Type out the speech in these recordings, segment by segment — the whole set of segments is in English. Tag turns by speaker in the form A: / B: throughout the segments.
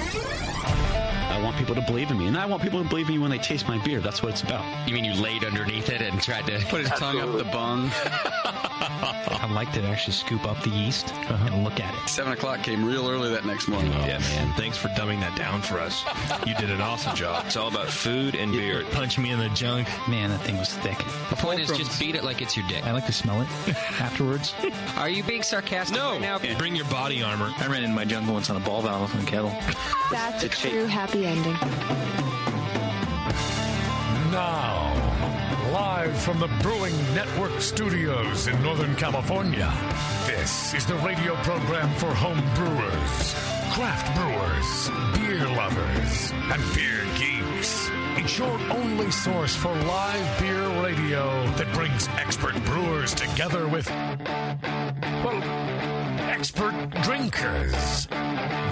A: I want people to believe in me, and I want people to believe in me when they taste my beer. That's what it's about.
B: You mean you laid underneath it and tried to
C: put his tongue up the bung?
A: I like to actually scoop up the yeast
D: Uh-huh.
A: and look at it.
C: Seven o'clock came real early that next morning.
E: Yeah, man. Thanks for dumbing that down for us. You did an awesome job. It's all
D: Uh,
E: about food and beer. Punch me in the junk.
A: Man, that thing was thick.
B: The point is just beat it like it's your dick.
A: I like to smell it afterwards.
B: Are you being sarcastic
E: No.
B: right now?
E: Bring your body armor.
F: I ran into my jungle once on a ball valve on a kettle.
G: That's a true happy ending.
H: Now, live from the Brewing Network studios in Northern California, this is the radio program for home brewers, craft brewers, beer lovers, and beer geeks. It's your only source for live beer radio that brings expert brewers together with, well, expert drinkers.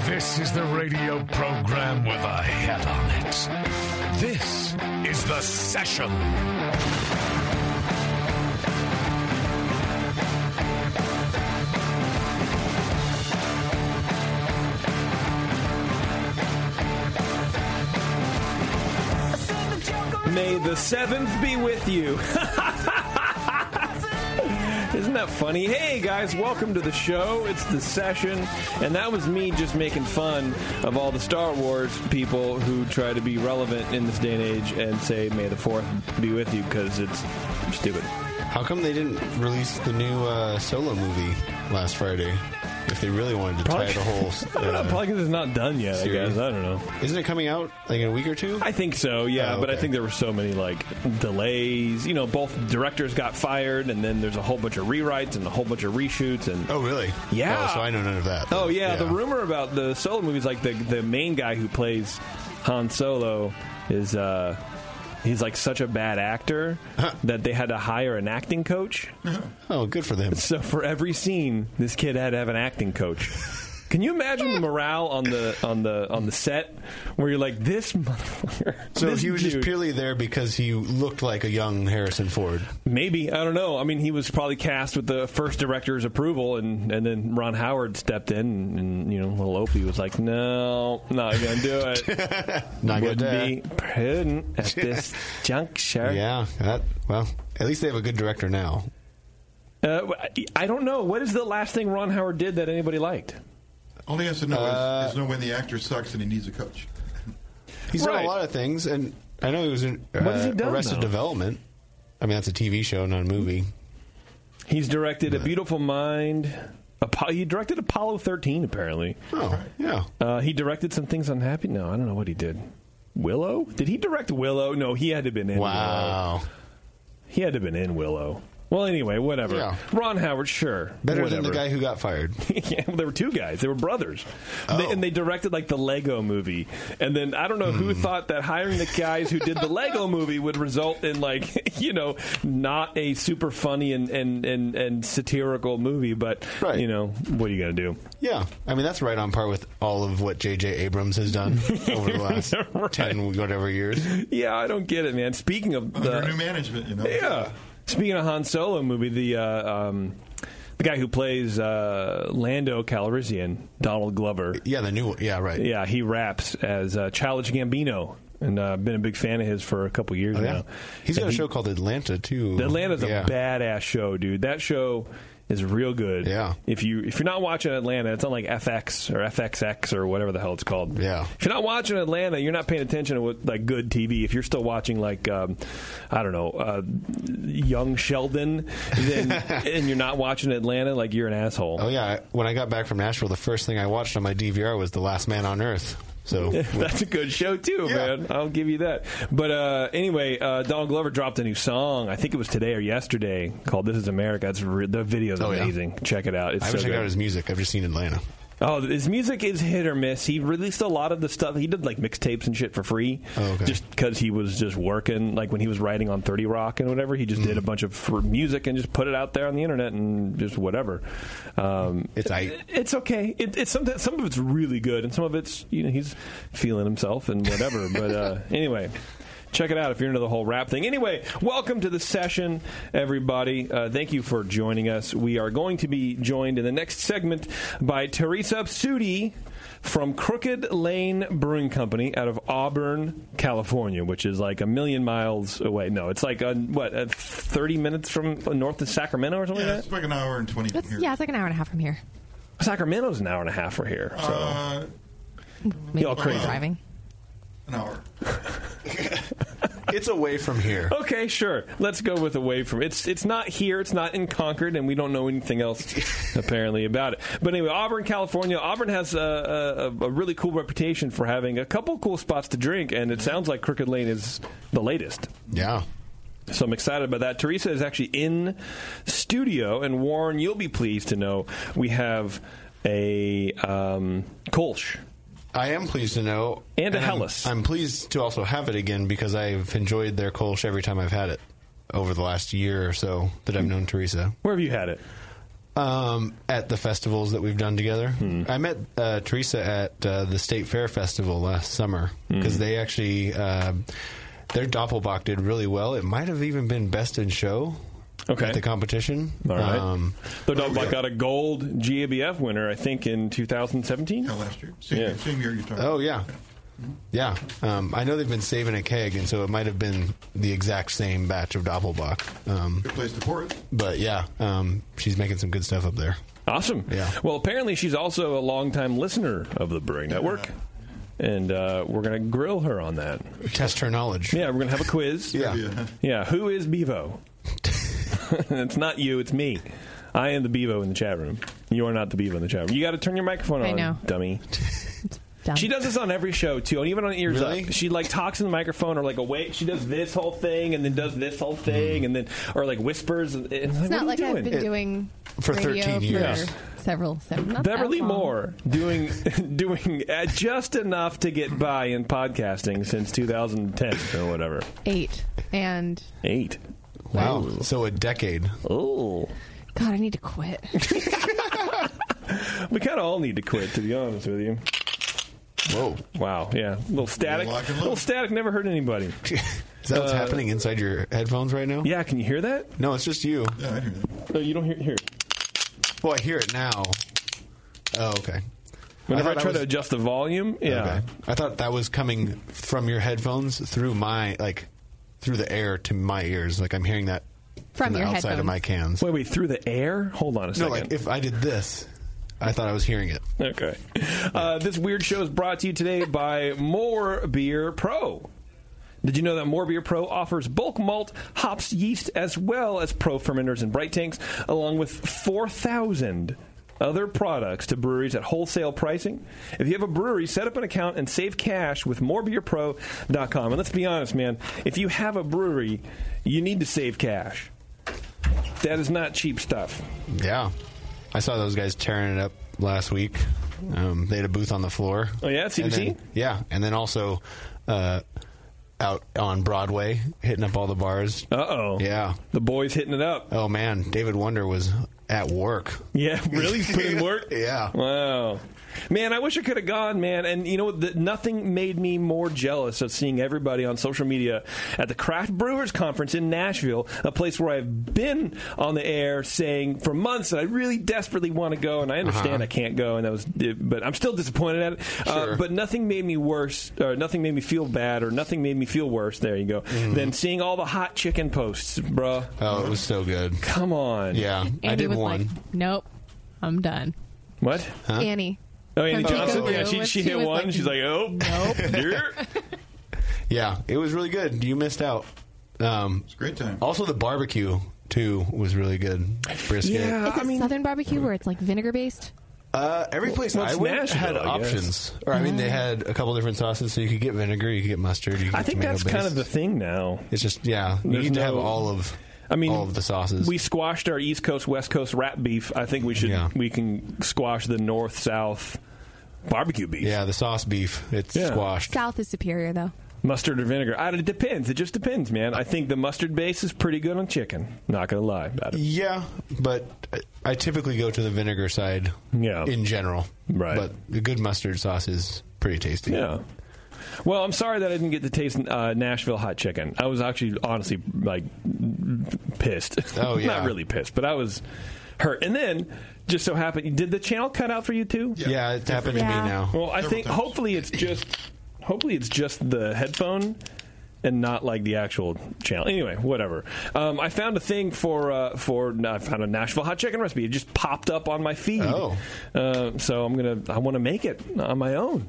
H: This is the radio program with a head on it. This is The Session.
I: May the seventh be with you. Isn't that funny? Hey guys, welcome to the show. It's the session, and that was me just making fun of all the Star Wars people who try to be relevant in this day and age and say May the Fourth be with you because it's stupid.
J: How come they didn't release the new uh, solo movie last Friday? If they really wanted to tie the whole, uh,
I: Probably because it's not done yet. I
J: Serious?
I: guess I don't know.
J: isn't it coming out like in a week or two?
I: I think so, yeah.
J: Oh,
I: But I
J: okay.
I: think there were so many like delays. You know, both directors got fired, and then there's a whole bunch of rewrites and a whole bunch of reshoots. And
J: oh, really?
I: Yeah.
J: Oh, so I know none of that.
I: oh yeah, the rumor about the solo movies, like the the main guy who plays Han Solo, is uh, he's like such a bad actor that they had to hire an acting coach.
J: Oh, good for them.
I: So for every scene, this kid had to have an acting coach. Can you imagine the morale on the on the on the set where you're like this motherfucker?
J: So
I: this
J: he was
I: dude."
J: just purely there because he looked like a young Harrison Ford.
I: Maybe I don't know. I mean, he was probably cast with the first director's approval, and, and then Ron Howard stepped in, and, you know, little Opie was like, "No, not gonna do it.
J: Not
I: Would
J: good. uh,
I: be prudent at this juncture."
J: Yeah. That, well, at least they have a good director now.
I: Uh, I don't know. What is the last thing Ron Howard did that anybody liked?
K: All he has to know
I: Uh,
K: is, is know when the actor sucks and he needs a coach.
J: He's done
I: Right.
J: a lot of things, and I know he was in uh,
I: What has he done,
J: Arrested
I: though?
J: Development. I mean, that's a TV show, not a movie.
I: He's directed A Beautiful Mind. Apo- he directed Apollo 13, apparently.
J: Oh, yeah.
I: Uh, he directed some things on Happy. No, I don't know what he did. Willow? Did he direct Willow? No, he had to have been in. Willow.
J: Wow.
I: He had to have been in Willow. Well, anyway, whatever.
J: Yeah.
I: Ron Howard, sure.
J: Better
I: whatever.
J: than the guy who got fired.
I: yeah, well, there were two guys. They were brothers, they,
J: Oh.
I: and they directed like the Lego movie. And then I don't know who
J: Hmm.
I: thought that hiring the guys who did the Lego movie would result in like you know not a super funny and and and, and satirical movie. But
J: Right.
I: you know what are you gonna do?
J: Yeah. I mean, that's right on par with all of what J.J. Abrams has done over the last
I: Right.
J: 10 whatever years.
I: Yeah, I don't get it, man. Speaking of
K: Under
I: the
K: new management, you know.
I: yeah, speaking of Han Solo movie, the uh, um, the guy who plays uh, Lando Calrissian, Donald Glover.
J: Yeah, the new one. Yeah, right.
I: Yeah, he raps as uh, Childish Gambino, and uh, I've been a big fan of his for a couple years
J: Oh, yeah.
I: now.
J: He's got
I: And
J: a
I: he-
J: show called Atlanta, too.
I: Atlanta's
J: Yeah.
I: a badass show, dude. That show is real good.
J: Yeah.
I: If you if you're not watching Atlanta, it's on like FX or FXX or whatever the hell it's called.
J: Yeah.
I: If you're not watching Atlanta, you're not paying attention to what like good TV. If you're still watching like um, I don't know, uh, Young Sheldon, then and you're not watching Atlanta, like you're an asshole.
J: Oh yeah, I- when I got back from Nashville, the first thing I watched on my DVR was The Last Man on Earth. So
I: That's a good show too, man. I'll give you that. But uh, anyway, uh, Donald Glover dropped a new song. I think it was today or yesterday called "This Is America." It's re- the video's
J: Oh, yeah.
I: amazing. Check it out. It's
J: I
I: so
J: haven't checked
I: good.
J: out his music. I've just seen Atlanta.
I: Oh, his music is hit or miss. He released a lot of the stuff. He did like mixtapes and shit for free,
J: Oh, okay.
I: just because he was just working. Like when he was writing on Thirty Rock and whatever, he just did
J: Mm.
I: a bunch of fr- music and just put it out there on the internet and just whatever. Um,
J: it's
I: it's okay. It, it's some some of it's really good and some of it's you know he's feeling himself and whatever. but uh, anyway. Check it out if you're into the whole rap thing. Anyway, welcome to the session, everybody. Uh, thank you for joining us. We are going to be joined in the next segment by Teresa Psudi from Crooked Lane Brewing Company out of Auburn, California, which is like a million miles away. No, it's like, uh what, uh, 30 minutes from north of Sacramento or something
K: Yeah,
I: like
K: it's like an hour and 20 from here.
G: Yeah, it's like an hour and a half from here.
I: that? Sacramento's an hour and a half from here. So.
K: Uh,
G: Maybe
I: Y'all
G: if I'm
I: crazy.
G: driving.
K: an hour.
J: It's away from here.
I: Okay, sure. Let's go with away from it's. It's not here. It's not in Concord, and we don't know anything else apparently about it. But anyway, Auburn, California. Auburn has a, a, a really cool reputation for having a couple cool spots to drink, and it sounds like Crooked Lane is the latest.
J: Yeah.
I: So I'm excited about that. Teresa is actually in studio, and Warren, you'll be pleased to know we have a um, Kolsch.
J: I am pleased to know.
I: And a
J: I'm-
I: Hellas.
J: I'm, pleased to also have it again because I've enjoyed their Kolsch every time I've had it over the last year or so that I've known Teresa.
I: Where have you had it?
J: Um, at the festivals that we've done together.
I: Hmm.
J: I met uh, Teresa at uh, the State Fair Festival last summer because
I: Hmm.
J: they actually, uh, their Doppelbock did really well. It might have even been best in show
I: Okay.
J: at the competition.
I: All right.
J: Um,
I: The dog Buck got a gold GABF winner, I think, in 2017.
K: Yeah, last year. Same,
I: Yeah.
K: same year you're talking
J: Oh yeah, yeah. Um, I know they've been saving a keg, and so it might have been the exact same batch of Doppelbock. Um,
K: Good place to pour it.
J: but yeah, um, she's making some good stuff up there.
I: Awesome.
J: Yeah.
I: Well, apparently she's also a longtime listener of the Brewing Network, and uh, we're going to grill her on that.
J: Test her knowledge.
I: Yeah, we're going to have a quiz.
J: Yeah.
K: Yeah.
I: Yeah. Who is Bevo? it's not you. It's me. I am the Bevo in the chat room. You are not the Bevo in the chat room. You got to turn your microphone
G: I
I: on,
G: know.
I: dummy.
G: Done.
I: She does this on every show too, and even on ears
J: Really?
I: up. She like talks in the microphone or like awake. She does this whole thing and then does this whole
J: Hmm.
I: thing and then or like whispers. And, and
G: It's not
I: what
G: like
I: are you
G: I've
I: doing?
G: been doing
J: For
G: radio
J: 13 years.
G: For several, several not that
I: Beverly
G: long.
I: Moore doing doing uh, just enough to get by in podcasting since 2010 or whatever.
G: eight, and
I: Eight.
J: Wow. So a decade.
I: Oh.
G: God, I need to quit.
I: We kind of all need to quit, to be honest with you.
J: Whoa.
I: Wow. Yeah. A little static.
K: Lock and load.
I: little static never hurt anybody. Uh,
J: Is that what's happening inside your headphones right now?
I: Yeah. Can you hear that?
J: No, it's just you.
K: Yeah, I hear that.
I: No, you don't hear. Here.
J: Well, I hear it now. Oh, okay.
I: Whenever I,
J: thought
I: try to
J: was-
I: adjust the volume, yeah.
J: Okay. I thought that was coming from your headphones through my like through the air to my ears. Like I'm hearing that
G: From
J: the
G: your
J: outside of
G: headphones.
J: my cans.
I: Wait, wait. Through the air? Hold on a
J: No,
I: second.
J: like if I did this, I thought I was hearing it.
I: Okay. Uh, this weird show is brought to you today by More Beer Pro. Did you know that More Beer Pro offers bulk malt, hops, yeast, as well as pro fermenters and bright tanks, along with 4,000 other products to breweries at wholesale pricing? If you have a brewery, set up an account and save cash with morebeerpro.com. And let's be honest, man, if you have a brewery, you need to save cash. That is not cheap stuff.
J: Yeah, I saw those guys tearing it up last week. Um, they had a booth on the floor.
I: Oh, yeah? CBC?
J: And then- yeah, and then also uh, out on Broadway, hitting up all the bars.
I: Uh oh.
J: Yeah.
I: The boys hitting it up.
J: Oh man, David Wonder was at work.
I: Yeah, really? He's put in work?
J: Yeah.
I: Wow. Man, I wish I could have gone, man. And you know, the, nothing made me more jealous of seeing everybody on social media at the Craft Brewers Conference in Nashville, a place where I've been on the air saying for months that I really desperately want to go, and I understand
J: Uh-huh.
I: I can't go, and that was, but I'm still disappointed at it. Uh, but nothing made me worse, or nothing made me feel bad, or nothing made me feel worse. There you go. Than seeing all the hot chicken posts, bruh.
J: Mm-hmm. Oh, it was so good.
I: Come on.
J: Yeah, I
G: Andy
J: did
G: was
J: one.
G: like, "Nope, I'm done."
I: what?
G: Annie.
I: Oh, Annie
G: from
I: Johnson.
G: Peekaboo,
I: Yeah, she, she hit
G: was
I: one. She's like, oh,
J: Yeah, it was really good. You missed out. Um, it's a
K: great time.
J: Also, the barbecue too was really good. Brisket.
G: Is it Southern barbecue where it's like vinegar based?
J: Uh, every place
I: Well,
J: I
I: it's
J: went
I: Nashville,
J: had
I: I guess. Mm.
J: options, or I mean, they had a couple different sauces, so you could get vinegar, you could get mustard. You could
I: I
J: get
I: think
J: tomato
I: that's
J: based.
I: kind of the thing now.
J: It's just yeah, you
I: There's
J: need to have
I: no-
J: all of.
I: I mean,
J: all of the sauces.
I: We squashed our East Coast West Coast rat beef. I think we should we can squash the North South barbecue beef.
J: Yeah, the sauce beef. It's squashed.
G: South is superior though.
I: Mustard or vinegar? I, it depends. It just depends, man. I think the mustard base is pretty good on chicken. Not gonna lie about it.
J: Yeah, but I typically go to the vinegar side.
I: Yeah.
J: in general,
I: Right.
J: But the good mustard sauce is pretty tasty.
I: Yeah. Well, I'm sorry that I didn't get to taste uh, Nashville hot chicken. I was actually honestly like pissed.
J: Oh, yeah.
I: not really pissed, but I was hurt. And then just so happened, did the channel cut out for you too?
J: Yeah, it's happened to me Yeah. now.
I: Well, I
J: Several
I: think
J: times.
I: hopefully it's just hopefully it's just the headphone. And not like the actual channel. Anyway, whatever. Um, I found a thing for uh, for I found a Nashville hot chicken recipe. It just popped up on my feed.
J: Oh.
I: Uh, so I'm gonna I want to make it on my own.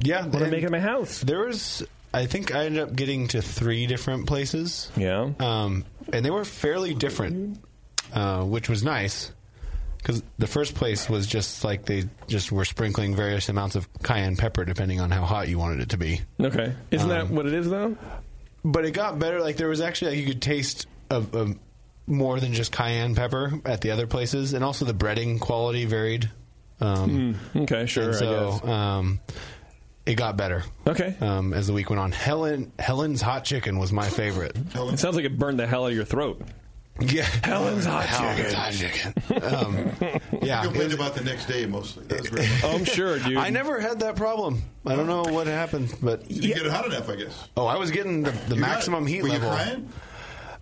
J: Yeah,
I: want to make it my house.
J: There was, I think, I ended up getting to three different places.
I: Yeah,
J: um, and they were fairly different, uh, which was nice because the first place was just like they just were sprinkling various amounts of cayenne pepper depending on how hot you wanted it to be.
I: Okay, isn't that what it is though?
J: Um, But it got better. Like there was actually like you could taste of. of more than just cayenne pepper at the other places, and also the breading quality varied. Um,
I: Hmm. okay, sure.
J: and
I: I
J: so
I: guess.
J: Um, it got better.
I: Okay.
J: Um, as the week went on, Helen Helen's hot chicken was my favorite.
I: It sounds like it burned the hell out of your throat.
J: Yeah,
I: Helen's hot
J: Helen's
I: chicken.
J: hot chicken. Um, yeah,
K: You
J: it was-
K: complained about the next day mostly. That was very
I: I'm sure, dude.
J: I never had that problem. I don't know what happened, but
K: Did you get it hot enough, I guess?
J: Oh, I was getting the, the
K: You got it.
J: maximum heat
K: Were you
J: level.
K: crying?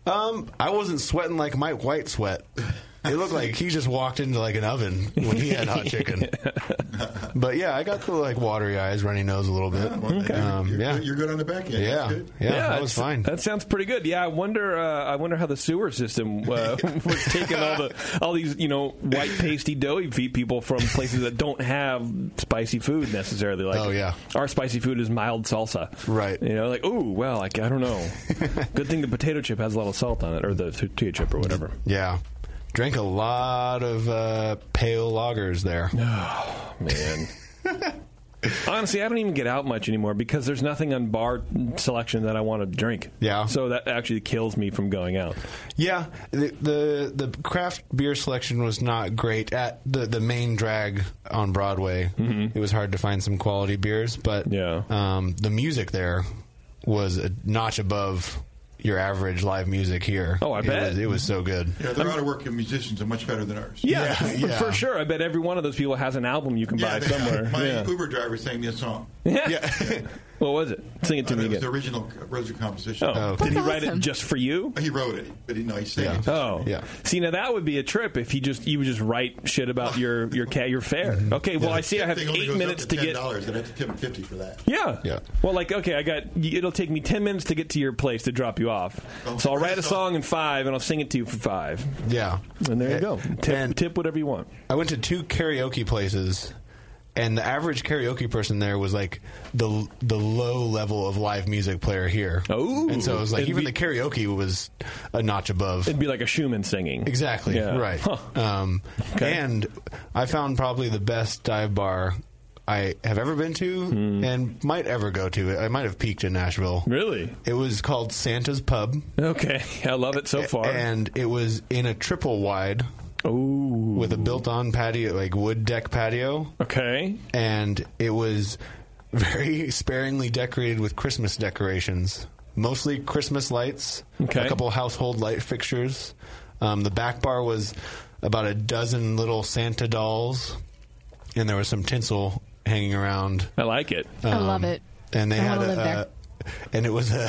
J: Um, I wasn't sweating like Mike White sweat. It looked like he just walked into like an oven when he had hot chicken. but yeah, I got the like watery eyes, runny nose a little bit. Um, yeah,
K: Oh, You're good on the back end.
J: yeah, yeah,
K: That's good.
J: That was
I: it's-
J: fine.
I: That sounds pretty good. Yeah, I wonder. Uh, I wonder how the sewer system uh, was taking all the all these you know white pasty doughy fe- people from places that don't have spicy food necessarily. Like,
J: Oh, yeah.
I: our spicy food is mild salsa.
J: Right.
I: You know, like ooh, well, like I don't know. good thing the potato chip has a lot of salt on it, or the tortilla chip, or whatever.
J: Yeah. Drank a lot of uh, pale lagers there.
I: Oh, man. Honestly, I don't even get out much anymore because there's nothing on bar selection that I want to drink.
J: Yeah.
I: So that actually kills me from going out.
J: Yeah, the, the the craft beer selection was not great at the the main drag on Broadway.
I: Mm-hmm.
J: It was hard to find some quality beers, but yeah, um, the music there was a notch above your average live music here. Oh,
I: I
J: it
I: bet.
J: was, it was so good.
K: Yeah, their out of work musicians are much better than ours.
I: Yeah, for,
J: yeah.
I: for sure. I bet every one of those people has an album you can
K: Yeah,
I: buy
K: they-
I: somewhere.
K: My
I: yeah.
K: Uber driver sang this song.
I: Yeah. what was it? Sing it to
K: Uh,
I: me
K: it was
I: again.
K: the original, original composition.
I: Oh, did he write it
K: Awesome.
I: just for you?
K: He wrote it, but he, no, he sang it. just-
I: Oh, yeah. See, now that would be a trip if you just you would just write shit about your your ca- your fare. Okay, well,
K: Yeah,
I: I see. I
K: tip
I: have
K: thing only
I: eight
K: goes up
I: minutes to get.
K: $10, and I have to tip him 50 for that.
I: Yeah. Yeah. Well, like, okay, I got. It'll take me ten minutes to get to your place to drop you off.
J: Oh,
I: so I'll write a song in five, and I'll sing it to you for five.
J: Yeah,
I: and there you go. Tip, tip whatever you want.
J: I went to two karaoke places, and the average karaoke person there was like the the low level of live music player here.
I: Oh,
J: and so it was like
I: It'd
J: even
I: be-
J: the karaoke was a notch above.
I: It'd be like a Schumann singing.
J: Exactly.
I: Yeah.
J: Right.
I: Huh.
J: Um, And I found probably the best dive bar I have ever been to
I: Hmm.
J: and might ever go to. I might have peaked in Nashville.
I: Really?
J: It was called Santa's Pub.
I: Okay, I love it so far.
J: And it was in a triple wide.
I: Ooh.
J: With a built on patio, like wood deck patio.
I: Okay.
J: And it was very sparingly decorated with Christmas decorations. Mostly Christmas lights,
I: Okay.
J: a couple household light fixtures. Um, the back bar was about a dozen little Santa dolls. and there was some tinsel hanging around.
I: I like it.
G: I love it.
J: And they
G: I
J: had
G: wanna live
J: a, and it was a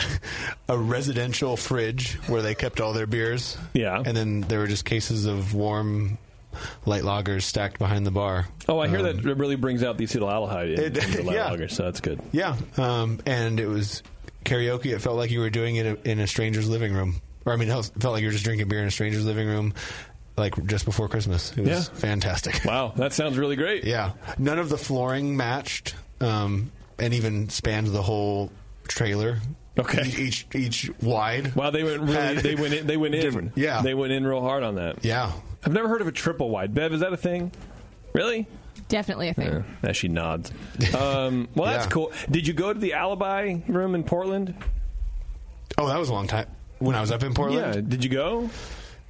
J: a residential fridge where they kept all their beers.
I: Yeah,
J: and then there were just cases of warm light lagers stacked behind the bar.
I: Oh, I hear
J: Um,
I: that it really brings out the acetaldehyde in,
J: It-
I: in the light
J: yeah.
I: lager, so that's good.
J: Yeah, um, and it was karaoke. It felt like you were doing it in a stranger's living room, or I mean, it felt like you were just drinking beer in a stranger's living room, like just before Christmas. It was
I: Yeah.
J: fantastic.
I: Wow, that sounds really great.
J: Yeah, none of the flooring matched, um, and even spanned the whole trailer.
I: Okay,
J: each each wide.
I: Wow, they went really,
J: Had-
I: they went in, they went in.
J: Different- yeah.
I: they went in real hard on that.
J: Yeah,
I: I've never heard of a triple wide. Bev, is that a thing? Really?
G: Definitely a thing.
I: Yeah, as she nods. Um, well, that's
J: Yeah.
I: cool. Did you go to the Alibi room in Portland?
J: Oh, that was a long time when I was up in Portland.
I: Yeah. Did you go?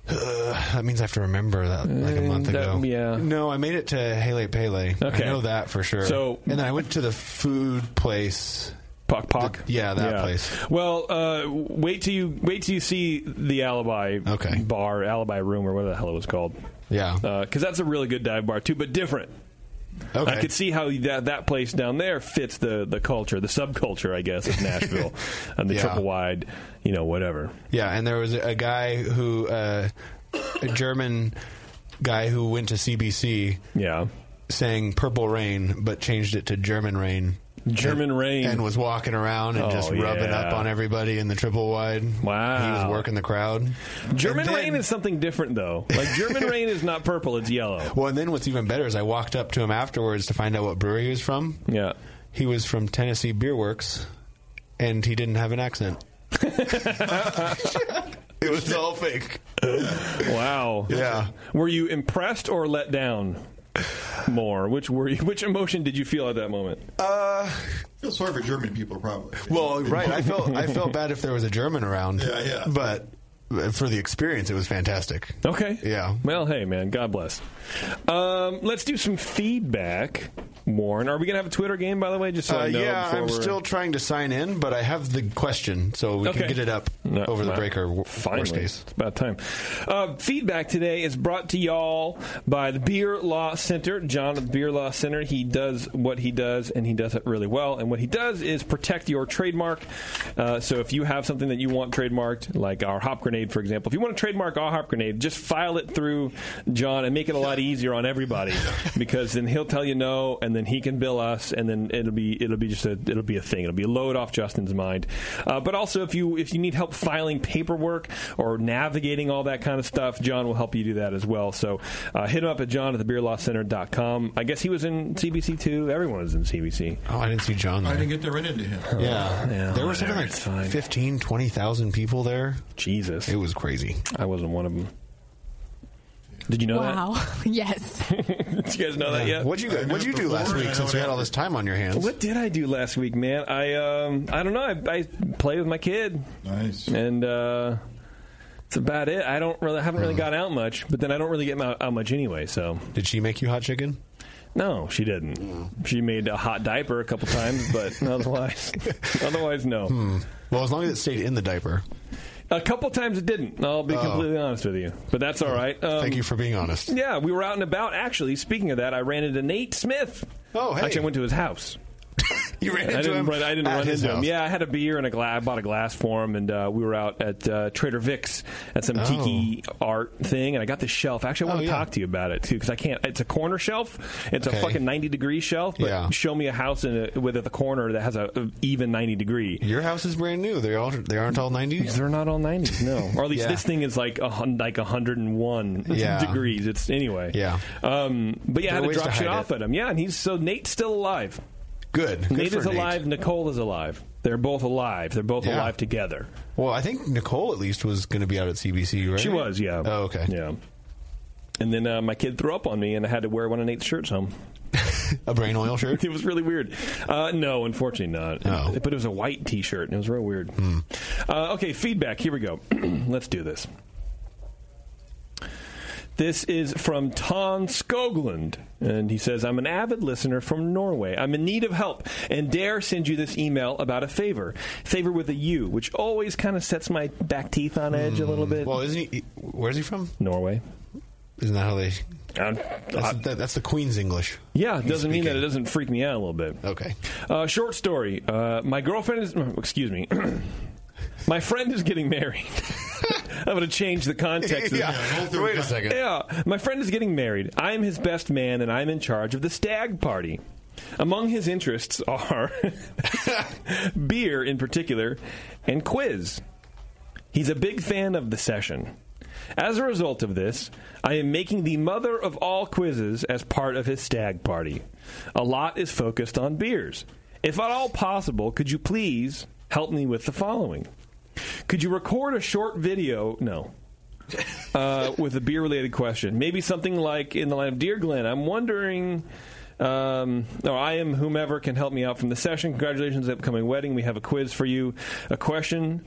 J: Uh, that means I have to remember that like a month
I: that-
J: ago.
I: yeah.
J: No, I made it to Hele Pele.
I: Okay.
J: I know that for sure.
I: So-
J: and then I went to the food place.
I: Pock Pock.
J: yeah, that place.
I: Well, uh, w- wait till you wait till you see the Alibi bar, Alibi room, or whatever the hell it was called.
J: Yeah,
I: because that's a really good dive bar too, but different.
J: Okay.
I: I could see how that that place down there fits the the culture, the subculture, I guess, of Nashville, and the
J: Yeah.
I: triple wide, you know, whatever.
J: Yeah, and there was a a guy who uh, a German guy who went to CBC.
I: Yeah,
J: sang "Purple Rain" but changed it to "German Rain."
I: German
J: and,
I: Rain.
J: and was walking around and
I: Oh,
J: just rubbing
I: yeah.
J: up on everybody in the triple wide.
I: Wow,
J: he was working the crowd.
I: German
J: And then-
I: rain is something different, though. Like German rain is not purple; it's yellow.
J: Well, and then what's even better is I walked up to him afterwards to find out what brewery he was from.
I: Yeah.
J: He was from Tennessee Beer Works, and he didn't have an accent. it was all fake. Oh,
I: Wow.
J: Yeah.
I: Were you impressed or let down? More. Which were you? Which emotion did you feel at that moment?
J: Uh,
K: feel sorry for German people, probably.
J: Well, right. I felt I felt bad if there was a German around.
K: Yeah, yeah.
J: But for the experience, it was fantastic.
I: Okay.
J: Yeah.
I: Well, hey, man. God bless. Um, let's do some feedback, Warren. Are we gonna have a Twitter game, by the way? Just so I
J: Uh,
I: know.
J: yeah,
I: before
J: I'm
I: we're-
J: still trying to sign in, but I have the question, so we
I: Okay.
J: can get it up
I: No,
J: over the
I: wow.
J: break or w-
I: Finally.
J: worst case.
I: It's about time. Uh, feedback today is brought to y'all by the Beer Law Center. John at the Beer Law Center. He does what he does, and he does it really well. And what he does is protect your trademark. Uh, so if you have something that you want trademarked, like our hop grenade, for example, if you want to trademark our hop grenade, just file it through John and make it a lot easier on everybody because then he'll tell you no, and then he can bill us, and then it'll be it'll be just a it'll be a thing. It'll be a load off Justin's mind. Uh, but also, if you if you need help filing paperwork or navigating all that kind of stuff, John will help you do that as well. So uh, hit him up at John at thebeerlawcenter.com. I guess he was in CBC too. Everyone was in CBC.
J: Oh, I didn't see John
K: I
J: there.
K: didn't get to run into him.
J: yeah.
I: Yeah,
J: there were something
I: whatever,
J: like
I: it's fine.
J: 15, 20,000 people there.
I: Jesus,
J: It was crazy.
I: I wasn't one of them. Did you know
G: wow. yes.
I: that? Did you guys know that
J: Yeah.
I: yet?
J: What'd you
K: I
J: go-
K: know
J: What'd you do
K: before,
J: last
K: I
J: week
K: know
J: since we had all this time on your hands?
I: What did I do last week, man? I um, I don't know. I, I played with my kid,
K: Nice.
I: and uh, it's about it. I don't really, I haven't really got out much, but then I don't really get out, out much anyway. So
J: Did she make you hot chicken?
I: no, she didn't. She made a hot diaper a couple times, but otherwise, otherwise no.
J: Hmm. Well, as long as it stayed in the diaper.
I: A couple times it didn't. I'll be
J: Oh.
I: completely honest with you, but that's all right. Um,
J: Thank you for being honest.
I: Yeah, we were out and about. Actually, speaking of that, I ran into Nate Smith.
J: Oh, hey.
I: Actually, I went to his house.
J: You ran
I: I
J: into
I: didn't
J: him.
I: Run, I didn't
J: at
I: run
J: his
I: into him.
J: house.
I: Yeah, I had a beer and a glass. I bought a glass for him, and uh, we were out at uh, Trader Vic's at some
J: Oh.
I: tiki art thing, and I got this shelf. Actually, I want
J: Oh,
I: to
J: yeah.
I: talk to you about it too because I can't. It's a corner shelf. It's a
J: Okay.
I: fucking ninety degree shelf. But
J: Yeah.
I: show me a house in a, with a corner that has a, a even ninety degree.
J: Your house is brand new. They all they aren't all 90s.
I: They're not all nineties, no. Or at least
J: Yeah.
I: this thing is like a hun- like hundred and one
J: Yeah.
I: degrees. It's anyway.
J: Yeah.
I: Um, but
J: There are
I: yeah, I had to
J: ways
I: drop
J: to
I: shit
J: hide
I: off
J: it.
I: at him. Yeah, and he's so Nate's still alive.
J: Good. Good
I: Nate
J: for
I: is alive. Nicole is alive. They're both alive. They're both
J: Yeah.
I: alive together.
J: Well, I think Nicole at least was going to be out at CBC, right?
I: She was, yeah.
J: Oh, okay.
I: Yeah. And then uh, my kid threw up on me, and I had to wear one of Nate's shirts home.
J: A brain oil shirt.
I: It was really weird. Uh, no, unfortunately not.
J: Oh. Hmm.
I: But it was a white T-shirt, and it was real weird. Uh, okay, feedback. Here we go. Let's do this. This is from Ton Skoglund, and he says, I'm an avid listener from Norway. I'm in need of help and dare send you this email about a favor. Favor with a U, which always kind of sets my back teeth on edge a little bit.
J: Well, isn't he? Where's he from?
I: Norway.
J: Isn't that how they That's, that, that's the Queen's English.
I: Yeah, it
J: You
I: doesn't mean
J: speak
I: that it doesn't freak me out a little bit.
J: Okay.
I: Uh, short story. Uh, my girlfriend is. Excuse me. my friend is getting married. I'm going to change the context.
J: Yeah, hold through Wait a second.
I: Yeah, my friend is getting married. I'm his best man, and I'm in charge of the stag party. Among his interests are beer, in particular, and quiz. He's a big fan of the session. As a result of this, I am making the mother of all quizzes as part of his stag party. A lot is focused on beers. If at all possible, could you please help me with the following? Could you record a short video? No. Uh, with a beer related question. Maybe something like in the line of Dear Glenn, I'm wondering. Um, or I am whomever can help me out from the session. Congratulations, upcoming wedding. We have a quiz for you. A question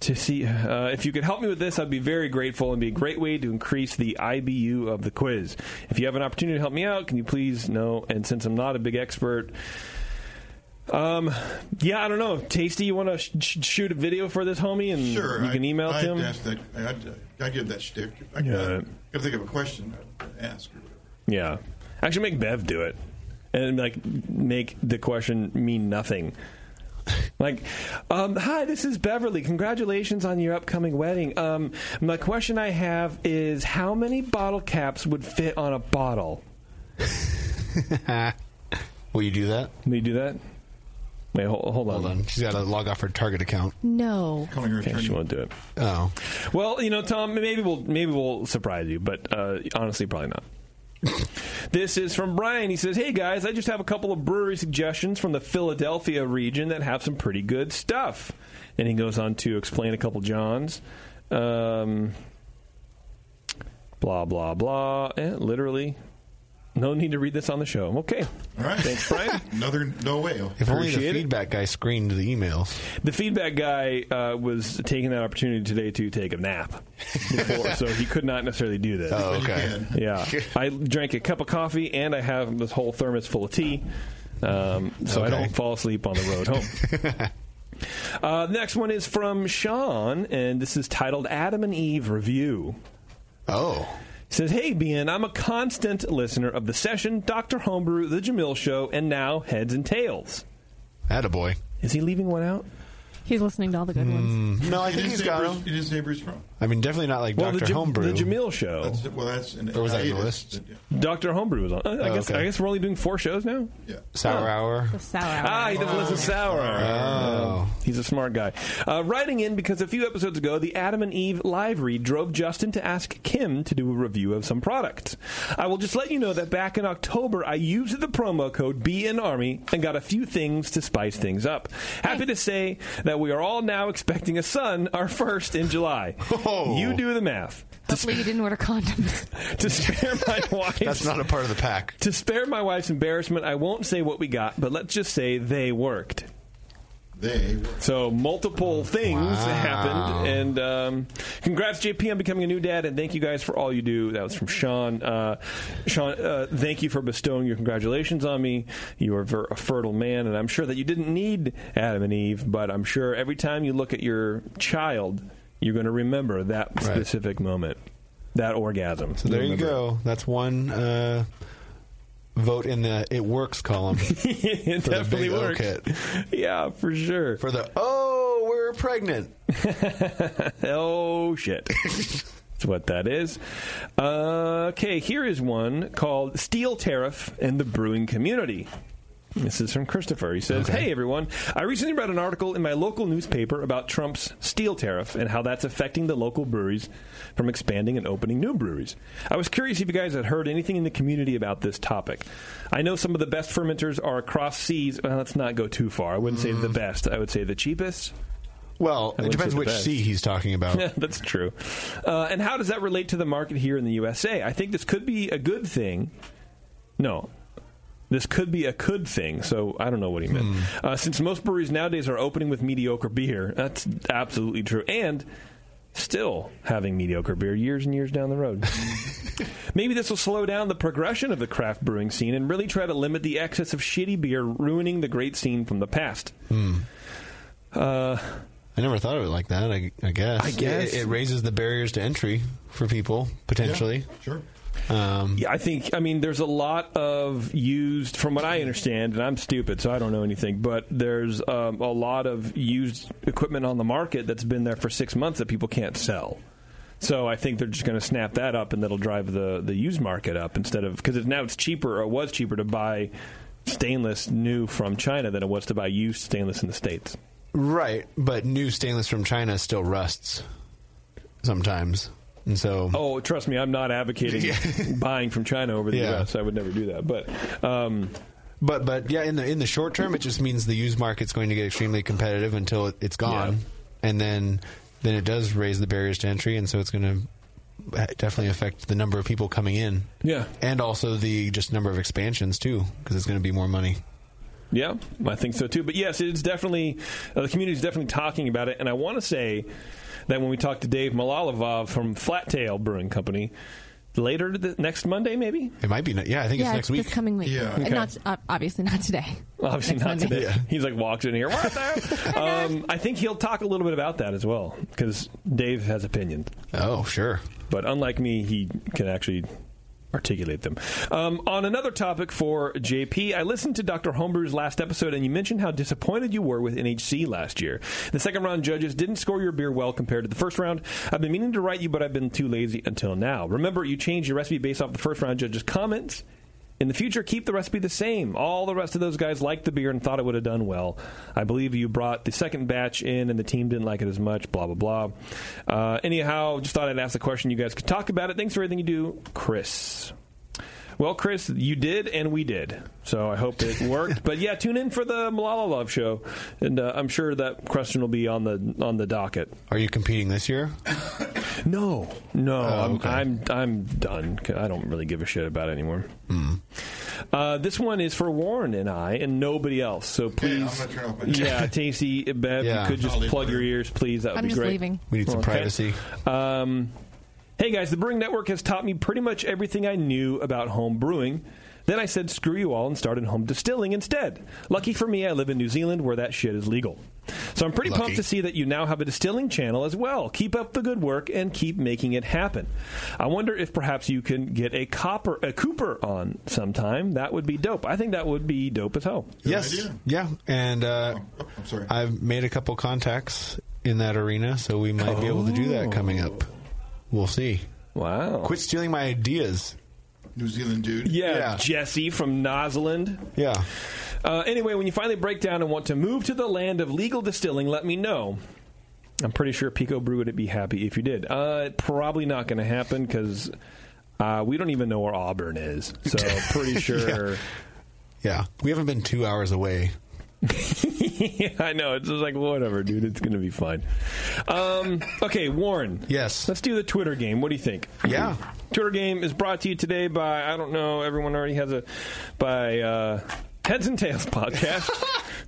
I: to see uh, if you could help me with this, I'd be very grateful and be a great way to increase the IBU of the quiz. If you have an opportunity to help me out, can you please know? And since I'm not a big expert, um, yeah, I don't know. Tasty, you want to sh- sh- shoot a video for this homie, and
K: Sure.
I: you can
K: I-
I: email
K: I'd
I: him.
K: ask that- I'd, I'd give that shtick. I
I: Yeah.
K: gotta think of a question to ask.
I: Yeah. Actually, make Bev do it, and like make the question mean nothing. Like, um, hi, this is Beverly. Congratulations on your upcoming wedding. Um, my question I have is, how many bottle caps would fit on a bottle?
J: Will you do that?
I: Will you do that? Wait, hold, hold on.
J: Hold on. She's got to log off her Target account.
G: No.
K: Calling her
I: Okay, she won't do it.
J: Oh.
I: Well, you know, Tom, maybe we'll maybe we'll surprise you, but uh, honestly, probably not. this is from Brian. He says, "Hey guys, I just have a couple of brewery suggestions from the Philadelphia region that have some pretty good stuff." And he goes on to explain a couple Johns. Um, blah blah blah. Eh, literally, no need to read this on the show. Okay,
K: All right.
I: thanks, Brian.
K: Another no way.
J: If only the
I: Appreciate it.
J: feedback guy screened the emails.
I: The feedback guy uh, was taking that opportunity today to take a nap before, so he could not necessarily do this.
J: Oh, okay.
I: Yeah, I drank a cup of coffee and I have this whole thermos full of tea, um, so I
J: Okay.
I: don't fall asleep on the road home. uh, next one is from Sean, and this is titled "Adam and Eve Review."
J: Oh.
I: He says, Hey, BN, I'm a constant listener of The Session, Dr. Homebrew, The Jamil Show, and now Heads and Tails.
J: Attaboy.
I: Is he leaving one out? Hmm.
G: He's listening to all the good ones.
J: No, I think he's got him.
K: It is neighbors from.
J: I mean, definitely not like
I: Well,
J: Dr.
I: the, Jam-
J: Homebrew.
I: the Jamil Show.
K: That's, well, that's an
J: Or was that in the
K: hiatus.
J: list?
I: Dr. Homebrew was on. uh, I,
J: Oh,
I: guess,
J: okay.
I: I guess we're only doing four shows now?
K: Yeah.
J: Sour Hour.
G: The sour. hour.
I: Ah, he doesn't listen to Sour Hour.
K: Ah.
J: Oh.
I: He's a smart guy. Uh, writing in because a few episodes ago, the Adam and Eve live read drove Justin to ask Kim to do a review of some product. I will just let you know that back in October, I used the promo code BNARMY and got a few things to spice things up. Happy to say that we are all now expecting a son, our first in July.
J: Oh.
I: You do the math.
G: Hopefully you didn't order condoms.
I: To spare my wife.
J: That's not a part of the pack.
I: To spare my wife's embarrassment, I won't say what we got, but let's just say they worked.
K: They were.
I: So multiple things
J: Wow.
I: happened, and um, congrats JP on becoming a new dad, and thank you guys for all you do. That was from Sean. Uh, Sean, uh, thank you for bestowing your congratulations on me. You are ver- a fertile man, and I'm sure that you didn't need Adam and Eve, but I'm sure every time you look at your child, you're going to remember that specific moment, that orgasm.
J: So there you go. That's one uh, vote in the it works column
I: it
J: For the
I: definitely
J: big O
I: worked.
J: kit.
I: Yeah, for sure.
J: for the oh we're pregnant.
I: oh shit. That's what that is. Uh, okay, here is one called Steel Tariff and the Brewing Community. This is from Christopher. He says, Hey everyone, I recently read an article in my local newspaper about Trump's steel tariff and how that's affecting the local breweries from expanding and opening new breweries. I was curious if you guys had heard anything in the community about this topic. I know some of the best fermenters are across seas. Well, let's not go too far. I wouldn't say the best, I would say the cheapest.
J: Well,
I: I
J: it
I: wouldn't
J: depends
I: say the
J: which
I: best.
J: C he's talking about.
I: Yeah, that's true. Uh, and how does that relate to the market here in the USA? I think this could be a good thing. No. This could be a could thing, so I don't know what he meant.
J: Hmm.
I: Uh, since most breweries nowadays are opening with mediocre beer, that's absolutely true. And still having mediocre beer years and years down the road. Maybe this will slow down the progression of the craft brewing scene and really try to limit the excess of shitty beer ruining the great scene from the past. Uh,
J: I never thought of it like that. I, I guess.
I: I guess.
J: it, it raises the barriers to entry for people potentially. Um,
K: Sure.
I: yeah, I think. I mean, there's a lot of used, from what I understand, and I'm stupid, so I don't know anything. But there's um, a lot of used equipment on the market that's been there for six months that people can't sell. So I think they're just going to snap that up, and that'll drive the the used market up instead of because now it's cheaper or it was cheaper to buy stainless new from China than it was to buy used stainless in the states.
J: Right, but new stainless from China still rusts sometimes. And so
I: Oh, trust me, I'm not advocating buying from China over the
J: Yeah.
I: U.S. I would never do that. But, um,
J: but but yeah, in the in the short term, it just means the used market's going to get extremely competitive until it, it's gone, and then then it does raise the barriers to entry, and so it's going to definitely affect the number of people coming in.
I: Yeah,
J: and also the just number of expansions too, because it's going to be more money.
I: Yeah, I think so too. But yes, it's definitely uh, the community is definitely talking about it, and I want to say that when we talk to Dave Malalavov from Flat Tail Brewing Company later th- next Monday, maybe
J: it might be. Yeah, I
G: yeah, it's this coming week. And
I: Okay.
G: not uh, obviously not today.
I: Obviously
G: Next
I: not
G: Monday.
I: today. He's like walks in here. What the? um, I think he'll talk a little bit about that as well because Dave has opinions.
J: Oh, sure.
I: But unlike me, he can actually articulate them. Um, on another topic for JP, I listened to Dr. Homebrew's last episode, and you mentioned how disappointed you were with NHC last year. The second round judges didn't score your beer well compared to the first round. I've been meaning to write you, but I've been too lazy until now. Remember, you changed your recipe based off the first round judges' comments. In the future, keep the recipe the same. All the rest of those guys liked the beer and thought it would have done well. I believe you brought the second batch in and the team didn't like it as much, blah, blah, blah. Uh, anyhow, just thought I'd ask the question. You guys could talk about it. Thanks for everything you do, Chris. Well, Chris, you did and we did. So I hope it worked. but yeah, tune in for the Malala Love show. And uh, I'm sure that question will be on the on the docket.
J: Are you competing this year?
I: No, no,
K: Oh,
I: I'm, I'm I'm done. I don't really give a shit about it anymore.
K: Hmm.
I: Uh, this one is for Warren and I, and nobody else. So please,
K: I'm gonna turn off my-
I: yeah, Tasty, Bev,
K: Yeah.
I: you could just
K: I'll leave
I: plug
K: it.
I: your ears, please. That would
K: I'm
I: be
K: just
I: great.
K: leaving. We need some privacy.
I: Um, hey guys, the Brewing Network has taught me pretty much everything I knew about home brewing. Then I said, screw you all, and started home distilling instead. Lucky for me, I live in New Zealand where that shit is legal. So I'm pretty pumped to see that you now have a distilling channel as well. Keep up the good work and keep making it happen. I wonder if perhaps you can get a copper, a Cooper on sometime. That would be dope. I think that would be dope as hell.
J: yes. Yeah, and uh,
K: Oh, I'm sorry.
J: I've made a couple contacts in that arena, so we might be able to do that coming up. We'll see.
I: Oh. Wow!
J: Quit stealing my ideas.
K: New Zealand dude.
I: Yeah, Jesse from Nosland.
J: Yeah.
I: Uh, anyway, when you finally break down and want to move to the land of legal distilling, let me know. I'm pretty sure Pico Brew would be happy if you did. Uh, probably not going to happen because uh, we don't even know where Auburn is. So pretty sure.
J: Yeah, we haven't been two hours away.
I: yeah, I know. It's just like whatever, dude. It's going to be fine. Um, okay, Warren.
J: Yes.
I: Let's do the Twitter game. What do you think?
J: Yeah.
I: Twitter game is brought to you today by I don't know. Everyone already has a by uh, Heads and Tails podcast.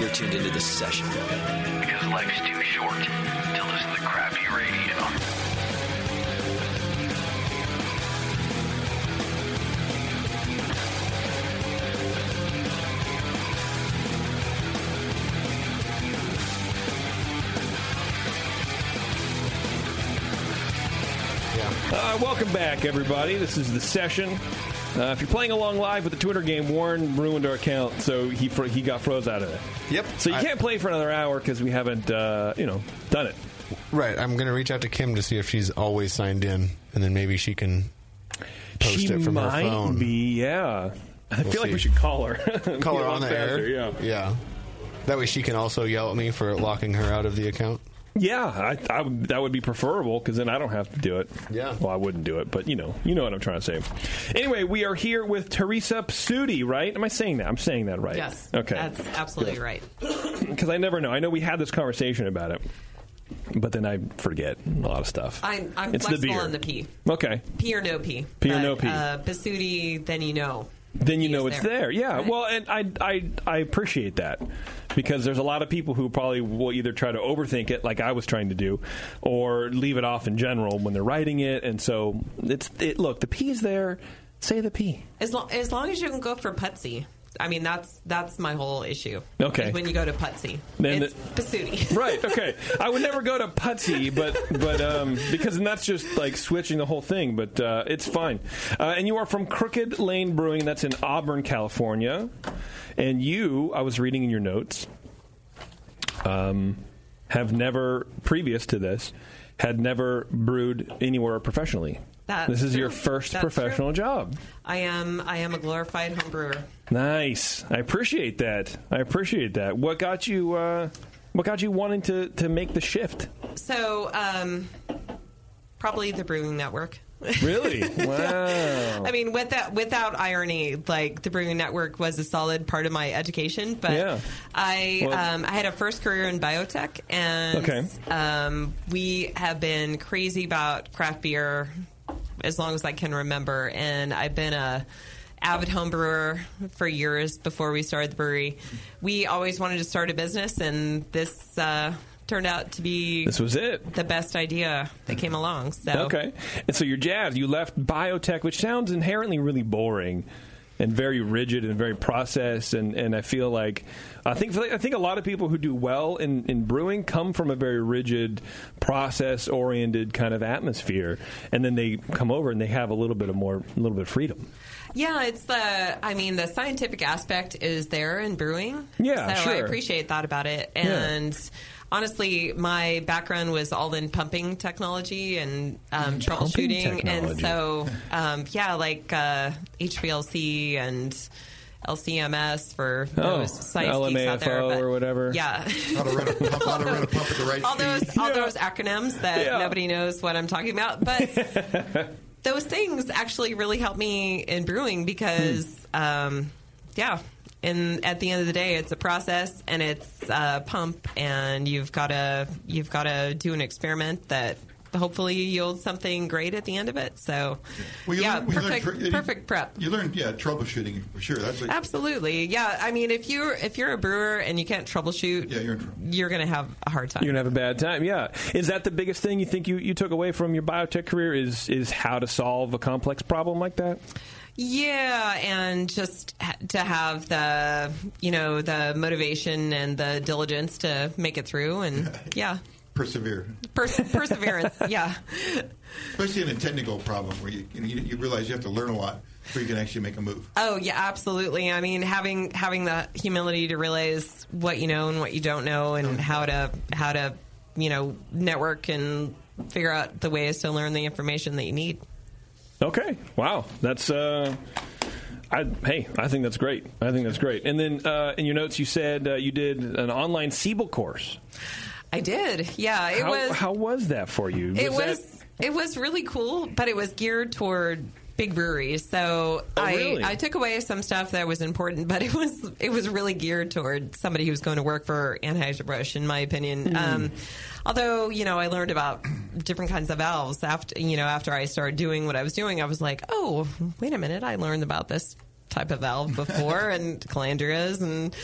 L: you're tuned into this session.
M: Because life's too short
D: Oh,
M: to listen to crappy radio.
I: Uh, welcome back, everybody. This is the session. Uh, if you're playing along live with the Twitter game, Warren ruined our account, so he fro- he got froze out of it.
J: Yep.
I: So you can't play for another hour because we haven't, uh, you know, done it.
J: Right. I'm going to reach out to Kim to see if she's always signed in, and then maybe she can post
I: she
J: it from
I: might
J: her phone.
I: be, yeah. I
J: We'll
I: feel like
J: see.
I: we should call her.
J: Call her
I: Get
J: on the
I: faster,
J: air.
I: Yeah.
J: Yeah. That way she can also yell at me for locking her out of the account.
I: Yeah, I, I, would- that would be preferable because then I don't have to do it. Yeah. Well, I wouldn't do it, but you know, you know what I'm trying to say. Anyway, we are here with Teresa Psudi, right? Am I saying that? I'm saying that right.
N: Yes.
I: Okay.
N: That's absolutely right.
I: Because I never know. I know we had this conversation about it, but then I forget a lot of stuff.
N: I'm, I'm
I: it's the
N: flexible
I: beer.
N: on the P.
I: Okay.
N: P or no P.
I: P or no
N: But,
I: P.
N: Uh, Basuti, then you know.
I: Then you know
N: is
I: it's
N: there.
I: there. Yeah.
N: Right.
I: Well, and I, I I appreciate that because there's a lot of people who probably will either try to overthink it, like I was trying to do, or leave it off in general when they're writing it. And so it's it. Look, the P is there. Say the P.
N: As, lo- as long as you can go for putsy. I mean, that's that's my whole issue.
I: Okay.
N: is When you go to putsy.
I: Then
N: it's Basuti.
I: Right. Okay. I would never go to putsy, but but um, because and that's just like switching the whole thing. But uh, it's fine. Uh, and you are from Crooked Lane Brewing. That's in Auburn, California. And you, I was reading in your notes, um, have never previous to this had never brewed anywhere professionally.
N: That's
I: this is your
N: true.
I: first
N: That's
I: professional
N: true.
I: job.
N: I am I am a glorified home brewer.
I: Nice. I appreciate that. I appreciate that. What got you? Uh, what got you wanting to to make the shift?
N: So um, probably the Brewing Network.
I: Really? Wow.
N: I mean, with that, without irony, like the Brewing Network was a solid part of my education, but
I: Yeah.
N: I
I: Well-
N: um, I had a first career in biotech, and
I: Okay.
N: um, we have been crazy about craft beer as long as I can remember, and I've been a avid home brewer for years before we started the brewery. We always wanted to start a business, and this uh, turned out to be
I: This was it.
N: the best idea that came along. So
I: Okay. And so you're jazzed. You left biotech, which sounds inherently really boring and very rigid and very processed. And, and I feel like I think I think a lot of people who do well in, in brewing come from a very rigid, process oriented kind of atmosphere, and then they come over and they have a little bit of more, a little bit of freedom.
N: Yeah, it's the. I mean, the scientific aspect is there in brewing.
I: Yeah,
N: so I
I: sure.
N: appreciate that about it.
I: Yeah.
N: And honestly, my background was all in pumping technology and um, troubleshooting, and
I: technology.
N: so um, yeah, like uh, HPLC and. LCMS for
I: Oh,
N: those science geeks out there,
I: LMAFO
N: but-
I: or whatever.
N: Yeah, Oh, all those all those acronyms that
I: Yeah.
N: nobody knows what I'm talking about, but those things actually really helped me in brewing because, um, yeah, and at the end of the day, it's a process and it's a pump, and you've got to you've got to do an experiment that hopefully yields something great at the end of it. So, yeah, perfect, perfect prep.
K: You learn, yeah, troubleshooting for sure. That's what,
N: Absolutely, yeah. I mean, if you're if you're a brewer and you can't troubleshoot, yeah, you're you're gonna have a hard time.
I: You're gonna have a bad time. Yeah. Is that the biggest thing you think you, you took away from your biotech career? Is is how to solve a complex problem like that?
N: Yeah, and just ha- to have the you know the motivation and the diligence to make it through, and yeah,
K: persevere.
N: Pers- perseverance. yeah,
K: Especially in a technical problem where you, you, know, you, you realize you have to learn a lot before you can actually make a move.
N: Oh yeah, absolutely. I mean, having having the humility to realize what you know and what you don't know, and how to how to you know network and figure out the ways to learn the information that you need.
I: Okay. Wow. That's uh I, hey, I think that's great. I think that's great. And then uh, in your notes, you said uh, you did an online Siebel course.
N: I did. Yeah, Uh, it
I: how,
N: was.
I: how was that for you?
N: it
I: that-
N: was it was really cool, but it was geared toward big breweries. So I
I: really?
N: I took away some stuff that was important, but it was it was really geared toward somebody who's going to work for Anheuser Busch, in my opinion.
O: Hmm.
N: Um, although you know, I learned about different kinds of valves after you know after I started doing what I was doing. I was like, oh, wait a minute, I learned about this type of valve before and calandrias and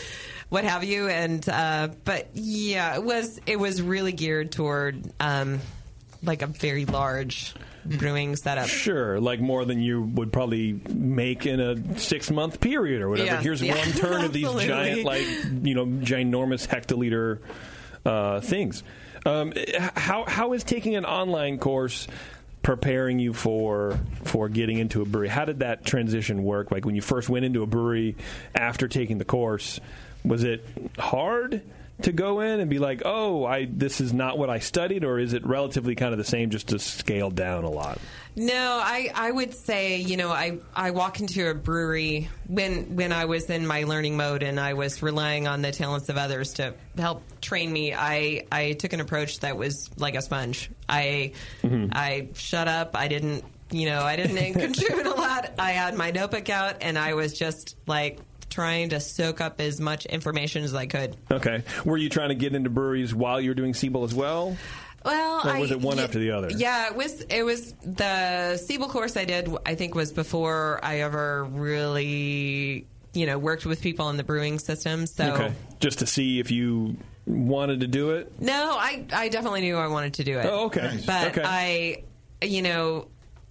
N: what have you. And uh, but yeah, it was it was really geared toward um, like a very large brewing setup.
I: Sure, like more than you would probably make in a six month period or whatever.
N: Yes,
I: Here's
N: yeah.
I: one turn of these giant,
N: Absolutely.
I: like you know, ginormous hectoliter uh, things. Um, h- how how is taking an online course? Preparing you for for getting into a brewery. How did that transition work? Like when you first went into a brewery after taking the course, was it hard to go in and be like, "Oh, I this is not what I studied," or is it relatively kind of the same, just to scale down a lot?
N: No, I, I would say, you know, I, I walk into a brewery when when I was in my learning mode and I was relying on the talents of others to help train me, I, I took an approach that was like a sponge. I
L: Mhm.
N: I shut up, I didn't you know, I didn't contribute a lot. I had my notebook out and I was just like trying to soak up as much information as I could.
I: Okay. Were you trying to get into breweries while you were doing Siebel as well?
N: Well,
I: Or was
N: I-
I: it one after the other?
N: Yeah, it was. It was the Siebel course I did. I think was before I ever really, you know, worked with people in the brewing system. So
I: Okay. Just to see if you wanted to do it?
N: no, I I definitely knew I wanted to do it.
I: Oh, okay. Nice.
N: But
I: Okay.
N: I, you know.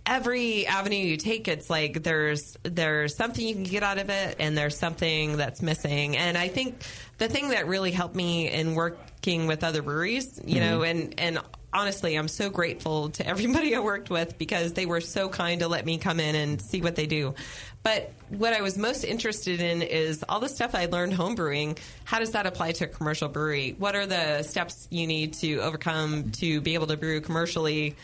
N: Every avenue you take, it's like there's there's something you can get out of it, and there's something that's missing. And I think the thing that really helped me in working with other breweries, you
I: Mm-hmm.
N: know,
L: Mhm.
N: and and honestly, I'm so grateful to everybody I worked with because they were so kind to let me come in and see what they do. But what I was most interested in is all the stuff I learned homebrewing. How does that apply to a commercial brewery? What are the steps you need to overcome to be able to brew commercially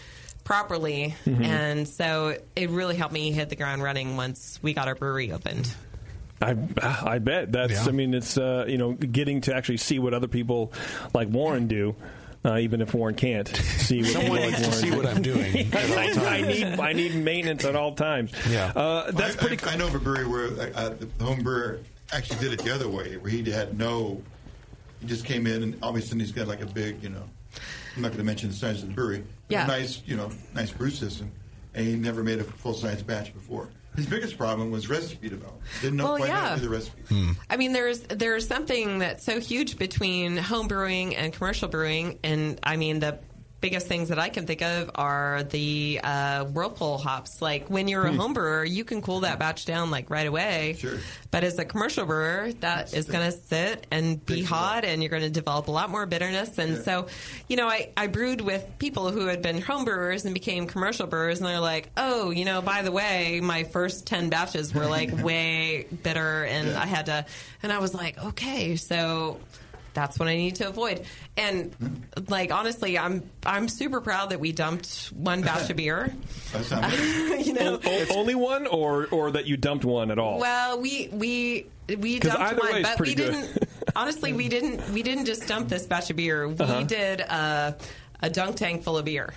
N: properly?
I: Mhm.
N: And so it really helped me hit the ground running once we got our brewery opened.
I: I I bet that's.
N: Yeah.
I: I mean, it's uh, you know getting to actually see what other people like Warren do. Uh, even if Warren can't see what
J: Someone
I: people
J: needs
I: like
J: to
I: Warren
J: see
I: do.
J: what I'm doing at all
I: I- I
J: times.
I: need I need maintenance at all times.
J: Yeah.
I: uh, that's
K: pretty. I, I know of a brewery where uh, uh, the home brewer actually did it the other way, where he had no. He just came in and all of a sudden he's got like a big, you know, I'm not going to mention the size of the brewery, but
N: Yeah.
K: a nice, you know, nice brew system, and he never made a full size batch before. His biggest problem was recipe development. Didn't know
N: Well,
K: quite how
N: yeah.
K: to do the recipe.
N: I mean, there's there's something that's so huge between home brewing and commercial brewing, and I mean the biggest things that I can think of are the uh, whirlpool hops. Like when you're a
L: Hmm.
N: home brewer, you can cool that batch down like right away. Sure. But as a commercial brewer, that is going to sit and be hot, and you're going to develop a lot more bitterness. And
L: Yeah.
N: so, you know, I I brewed with people who had been home brewers and became commercial brewers, and they're like, oh, you know, by the way, my first ten batches were like way bitter, and
L: Yeah.
N: I had to, and I was like, okay, so that's what I need to avoid. And
I: Hmm.
N: like honestly, I'm I'm super proud that we dumped one batch of beer.
K: That's not
N: you know,
I: Uh, O- only one, or or that you dumped one at all.
N: well, we we we
I: 'Cause
N: dumped
I: either way
N: one,
I: is
N: but
I: pretty
N: we
I: good.
N: didn't. Honestly, we didn't we didn't just dump this batch of beer. We
I: Uh-huh.
N: did a, a dunk tank full of beer.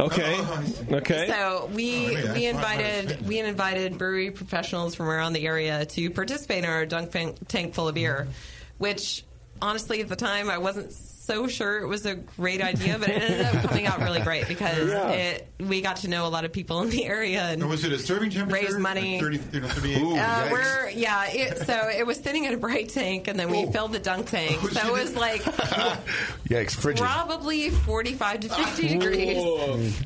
I: okay,
J: Oh,
I: okay.
N: So
I: Oh,
N: we
I: yeah.
N: we invited we invited brewery professionals from around the area to participate in our dunk fan- tank full of beer,
K: Mm-hmm.
N: which honestly at the time I wasn't so sure it was a great idea, but it ended up coming out really great because
K: Yeah.
N: it we got to know a lot of people in the area and
K: Or was it a serving temperature?
N: raise money.
K: Like 30, you know, 38?
N: Uh, we're yeah. It, so it was sitting in a bright tank, and then
K: Oh.
N: we filled the dunk tank. So it was like
J: Yikes, frigid.
N: probably forty-five to fifty degrees.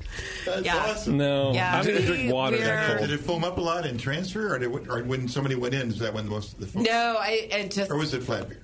N: yeah.
I: No,
N: Yeah,
K: I'm
N: we- we're-
K: Did it foam up a lot in transfer, or, did it, or when somebody went in, is that when most of the foam?
N: No, I it just
K: Or was it flat beer?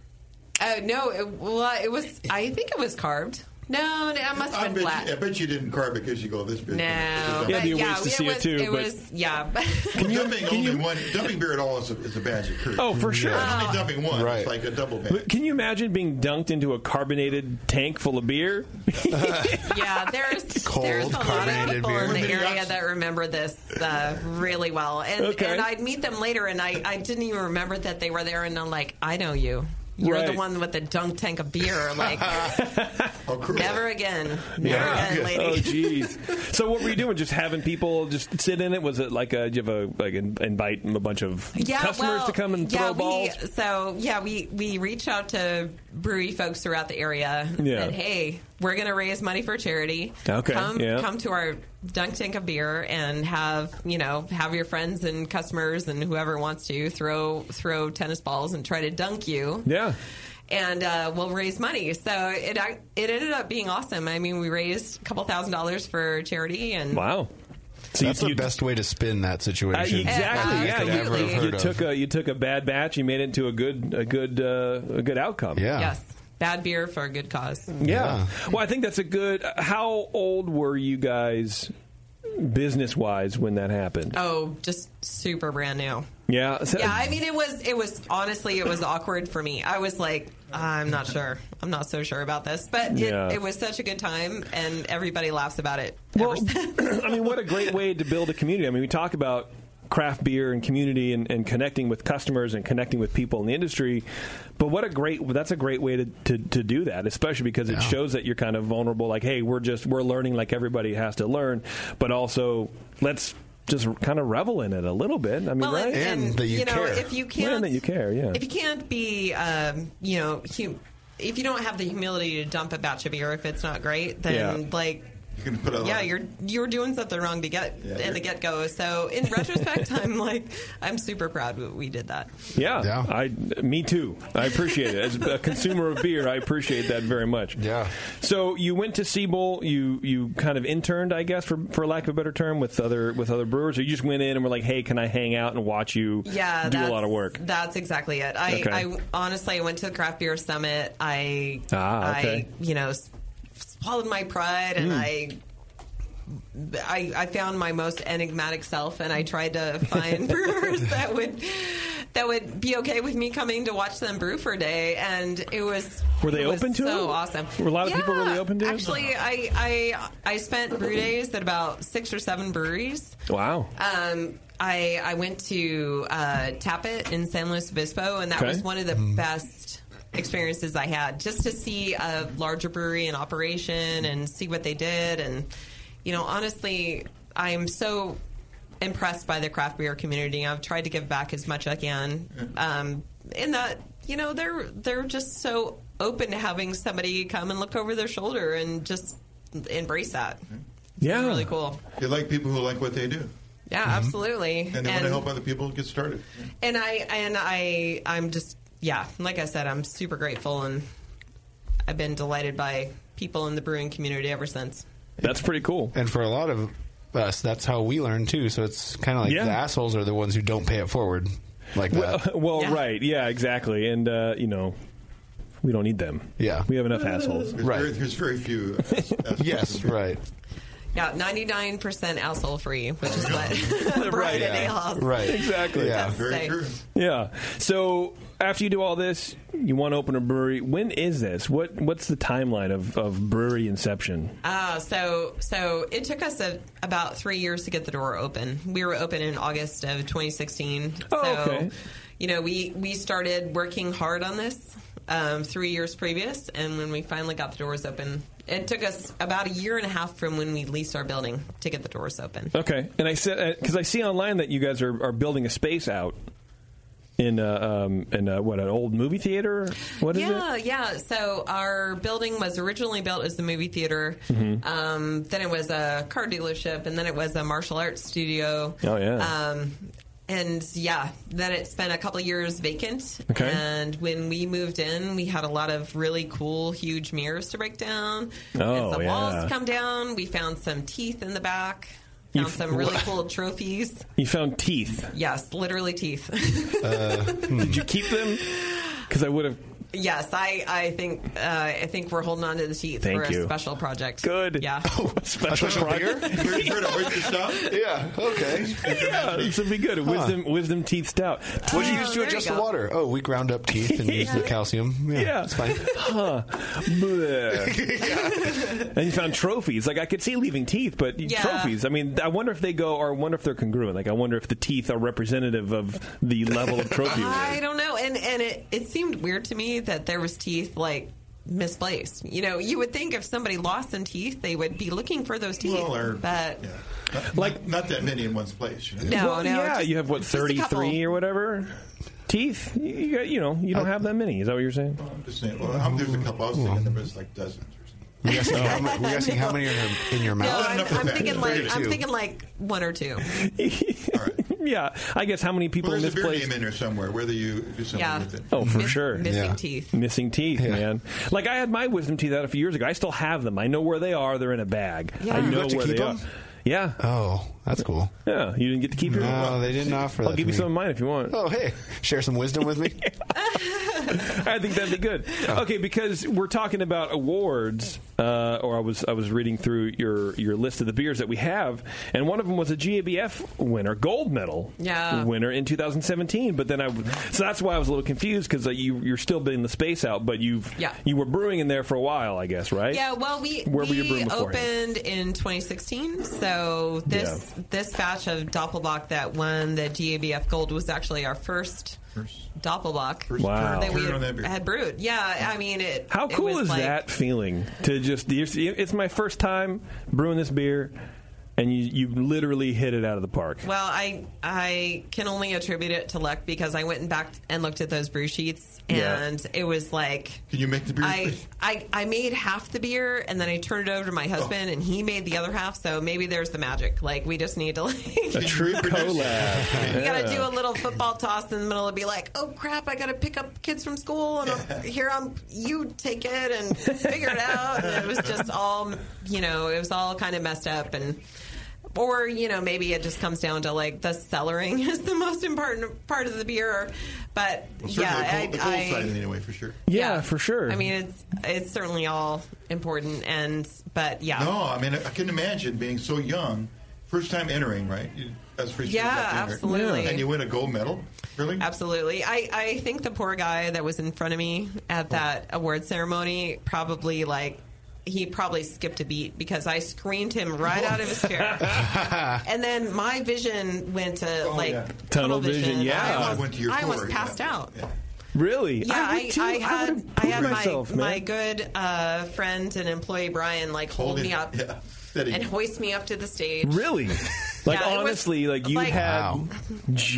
N: Oh no! It, well, it was. I think it was carved. No, no it must
K: I
N: have
K: bet,
N: been flat.
K: You, I bet you didn't carve it because you go "Oh, this big.
N: no,
K: This is
N: but we- it was, It was, yeah. but-
K: Well, dumping only one dumping beer at all is a, is a badge of courage.
I: Oh, for sure.
K: Only
I: Yeah.
K: dumping one,
I: Right.
K: it's like a double badge.
I: But can you imagine being dunked into a carbonated tank full of beer?
N: yeah, there's
I: Cold,
N: there's a lot of
I: carbonated
N: people
I: beer.
N: in the
I: Women
N: area
I: got-
N: that remember this uh, really well, and
I: Okay.
N: and I'd meet them later, and I, I didn't even remember that they were there, and I'm like, I know you. You're the
I: Right.
N: one with the dunk tank of beer. Like, never again, never
I: Yeah.
N: again, lady.
I: Oh, jeez. so what were you doing? Just having people just sit in it? Was it like a, did you have a like in- invite a bunch of customers
N: well,
I: to come and
N: yeah,
I: throw balls?
N: We, so yeah, we we reach out to brewery folks throughout the area and
I: Yeah.
N: said, "Hey, we're going to raise money for charity.
I: Okay,
N: come
I: yeah.
N: come to our dunk tank of beer and have you know have your friends and customers and whoever wants to throw throw tennis balls and try to dunk you.
I: Yeah.
P: Yeah.
N: and uh, we'll raise money. So it ac- it ended up being awesome. I mean, we raised a couple thousand dollars for charity, and
I: Wow.
J: So That's the best way to spin that
I: Uh,
J: situation.
I: exactly.
J: I
I: Yeah,
J: could ever have
I: you, you
J: heard of.
I: took a you took a bad batch, you made it into a good a good uh, a good outcome.
N: yes, bad beer for a good cause.
I: Yeah. Well, I think that's a good. How old were you guys business wise when that happened?
N: Oh, just super brand new.
I: Yeah. so-
N: Yeah, I mean, it was it was honestly it was awkward for me. I was like, I'm not sure. I'm not so sure about this, but it,
I: Yeah.
N: it was such a good time, and everybody laughs about it.
I: Well, I mean, what a great way to build a community. I mean, we talk about craft beer and community and, and connecting with customers and connecting with people in the industry but what a great that's a great way to, to, to do that especially because it shows that you're kind of vulnerable like hey we're just we're learning like everybody has to learn but also let's just kind of revel in it a little bit i mean
N: Well,
I: right
N: and- And and, that you you know, care. if you
I: Yeah,
N: can't-
I: and that you care yeah
N: If you can't be, um, you know, hum- if you don't have the humility to dump a batch of beer if it's not great, then
I: Yeah.
N: like.
K: a lot
N: yeah,
K: of-
N: you're you're doing something wrong to get at the get go. So in retrospect, I'm like I'm super proud that we did that.
I: Yeah, I, me too. I appreciate it. As a consumer of beer, I appreciate that very much. Yeah. So you went to Siebel. You you kind of interned, I guess, for for lack of a better term, with other with other brewers. Or you just went in and were like, hey, can I hang out and watch you?
N: Yeah,
I: do a
N: that's-
I: lot of work.
N: That's exactly it. I,
I: Okay.
N: I honestly, I went to the craft beer summit. I,
I: Ah, okay.
N: I, you know, s- swallowed my pride, and
I: Mm.
N: I. I, I found my most enigmatic self, and I tried to find brewers that would that would be okay with me coming to watch them brew for a day, and it was
I: Were they
N: it was
I: open to
N: so
I: it?
N: awesome.
I: Were a lot of people really open to it?
N: Actually, uh, I, I I spent brew days at about six or seven breweries.
I: Wow.
N: Um, I I went to uh, Tappet in San Luis Obispo, and that
I: Okay.
N: was one of the
K: Mm.
N: best experiences I had. Just to see a larger brewery in operation and see what they did, and you know, honestly, I'm so impressed by the craft beer community. I've tried to give back as much I can. Um, in that, you know, they're they're just so open to having somebody come and look over their shoulder and just embrace that.
K: Mm-hmm.
I: Yeah, Mm-hmm.
N: really cool.
K: You like people who like what they do,
N: Yeah,
K: Mm-hmm.
N: absolutely.
K: and they want to help other people get started.
N: and I and I I'm just yeah, like I said, I'm super grateful and I've been delighted by people in the brewing community ever since.
I: That's pretty cool.
J: And for a lot of us, that's how we learn too. So it's kind of like
I: Yeah.
J: the assholes are the ones who don't pay it forward, like
I: Well,
J: that.
I: well, right. Yeah, exactly. And uh, you know, we don't need them. Yeah, we have enough assholes.
K: There's Very, there's very few.
I: yes. Right.
N: Yeah, 99% asshole free, which is what
I: right.
N: Brian and Alehouse
I: Exactly.
N: have to say.
I: Yeah. So after you do all this, you want to open a brewery. When is this? What What's the timeline of, of brewery inception?
N: Ah, so so it took us a, about three years to get the door open. We were open in August of 2016. so,
I: Oh, okay.
N: you know, we we started working hard on this um, three years previous, and when we finally got the doors open, it took us about a year and a half from when we leased our building to get the doors open.
I: Okay. And I said because I see online that you guys are, are building a space out in uh, um, in uh, what an old movie theater. What is
N: yeah,
I: it?
N: yeah. So our building was originally built as the movie theater.
I: Mhm.
N: Um, then it was a car dealership, and then it was a martial arts studio.
I: Oh, yeah.
N: Um, and yeah, then it spent a couple years vacant.
I: Okay.
N: And when we moved in, we had a lot of really cool, huge mirrors to break down.
I: Oh,
N: and some walls
I: yeah.
N: to come down. We found some teeth in the back.
I: You
N: Found
I: f-
N: some really cool trophies.
I: You found teeth.
N: Yes, literally teeth.
I: Uh, Did you keep them? Because I would have.
N: Yes, I, I think uh, I think we're holding on to the teeth
I: Thank
N: for
I: you.
N: a special project.
I: Good.
N: Yeah.
I: Special project.
J: Yeah. Okay.
I: Yeah, this would be good. A
J: Huh.
I: Wisdom, wisdom teeth stout.
J: What do you use to adjust the water? Oh, we ground up teeth and use the calcium. Yeah,
I: Yeah.
J: it's fine.
I: Huh. Bleh. and you found trophies. Like I could see leaving teeth, but
N: Yeah.
I: trophies. I mean, I wonder if they go, or I wonder if they're congruent. Like I wonder if the teeth are representative of the level of trophy.
J: Uh,
N: I don't know, and and it it seemed weird to me that there was teeth like misplaced. You know, you would think if somebody lost some teeth, they would be looking for those teeth,
K: Well, or-
N: but
K: Like not that many in one place. You
N: No,
I: Well,
N: no,
I: yeah,
N: just-
I: you have what
N: just a
I: thirty
N: couple.
I: three or whatever teeth. You, you got- you know, you don't have that many. Is that what you're saying?
K: I'm just saying. Well, I'm, there's a couple. I was thinking there was like dozens.
J: We're guessing, how, mu- we're guessing how many are in your
N: no,
J: mouth.
N: I'm, I'm thinking like I'm
J: Thirty-two.
N: thinking like one or two.
I: yeah, I guess how many people
K: Well, there's a beer
I: misplaced
K: name in there somewhere, whether you do something
N: Yeah.
K: with it.
I: Oh, for
N: Miss-
I: sure.
N: missing Yeah. teeth.
I: Missing teeth, man. Like I had my wisdom teeth out a few years ago. I still have them. I know where they are. They're in a bag.
J: Yeah.
I: I
J: You
I: know
J: got to
I: where
J: keep
I: they
J: them?
I: are. Yeah.
J: Oh, that's cool.
I: Yeah. You didn't get to keep your.
J: No, they didn't offer
I: I'll
J: that
I: give
J: to
I: you
J: me.
I: some of mine if you want.
J: Oh, hey, share some wisdom with me.
I: I think that'd be good.
J: Oh.
I: Okay, because we're talking about awards, uh, or I was I was reading through your your list of the beers that we have, and one of them was a GABF winner, gold medal
N: Yeah.
I: winner in 2017. But then I, w- so that's why I was a little confused because uh, you you're still bidding the space out, but you've
N: Yeah.
I: you were brewing in there for a while, I guess, right?
N: Yeah, well, we
I: Where were
N: we
I: you brewing beforehand?
N: opened in 2016, so this this batch of Doppelbock that won the DABF Gold was actually our first, Doppelbock
I: Wow.
N: that we
I: Brewed on that
N: had,
I: beer.
N: had brewed. Yeah, I mean it.
I: How
N: it
I: cool
N: was
I: is
N: like-
I: that feeling to just you see, it's my first time brewing this beer, and you you literally hit it out of the park.
N: Well, I I can only attribute it to luck because I went and back and looked at those brew sheets,
I: Yeah.
N: and it was like
K: Can you make the beer?
N: I, I I made half the beer and then I turned it over to my husband and he made the other half. So maybe there's the magic. Like we just need to like
I: A true collab.
N: You gotta do a little football toss in the middle and be like, "Oh crap! I gotta pick up kids from school, and I'll- here I'm. You take it and figure it out." And it was just all, you know, it was all kind of messed up, and or you know, maybe it just comes down to like the cellaring is the most important part of the beer, but
K: Well, certainly
N: yeah,
K: the cold, the cold
N: I,
K: side
N: I,
K: anyway, for sure.
I: Yeah, for sure.
N: I mean, it's it's certainly all important, and but yeah,
K: No, I mean, I couldn't imagine being so young, first time entering, right? You- As free
N: Yeah, absolutely. Yeah.
K: And you win a gold medal? Really?
N: Absolutely. I, I think the poor guy that was in front of me
I: Oh.
N: at that award ceremony probably like he probably skipped a beat because I screamed him right out of his chair. and then my vision went to like
I: Oh, yeah.
N: tunnel,
I: Tunnel vision,
N: vision.
I: yeah.
N: I almost,
I: Went to your
N: I almost
I: core, yeah.
N: passed out.
I: Really?
N: Yeah,
I: I, would
N: I,
I: too.
N: I,
I: I
N: had
I: would've
N: I, had
I: pooped
N: my
I: myself, man.
N: my good uh, friend and employee Brian like hold
I: Holding-
N: me up
I: yeah, steady.
N: and hoist me up to the stage.
I: Really? Like
N: Yeah, it was
I: honestly, like you
N: like-
I: had.
N: Wow.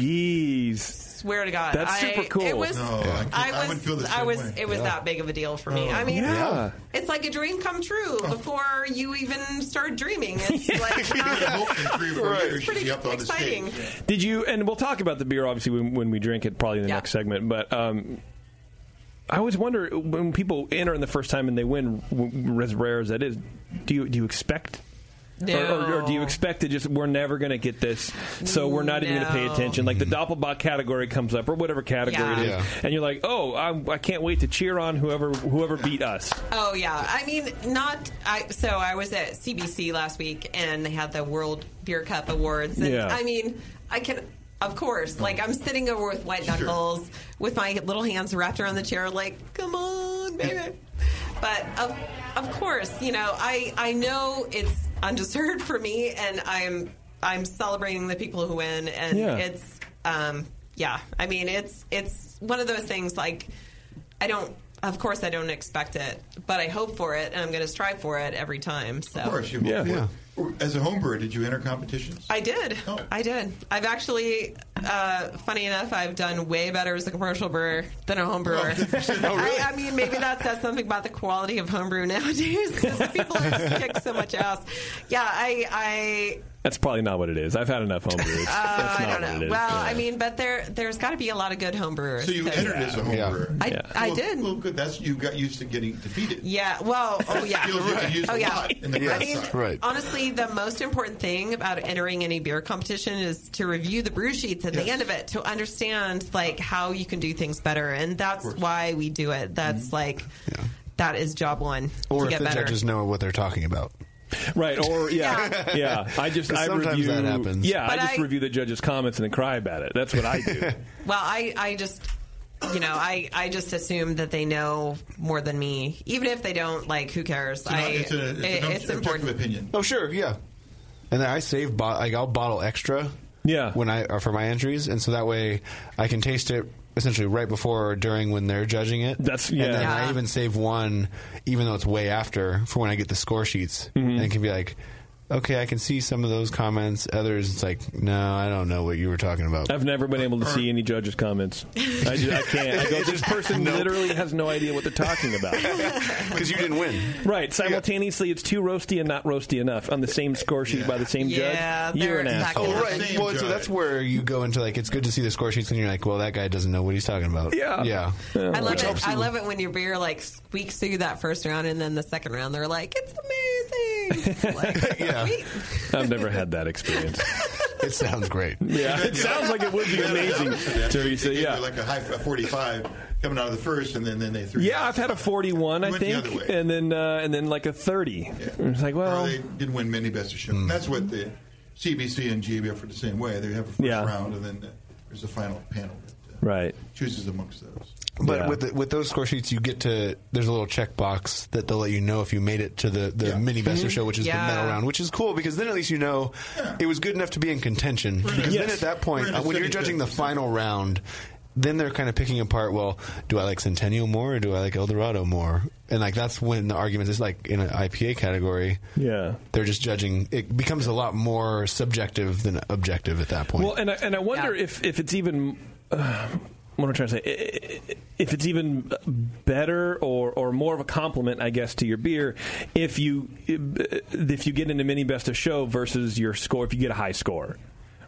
I: Jeez.
N: Swear to God,
I: That's
N: I-
I: super cool.
N: It was,
I: No, I can't-
N: I,
I: I would
N: was,
I: feel the
N: I
I: same
N: was,
I: way.
N: it was
I: Yeah.
N: that big of a deal for me.
I: Oh.
N: I mean,
I: Yeah.
N: it's like a dream come true before you even start dreaming. It's like
K: Three or four
N: Right.
K: years, she'd be up on the stage.
N: exciting.
I: Did you? And we'll talk about the beer obviously when, when we drink it, probably in the
N: Yeah.
I: next segment. But um, I always wonder when people enter in the first time and they win, w- as rare as that is, do you do you expect? Or, or, or do you
N: No.
I: expect to just we're never going to get this, so we're not even going to pay
N: No.
I: attention? Like the Doppelbach category comes up or whatever category it is,
N: Yeah.
I: and you're like, oh, I'm, I can't wait to cheer on whoever whoever beat us.
N: Oh yeah, I mean, not. I so I was at CBC last week and they had the World Beer Cup Awards. And
I: Yeah.
N: I mean, I can. Of course, like I'm sitting over with white knuckles, with my little hands wrapped around the chair, like, come on, baby. But of, of course, you know, I I know it's undeserved for me, and I'm I'm celebrating the people who win, and
L: Yeah.
N: it's um yeah, I mean it's it's one of those things like I don't. Of course, I don't expect it, but I hope for it, and I'm going to strive for it every time. So,
K: Of course, you yeah. As a home brewer, did you enter competitions?
N: I did.
K: Oh.
N: I did. I've actually, uh, funny enough, I've done way better as a commercial brewer than a
K: Oh,
N: home brewer. I, I mean, maybe that says something about the quality of homebrew nowadays. 'cause people are just kick so much ass. Yeah, I,
I: That's probably not what it is. I've had enough homebrew. It's-
N: I, uh,
I: that's
N: I
I: not
N: don't
I: what it
N: know.
I: is.
N: well,
I: Yeah.
N: I mean, but there, there's got to be a lot of good homebrewers.
K: So you entered as a home brewer.
N: I- I
K: Well,
N: did.
K: Well, good. That's you got used to getting defeated.
N: Yeah. Well. Oh yeah.
K: Skills you can use
N: oh
K: a
N: yeah.
K: lot in the
N: I
K: craft
N: mean,
K: side. Right.
N: honestly, the most important thing about entering any beer competition is to review the brew sheets at the
L: Yes.
N: end of it to understand like how you can do things better, and that's why we do it. That's like that is job one
J: Mm-hmm. or
N: to
J: if
N: get
J: the
N: better.
J: judges know what they're talking about.
I: Right, or yeah, yeah. I just I
J: Sometimes
I: review
J: that happens.
I: Yeah, I
N: But
I: just
N: I-
I: review the judges' comments and then cry about it. That's what I do.
N: Well, I, I just, you know, I, I just assume that they know more than me. Even if they don't, like, who cares?
K: You know,
N: I,
K: it's a, it's,
N: it-
K: an
N: it's
K: objective
N: important.
K: opinion.
J: Oh, sure, yeah. And then I save bo- like I'll bottle extra.
I: Yeah.
J: When I or for my entries, and so that way I can taste it essentially right before or during when they're judging it. That's
I: yeah.
J: And then I
I: Yeah. Mm-hmm.
J: even save one, even though it's way after, for when I get the score sheets, and it can be like. okay, I can see some of those comments. Others, it's like, no, I don't know what you were talking about.
I: I've never been able to see any judges' comments. I, ju- I can't. I go, this person literally has no idea what they're talking about.
J: Because you didn't win.
I: Right. Simultaneously, it's too roasty and not roasty enough on the same score sheet by the same
J: Yeah,
I: judge. You're an asshole.
J: Oh, right. Well, so that's where you go into like it's good to see the score sheets, and you're like, well, that guy doesn't know what he's talking about.
I: Yeah.
J: yeah.
N: I love it. I love it when your beer like squeaks through that first round, and then the second round, they're like, "It's amazing."
I: I've never had that experience.
J: It sounds great.
I: Yeah, it sounds like it would be amazing, Teresa.
K: Yeah, like a high a forty-five coming out of the first, and then then they threw.
I: Yeah, I've had a 41, I
K: Went the
I: think,
K: other way.
I: and then uh, and then like a 30. It's like, well,
K: Or they didn't win many best of show.
I: Hmm.
K: That's what the CBC and GBF are the same way. They have a first
I: Yeah.
K: round, and then uh, there's a final panel that uh,
I: right.
K: chooses amongst those.
J: But
K: Yeah.
J: with the, with those score sheets, you get to there's a little checkbox that they'll let you know if you made it to the, the mini best
K: Mhm.
J: of show, which is
K: Yeah.
J: the medal round, which is cool because then at least you know it was good enough to be in contention.
K: in a-
J: Because then
K: Yes.
J: at that
K: We're
J: point,
K: in a
J: uh, when you're
K: 75th
J: judging the final round, then they're kind of picking apart. Well, do I like Centennial more or do I like Eldorado more? And like that's when the argument is like in an IPA category.
I: Yeah,
J: they're just judging. It becomes a lot more subjective than objective at that point.
I: Well, and I, and I wonder if if it's even. Uh, what am I trying to say? I- I- If it's even better or, or more of a compliment, I guess, to your beer, if you if you get into mini best of show versus your score, if you get a high score,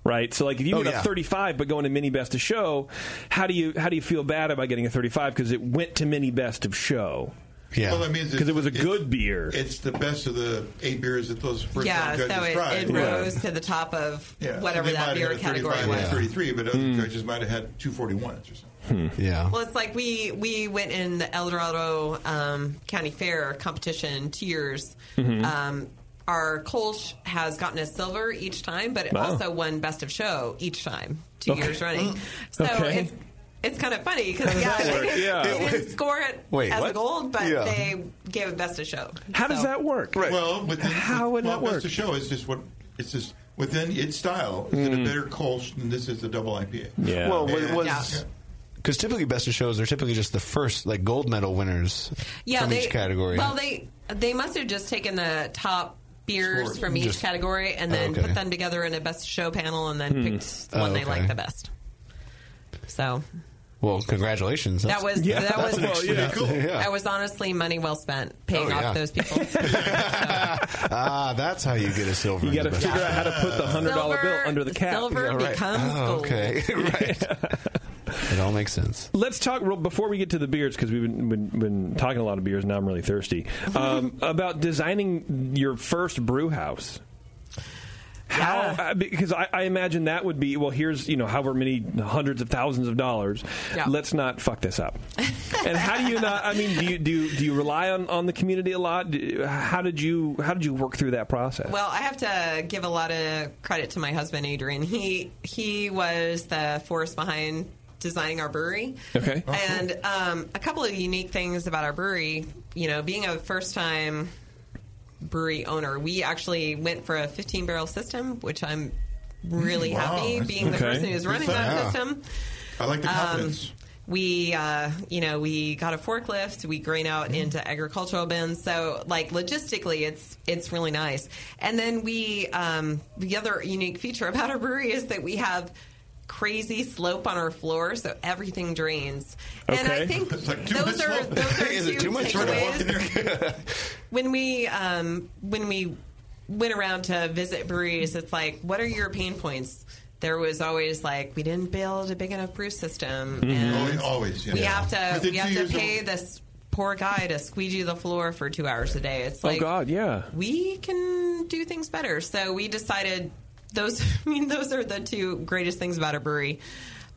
I: right? So, like, if you
J: Oh,
I: get
J: yeah.
I: a thirty five but going to mini best of show, how do you how do you feel bad about getting a thirty five because it went to mini best of show?
J: Yeah,
K: Well, that means
I: because it
K: it's-
I: was a
K: it's-
I: good beer.
K: It's the best of the eight beers that those first
N: yeah,
K: round judges
N: so
K: tried.
N: it, it rose to the top of
K: Yeah.
N: whatever
K: They
N: that
K: might have
N: beer
K: had a
N: category
K: 35
N: was.
K: and a 33, but other
I: Hmm.
K: judges might have had 241s or something.
J: Yeah.
N: Well, it's like we we went in the El Dorado um, County Fair competition tiers.
K: Mhm.
N: Um, our Kolsch has gotten a silver each time, but it
K: Wow.
N: also won Best of Show each time, two
K: Okay.
N: years running.
K: Mm.
N: So
K: Okay.
N: it's it's kind of funny because
K: does
N: yeah,
K: that
N: they
K: work?
N: didn't-
K: Yeah.
N: they didn't score it
K: Wait,
N: as
K: what?
N: a gold, but
K: Yeah.
N: they gave it Best of Show.
I: How does
N: So-
I: that work?
K: Well, within, how would well,
N: that work?
K: Best of show is just what it's just within its style. Is it a better Kolsch than this is the double IPA?
J: Well, what
K: And-
J: it was because typically best of shows are typically just the first like gold medal winners
N: yeah,
J: from
N: they,
J: each category.
N: Well, they they must have just taken the top beers
J: Scores.
N: from each
J: Just-
N: category and
J: Oh,
N: then
J: okay.
N: put them together in a best show panel and then
J: Hmm.
N: picked the
J: Oh,
N: one they
J: okay.
N: liked the best. So
J: well, congratulations.
N: that was that was
J: yeah. Yeah.
N: that was honestly money well spent paying
J: Oh,
N: off
J: yeah.
N: those people.
J: ah, that's how you get a silver. You got to
I: figure out how to put the hundred dollar bill
N: Silver-
I: under the cap.
N: silver
I: Yeah, right.
N: becomes
J: Oh,
N: gold.
J: okay, right. it all makes sense.
I: Let's talk real, before we get to the beers because we've been, been, been talking a lot of beers. Now I'm really thirsty. Um, about designing your first brew house. How? I- Because I, I imagine that would be well. Here's you know however many hundreds of thousands of dollars.
N: Yeah.
I: Let's not fuck this up. and how do you not? I mean, do you do you, do you rely on, on the community a lot? Do, how did you how did you work through that process?
N: Well, I have to give a lot of credit to my husband Adrian. He he was the force behind designing our brewery.
I: Okay.
N: And um, a couple of unique things about our brewery, you know, being a first time brewery owner, we actually went for a 15 barrel system, which I'm really
K: Wow.
N: happy being the
K: Okay.
N: person who's running
K: Good
N: that
K: stuff. Yeah.
N: system.
K: I like the
N: Um,
K: confidence.
N: we, uh, you know, we got a forklift. We grain
K: Mm-hmm.
N: out into agricultural bins. So, like logistically, it's it's really nice. And then we, um, the other unique feature about our brewery is that we have crazy slope on our floor, so everything drains. And I
K: Okay.
N: think
K: It's like too
N: those
K: much
N: are
K: slope.
N: those are
K: Is it
N: two
K: too much? Sort of
N: takeaways
K: walking
N: when we um, when we went around to visit breweries, it's like, what are your pain points? There was always like, we didn't build a big enough brew system,
K: Mhm.
N: and
K: Always- always, yeah.
N: we
K: Yeah.
N: have to
K: Within
N: we
K: two
N: have to
K: years of-
N: pay this poor guy to squeegee the floor for two hours a day. It's
I: oh
N: like,
I: God, yeah.
N: we can do things better. So we decided those. I mean, those are the two greatest things about a brewery.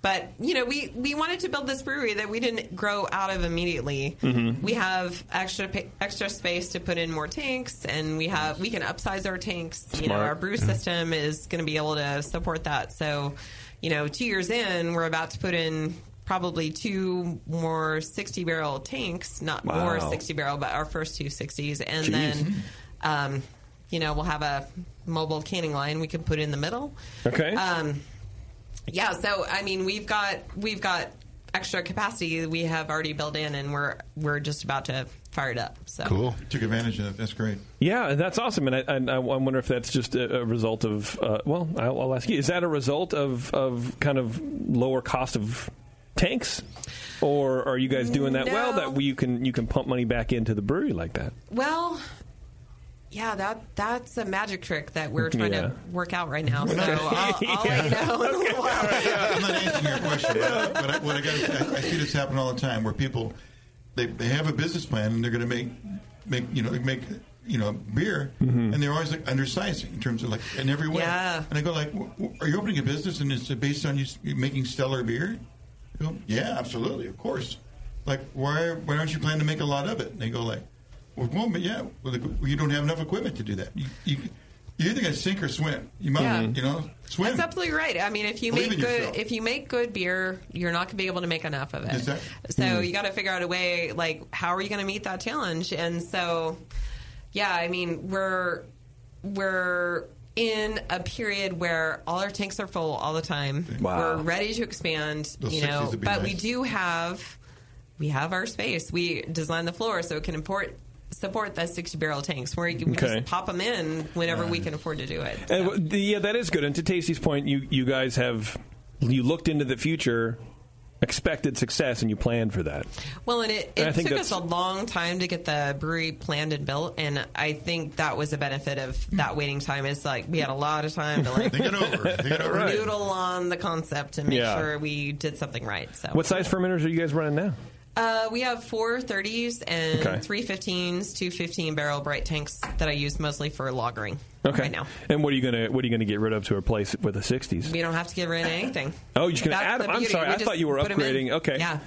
N: But you know, we we wanted to build this brewery that we didn't grow out of immediately.
L: Mhm.
I: Mm-hmm.
N: We have extra pa- extra space to put in more tanks, and we have we can upsize our tanks. You know,
L: Smart.
N: our brew
L: Yeah.
N: system is going to be able to support that. So, you know, two years in, we're about to put in. Probably two more 60 barrel tanks, not more
L: Wow.
N: 60 barrel, but our first two 60s. And
L: Jeez.
N: then um, you know, we'll have a mobile canning line we can put in the middle.
I: Okay.
N: Um, yeah, so I mean, we've got we've got extra capacity we have already built in, and we're we're just about to fire it up. So
K: Took advantage of that. That's great.
I: Yeah, that's awesome, and I, and I I wonder if that's just a, a result of. Uh, well, I'll, I'll ask you: Is that a result of of kind of lower cost of tanks, or are you guys doing that well that we, you can you can pump money back into the brewery like that?
N: Well, yeah, that that's a magic trick that we're trying to work out right now. So I'll, I'll let you know. in a little while.
K: I'm not answering your question, but, but I, what I, got, I, I see this happen all the time where people they, they have a business plan and they're going to make make you know make you know beer and they're always like undersizing in terms of like in every way.
N: Yeah.
K: And I go like, w- w- are you opening a business and it's based on you s- you making stellar beer? They go, yeah, absolutely, of course. Like, why why aren't you planning to make a lot of it? And they go like, well, well but yeah, well, the- you don't have enough equipment to do that. You, you, you either got to sink or swim. You might,
N: Yeah.
K: you know, swim.
N: That's absolutely right. I mean, if you
K: Believe
N: make
K: in
N: good
K: yourself.
N: if you make good beer, you're not going to be able to make enough of it.
K: Exactly.
N: So
K: Mm.
L: Hmm.
N: you got to figure out a way like how are you going to meet that challenge? And so yeah, I mean, we're we're in a period where all our tanks are full all the time.
L: Wow.
N: We're ready to expand,
L: Those
N: you know,
L: 60s would be
N: but we
L: nice.
N: do have we have our space. We design the floor so it can import support the 60 barrel tanks where you can
I: Okay.
N: just pop them in whenever we can afford to do it.
I: And w- the, yeah, that is good. And to Tasty's point, you you guys have you looked into the future, expected success, and you planned for that.
N: Well, and it,
I: And I
N: it
I: think
N: took
I: that's-
N: us a long time to get the brewery planned and built, and I think that was a benefit of that waiting time. Is like we had a lot of time to like noodle on the concept and make
I: Yeah.
N: sure we did something right. So
I: What size fermenters are you guys running now?
N: uh, we have four 30s and
I: Okay.
N: three 15s, two 15 barrel bright tanks that I use mostly for lagering.
I: Okay. And what are you gonna what are you gonna get rid of to replace it with the sixties?
N: We don't have to get rid of anything.
I: Oh, you're just gonna
N: That's
I: add
N: the
I: them. I'm
N: beauty.
I: sorry,
N: We
I: I
N: just
I: thought you were
N: put 'em in.
I: upgrading. Oh. Okay.
N: Yeah.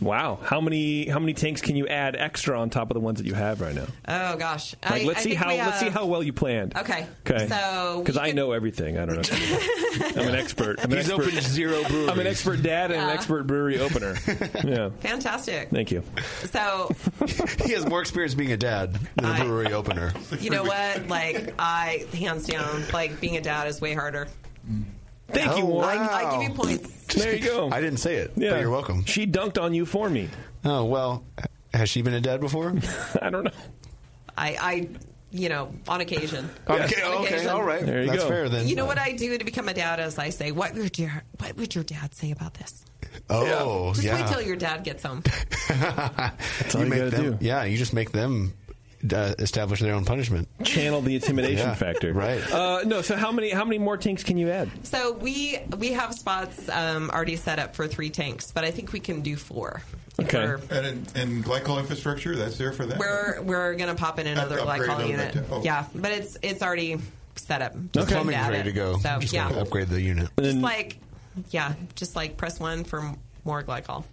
I: Wow. How many how many tanks can you add extra on top of the ones that you have right now?
N: Oh gosh.
I: Like,
N: I-
I: let's
N: I
I: see
N: think
I: how
N: we
I: let's see
N: have-
I: how well you planned.
N: Okay.
I: Okay.
N: So we
I: because I know everything. I don't know. I'm an expert. I'm an
J: He's
I: expert.
J: opened zero
I: I'm an
J: breweries.
I: expert dad and an
N: Yeah.
I: expert brewery opener. Yeah.
N: Fantastic.
I: Thank you.
N: So
J: he has more experience being a dad than a brewery opener.
N: You know what? Like I, hands down, like being a dad is way harder.
I: Thank you,
J: Oh,
I: Warren.
N: I, I give you points.
I: There you go.
J: I didn't say it,
I: Yeah.
J: but you're welcome.
I: She dunked on you for me.
J: Oh well, has she been a dad before?
I: I don't know.
N: I, I, you know, on occasion.
J: Okay, okay, all right. There you That's go. fair then.
N: You know what I do to become a dad is I say, what would your what would your dad say about this?
J: Oh,
N: Just
J: yeah.
N: wait till your dad gets home.
J: That's
I: all you
J: make
I: gotta
J: them, do. Yeah, you just make them uh, establish their own punishment.
I: Channel the intimidation
J: Yeah,
I: factor.
J: right.
I: Uh, no. So how many how many more tanks can you add?
N: So we we have spots um, already set up for three tanks, but I think we can do four.
I: Okay.
K: And, and glycol infrastructure, that's there for that.
N: We're we're gonna pop in another
K: upgrade
N: glycol
K: another
N: unit.
K: tank. Oh.
N: Yeah, but it's it's already set up.
J: The
N: Just
J: plumbing's
N: add
J: ready
N: it.
J: to go.
N: So
J: just
N: yeah,
J: gotta upgrade the unit.
N: just like yeah, just like press one for m- more glycol.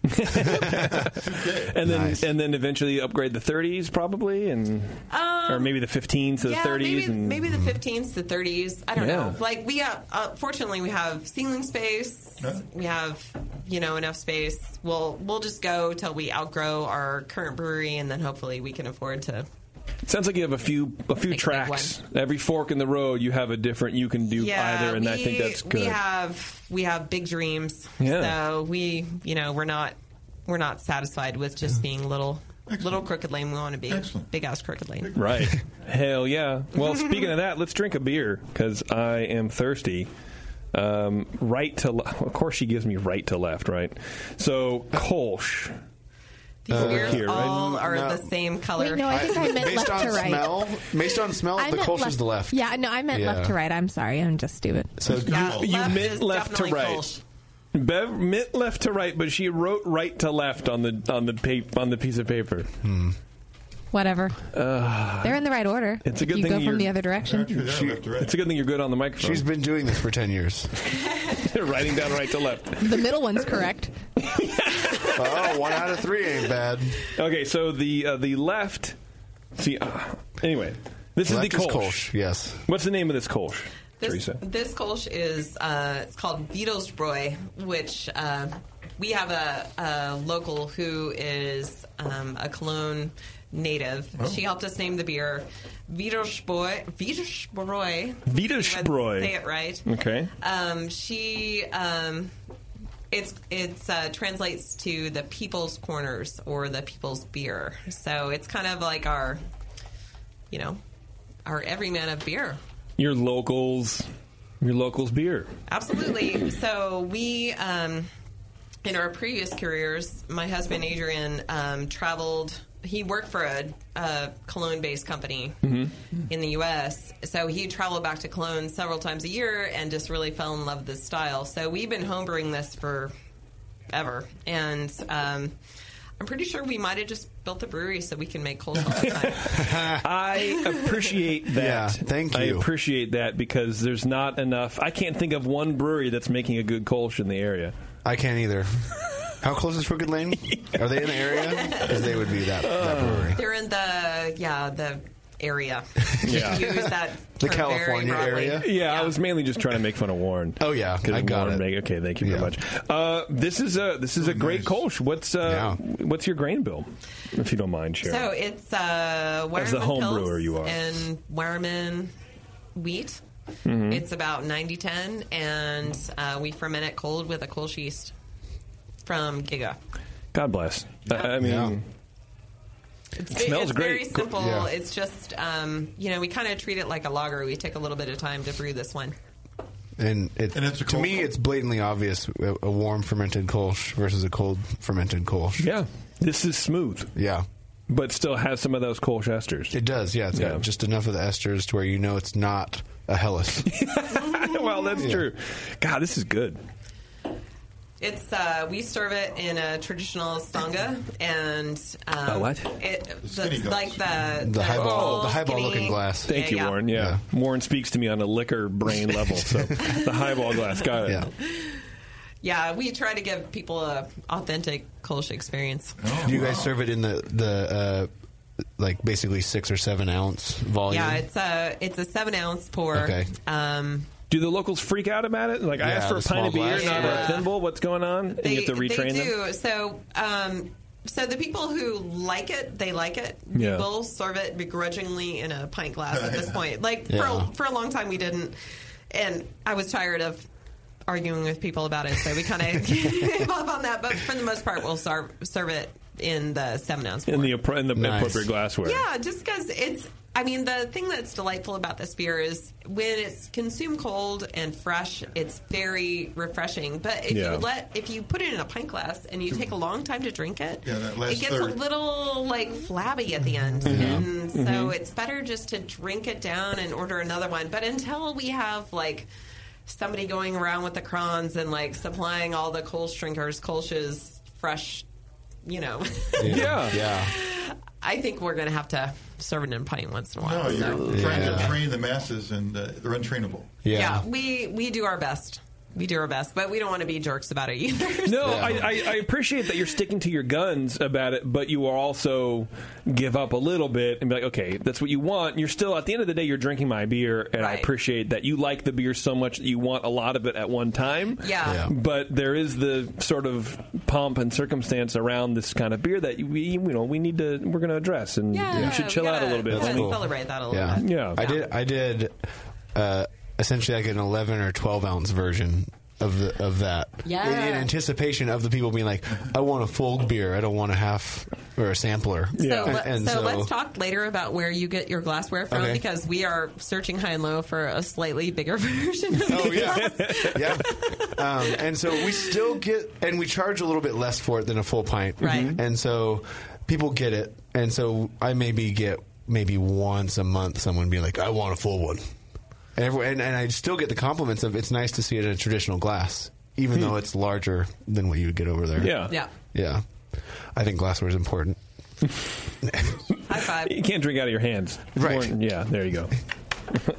I: And then and then eventually upgrade the 30s probably and
N: Um,
I: or maybe the 15s to
N: yeah,
I: the 30s
N: maybe
I: and
N: maybe the 15s to 30s. I don't
I: Yeah.
N: know. Like we got, uh, fortunately, we have ceiling space.
I: Yeah.
N: We have you know enough space. We'll we'll just go till we outgrow our current brewery, and then hopefully we can afford to.
I: sounds like you have a few a few
N: Like, like
I: tracks. Every fork in the road you have a different you can do
N: yeah,
I: either and
N: we,
I: I think that's good.
N: We have we have big dreams.
I: Yeah.
N: So we you know we're not we're not satisfied with just being little little crooked lane. We want to be big ass crooked lane.
I: Right. Hell yeah. Well, speaking of that, let's drink a beer because I am thirsty. Um, right to left. Of course, she gives me right to left, right? So, Kolsch.
N: These
I: Over
N: beers
I: here, right?
N: all are the same color.
G: Wait, no, I think I meant
J: Based
G: left
J: on
G: to right.
J: smell, based on smell,
G: I
J: the
G: meant
J: Kolsch is the left.
G: Yeah, no, I meant
J: Yeah.
G: left to right. I'm sorry, I'm just stupid.
J: So
I: you, you meant left to right. Bev meant left to right, but she wrote right to left on the on the pa- on the piece of paper.
J: Hmm.
G: Whatever.
I: Uh,
G: They're in the right order.
I: It's a
G: If
I: good
G: you
I: thing
G: go
I: you're-
G: from the other direction.
I: She- it's a good thing you're good on the microphone.
J: She's been doing this for ten years.
I: writing down right to left.
G: The middle one's correct.
J: oh, one out of three ain't bad.
I: Okay, so the uh, the left. See, uh, anyway, this
J: Left
I: is
J: is
I: the Kolsch.
J: Kolsch, Yes.
I: What's the name of this Kolsch,
N: This,
I: Teresa?
N: this Kolsch is uh, it's called Beetlesbräu, which uh, we have a, a local who is um, a Cologne native.
I: Oh.
N: She helped us name the beer Beetlesbräu. Beetlesbräu. Let's
I: Wiedersbräu.
N: Say it right.
I: Okay.
N: Um, she um, It's it's uh, translates to the people's corners or the people's beer. So it's kind of like our, you know, our everyman of beer.
I: Your locals, your locals beer.
N: Absolutely. So we, um, in our previous careers, my husband Adrian um, traveled. He worked for a, a Cologne-based company in the U.S. So he traveled back to Cologne several times a year and just really fell in love with this style. So we've been homebrewing this for ever, and um, I'm pretty sure we might have just built the brewery so we can make cold all the time.
I: I appreciate that.
J: Yeah, thank
I: I
J: you.
I: appreciate that because there's not enough. I can't think of one brewery that's making a good Kolsch in the area.
J: I can't either. How close is Crooked Lane? Are they in the area? Because they would be that,
I: Uh.
J: that brewery.
N: They're in the yeah the area.
I: Yeah.
N: Use that
I: The
N: term very broadly.
I: Yeah, I was mainly just trying to make fun of Warren. Oh yeah,
J: I got
I: Warren
J: it. Oh,
I: Make, okay, thank you very much. Uh, this is a this is a great Kolsch. What's uh, what's your grain bill, if you don't mind sharing?
N: So it's uh, Weyermann
I: As the home
N: Pils
I: brewer you are.
N: and Weyermann wheat.
I: Mhm.
N: It's about 90-10, and uh, we ferment it cold with a Kolsch yeast from Giga.
I: God bless. I, I mean,
N: It's,
I: It smells
N: it's very
I: great.
N: simple.
I: Yeah.
N: It's just, um, you know, we kind of treat it like a lager. We take a little bit of time to brew this one.
J: And, it, to me, it's blatantly obvious a, a warm fermented Kolsch versus a cold fermented Kolsch.
I: Yeah. This is smooth.
J: Yeah.
I: But still has some of those Kolsch esters.
J: It does, yeah. It's
I: Yeah.
J: got just enough of the esters to where you know it's not a Hellas.
I: well, that's true. God, this is good.
N: It's uh, we serve it in a traditional stanga and um,
I: A what?
N: It,
I: skinny
N: the, like the
I: The highball-
N: tall,
I: the highball
N: skinny-
I: looking glass.
N: Yeah,
I: Thank you,
N: yeah.
I: Warren. Yeah. Warren speaks to me on a liquor brain level. So the highball glass. Got it.
N: Yeah, we try to give people a authentic Kolsch experience.
J: Do you guys serve it in the the uh, like basically six or seven ounce volume?
N: Yeah, it's a it's a seven ounce pour.
J: Okay.
N: Um,
I: Do the locals freak out about it? Like I
J: Yeah,
I: asked for a
J: the
I: pint
J: small
I: of beer,
J: glass.
I: not
N: Yeah.
I: a thimble. What's going on? and you have to retrain
N: they do.
I: them.
N: So, um, so the people who like it, they like it. We
I: Yeah.
N: will serve it begrudgingly in a pint glass at this point. Like
I: Yeah.
N: for a, for a long time, we didn't, and I was tired of arguing with people about it. So we kind of gave up on that. But for the most part, we'll serve serve it in the seven ounce.
I: In the, appro- in the
N: Nice.
I: appropriate glassware.
N: Yeah, just because it's. I mean, the thing that's delightful about this beer is when it's consumed cold and fresh, it's very refreshing. But if
I: Yeah.
N: you let, if you put it in a pint glass and you take a long time to drink it,
K: Yeah, that last
N: it gets a
K: third.
N: little like flabby at the end.
I: Mm-hmm.
K: Yeah.
N: And so
K: Mhm.
N: it's better just to drink it down and order another one. But until we have like somebody going around with the crons and like supplying all the Kolsch drinkers, Kolsch's fresh, you know.
I: Yeah.
J: Yeah.
N: I think we're going to have to serve it in a pint once in a while.
I: Oh,
K: No, you're
N: so.
K: trying
J: Yeah.
K: to train the masses, and uh, they're untrainable.
N: yeah. we we do our best. We do our best, but we don't want to be jerks about it either.
I: No, I, I, I appreciate that you're sticking to your guns about it, but you are also give up a little bit and be like, okay, that's what you want. You're still at the end of the day, you're drinking my beer, and I
N: Right.
I: appreciate that you like the beer so much that you want a lot of it at one time.
N: Yeah. Yeah.
I: But there is the sort of pomp and circumstance around this kind of beer that we you know we need to we're going to address, and
N: Yeah,
I: you should
N: we
I: chill out a
N: gotta-
I: little bit.
N: we
I: Let
N: gotta
I: me-
N: celebrate that a little
J: yeah.
N: bit.
I: Yeah.
J: I did. I did. Uh, essentially, like an eleven or twelve ounce version of the of that.
N: Yeah.
J: In, in anticipation of the people being like, "I want a full beer. I don't want a half or a sampler."
N: So, let,
J: And
N: so, let's talk later about where you get your glassware from
J: Okay.
N: because we are searching high and low for a slightly bigger version. Of oh
J: yeah, yeah. Um, and so we still get, and we charge a little bit less for it than a full pint.
N: Right.
J: And so people get it. And so I maybe get maybe once a month someone be like, I want a full one. And, everyone, and, and I still get the compliments of it's nice to see it in a traditional glass, even though it's larger than what you would get over there.
I: Hmm. Yeah. Yeah.
J: Yeah. I think glassware is important.
I: You can't drink out of your hands, right? yeah, there you go.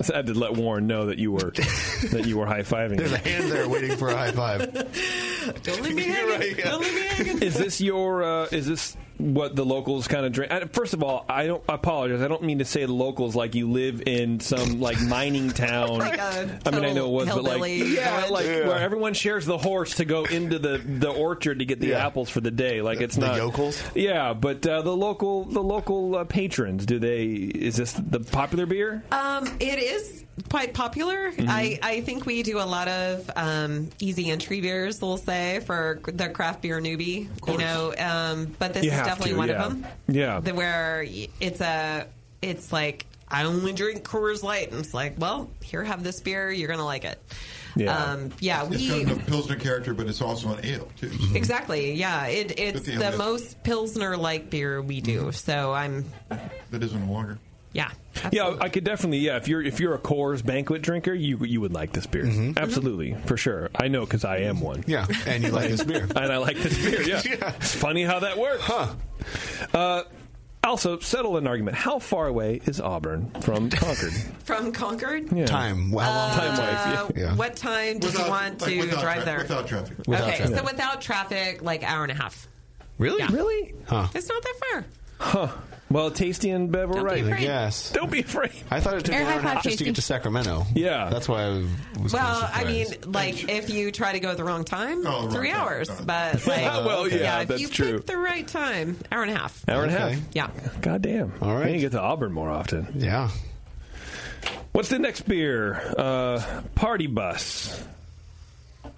I: So I had to let Warren know that you were that you were high fiving.
J: There's a hand there waiting for a high five.
N: Don't leave me hanging. Don't leave me hanging.
I: Is this your? Uh, is this what the locals kind of drink? I, first of all, I don't I apologize. I don't mean to say locals like you live in some like mining town.
N: Like a
I: I mean, I know it was, but
N: total
I: like
N: Oh, hillbilly
I: yeah,
N: village.
I: like
N: Yeah.
I: where everyone shares the horse to go into the the orchard to get the
J: Yeah.
I: apples for the day. Like it's
J: The
I: not
J: yokels?
I: Yeah, but uh, the local the local uh, patrons do they? Is this the popular beer?
N: Um, it is quite popular.
L: Mhm.
N: I, I think we do a lot of um, easy entry beers, we'll say, for the craft beer newbie. You know, um, but this
I: You
N: is
I: have
N: definitely
I: to,
N: one
I: yeah.
N: of them.
I: Yeah.
N: the, where y- it's a it's like I only drink Coors Light, and it's like, well, here have this beer, you're gonna like it.
K: Yeah.
N: um, yeah,
K: It's
N: we
K: got a pilsner character, but it's also an ale too.
N: exactly, yeah. It, it's
K: Good thing I'm
N: the
K: good.
N: most pilsner like beer we do. So I'm
K: Mm-hmm. That isn't a lager.
N: yeah.
I: Yeah, I could definitely. Yeah, if you're if you're a Coors banquet drinker, you you would like this beer.
N: Mm-hmm.
I: Absolutely, for sure. I know because I am one.
J: Yeah, and you like this beer.
I: Mm-hmm. and I like this beer. Yeah, It's funny how that works. Huh. Uh, also, settle an argument. How far away is Auburn from Concord?
N: From Concord?
I: Yeah.
J: Time. Wow.
I: Uh,
N: Uh,
I: Time-wise, yeah.
N: What time do
K: Without-
N: you want
K: like,
N: to
K: without
N: drive
K: tra-
N: there?
K: without traffic.
N: okay,
K: Without
N: so
K: traffic.
N: without traffic, like hour and a half.
J: Really?
I: Really?
J: Huh.
N: It's not that far.
I: Huh. Well, tasty and Bev were right.
N: afraid.
J: Yes.
I: Don't be afraid.
J: I thought it took
N: Air
J: an hour
N: high
J: and a
N: five,
J: half just to
N: Casey.
J: get to Sacramento.
I: Yeah.
J: That's why I was kind of
N: well, I mean,
J: surprised.
N: like if you try to go at the wrong
K: Oh,
N: time,
J: wrong
N: three
J: time.
N: hours. But like,
I: well, Oh, yeah,
N: if
I: that's
N: you
I: true.
N: pick the right time, hour and a half.
I: Hour and a half.
N: Yeah.
I: God damn. All right. We need to get to Auburn more often.
J: Yeah.
I: What's the next beer? Uh, party bus.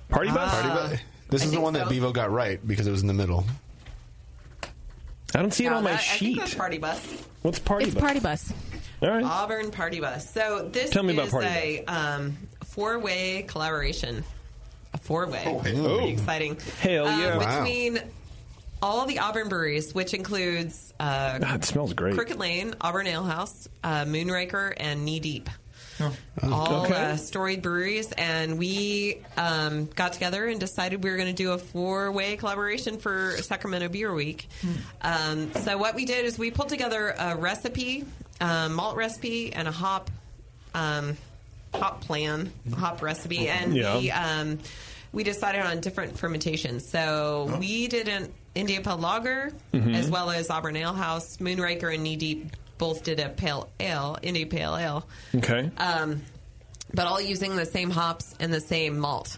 I: Party bus?
J: Party bus?
N: Ah,
J: This is the one that Bevo got right because it was in the middle.
I: I don't see it
N: No,
I: on my
N: that- I think
I: sheet.
N: that's party bus.
I: What's party
N: It's
I: bus?
N: Party
G: Bus.
I: All right.
N: Auburn Party Bus. So this
I: Tell me
N: is
I: about Party
N: a um, four-way collaboration. A four-way.
I: Oh.
N: Pretty exciting.
I: Hell
N: Um,
I: yeah. Wow.
N: Between all the Auburn breweries, which includes uh,
I: God, it smells Ah, great.
N: Crooked Lane, Auburn Ale House, uh, Moonraker, and Knee Deep. All
I: Okay.
N: uh, storied breweries, and we um, got together and decided we were going to do a four-way collaboration for Sacramento Beer Week. Um, so what we did is we pulled together a recipe, um, malt recipe, and a hop um, hop plan, hop recipe, and
O: Yeah.
N: we um, we decided on different fermentations. So we did an India Pale Lager
O: Mhm.
N: as well as Auburn Ale House, Moonraker, and Knee Deep both did a pale ale, India Pale Ale.
I: Okay.
N: Um, but all using the same hops and the same malt.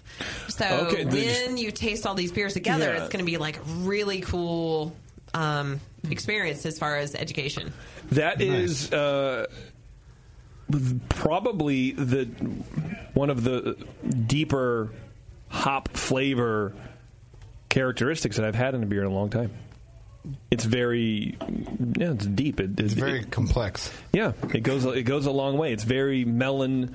N: So
I: Okay,
N: when
I: they just-
N: you taste all these beers together,
I: Yeah.
N: it's going to be like a really cool um, experience as far as education.
I: That is uh, probably the one of the deeper hop flavor characteristics that I've had in a beer in a long time. It's very, yeah, it's deep. It, it's
J: very complex.
I: Yeah, it goes it goes a long way. It's very melon,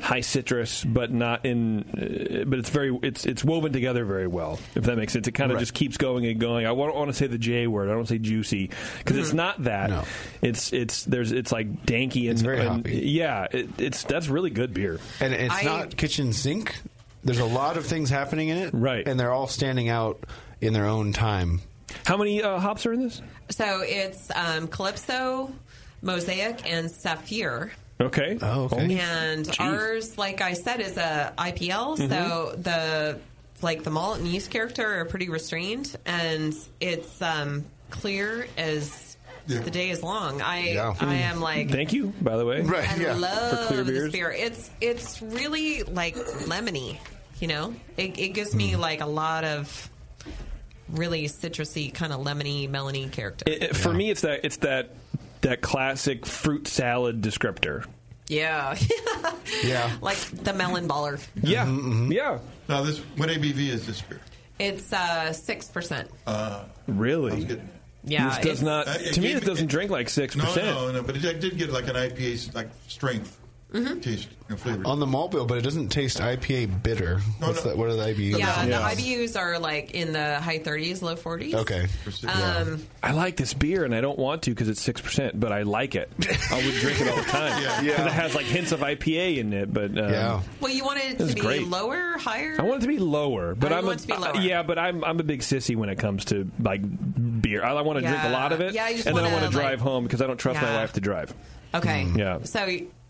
I: high citrus, but not in. Uh, but it's very it's it's woven together very well. If that makes sense, it kind of
J: Right.
I: just keeps going and going. I don't want to say the J word. I don't say juicy because it's not that. It's it's there's it's like danky and,
J: very
I: and-
J: hoppy.
I: yeah. It, it's that's really good beer.
J: And it's
I: I-
J: not kitchen sink. There's a lot of things happening in it. Right. And they're all standing out in their own time.
I: How many uh, hops are in this?
N: So it's um, Calypso, Mosaic, and Sapphire.
I: Okay. Oh,
N: And ours, like I said, is a IPL, so
I: Mhm.
N: the like the malt and yeast character are pretty restrained, and it's um, clear as
I: Yeah.
N: the day is long. I I am like
I: Thank you, by the way.
N: I love
I: for clear
N: this
I: beers.
N: beer. It's it's really like lemony, you know. It, it gives me
I: Mm-hmm.
N: like a lot of really citrusy kind of lemony, melony character.
I: It- it- For me, it's that it's that that classic fruit salad descriptor.
N: Yeah,
I: Yeah.
N: like the melon baller.
I: Yeah.
J: Mm-hmm,
I: Yeah.
K: Now this what ABV is this beer?
N: It's uh six percent.
K: Uh,
I: really?
N: Yeah,
I: This does
N: it's-
I: not.
K: Uh, it
I: To me,
K: gave
I: it doesn't drink like six
K: No,
I: percent.
K: no, no. But it, I did get like an IPA like strength
N: Mm-hmm.
K: taste and flavor.
J: On the malt bill, but it doesn't taste IPA bitter. What's that? What are the IBUs?
N: Yeah, the IBUs are like in the high 30s, low 40s.
J: Okay.
N: Um,
I: I like this beer, and I don't want to because it's six percent, but I like it. I would drink it all the time because
N: Yeah.
I: it has like hints of IPA in it. But um,
N: Well, you wanted it
I: This is
N: to be
I: great.
N: lower, higher?
I: I want it to be lower, but
N: Oh, you
I: I'm
N: want
I: a,
N: it to be lower.
I: uh, yeah, but I'm I'm a big sissy when it comes to like beer. I, I want to drink a
N: Yeah.
I: lot of it,
N: Yeah, you just
I: and then I
N: wanna,
I: want to drive home because I don't trust my
N: Yeah.
I: wife to drive.
N: Okay.
J: Mm.
I: Yeah,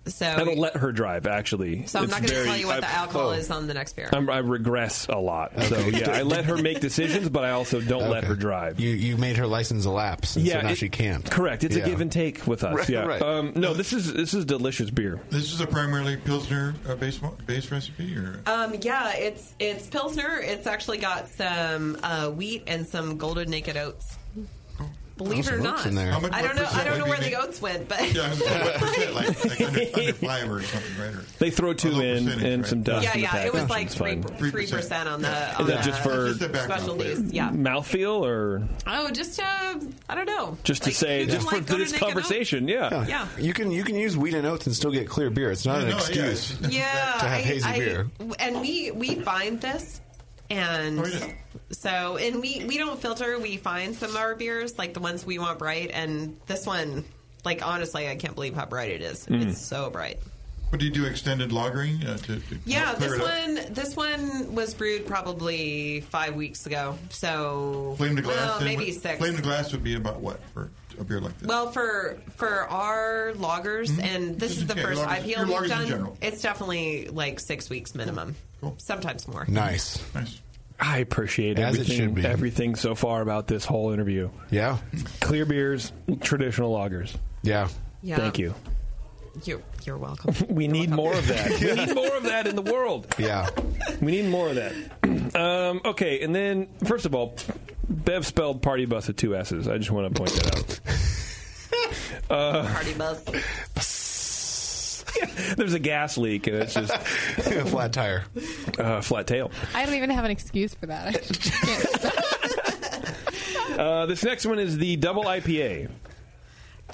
N: So,
I: I don't
N: so,
I: let her drive actually.
N: so I'm
I: It's
N: not going to
I: very-
N: tell you what
I: I-
N: the alcohol
I: oh.
N: is on the next beer.
I: I'm, I regress a lot, so
J: Okay.
I: yeah, I let her make decisions, but I also don't let her drive.
J: You you made her license elapse, and so now
I: it-
J: she can't.
I: Correct. It's
J: Yeah.
I: a give and take with us.
J: Right,
I: yeah.
J: right.
I: Um, no, this is this is delicious beer.
K: This is a primarily pilsner uh, base base recipe, or
N: Um, yeah, it's it's pilsner. It's actually got some uh, wheat and some golden naked oats. Believe it
J: Those
N: or
J: oats
N: not,
J: in there. How much
N: I don't know.
J: percent
N: I don't know
J: would
N: where
J: be
N: the oats went, but
K: Yeah, what percent? Like, like under, under five or something, right? Or
I: They throw two in and some dust.
N: yeah,
I: in the
N: yeah, it was
I: package.
N: like
I: It's
N: three
I: fine.
N: three percent on the on
I: Is
N: the
I: that just for
N: specialties. Yeah.
I: mouthfeel or
N: Oh, just uh, I don't know.
I: just to say
N: you can,
I: just for
N: like, go to
I: this
N: Nick and Oats.
I: conversation? Yeah.
N: Yeah.
J: You can you can use wheat and oats and still get clear beer. It's not an excuse.
N: Yeah,
J: to have hazy
N: I,
J: beer.
N: And we we find this, and so and we we don't filter. We find some of our beers like the ones we want bright, and this one, like honestly, I can't believe how bright it is.
J: Hmm.
K: Mm.
N: It's so bright.
K: What do you do? Extended lagering? Uh, to, to
N: Yeah,
K: clear
N: this
K: it up?
N: one this one was brewed probably five weeks ago. So
K: Flame to glass.
N: well,
K: then
N: maybe
K: would-
N: six.
K: Flame to glass would be about what for uh, a beer like this?
N: Well, for for our loggers, and this is the
K: Mm-hmm. okay,
N: first
K: loggers-
N: IPL
K: your
N: we've
K: loggers in
N: done.
K: general.
N: It's definitely like six weeks minimum, sometimes more.
J: Nice.
I: I appreciate
J: As it should
I: everything,
J: be.
I: everything so far about this whole interview.
J: Yeah.
I: Clear beers, traditional lagers.
J: Yeah.
N: Yeah.
I: Thank you.
N: You're, you're welcome.
I: We need more of that. We need more of that in the world.
J: Yeah.
I: We need more of that. Um, okay, and then first of all, Bev spelled party bus with two S's. I just want to point that out. Uh,
N: Party bus.
I: there's a gas leak, and it's just a
J: flat tire,
I: uh, flat tail.
G: I don't even have an excuse for that. I just can't stop.
I: Uh, this next one is the double IPA.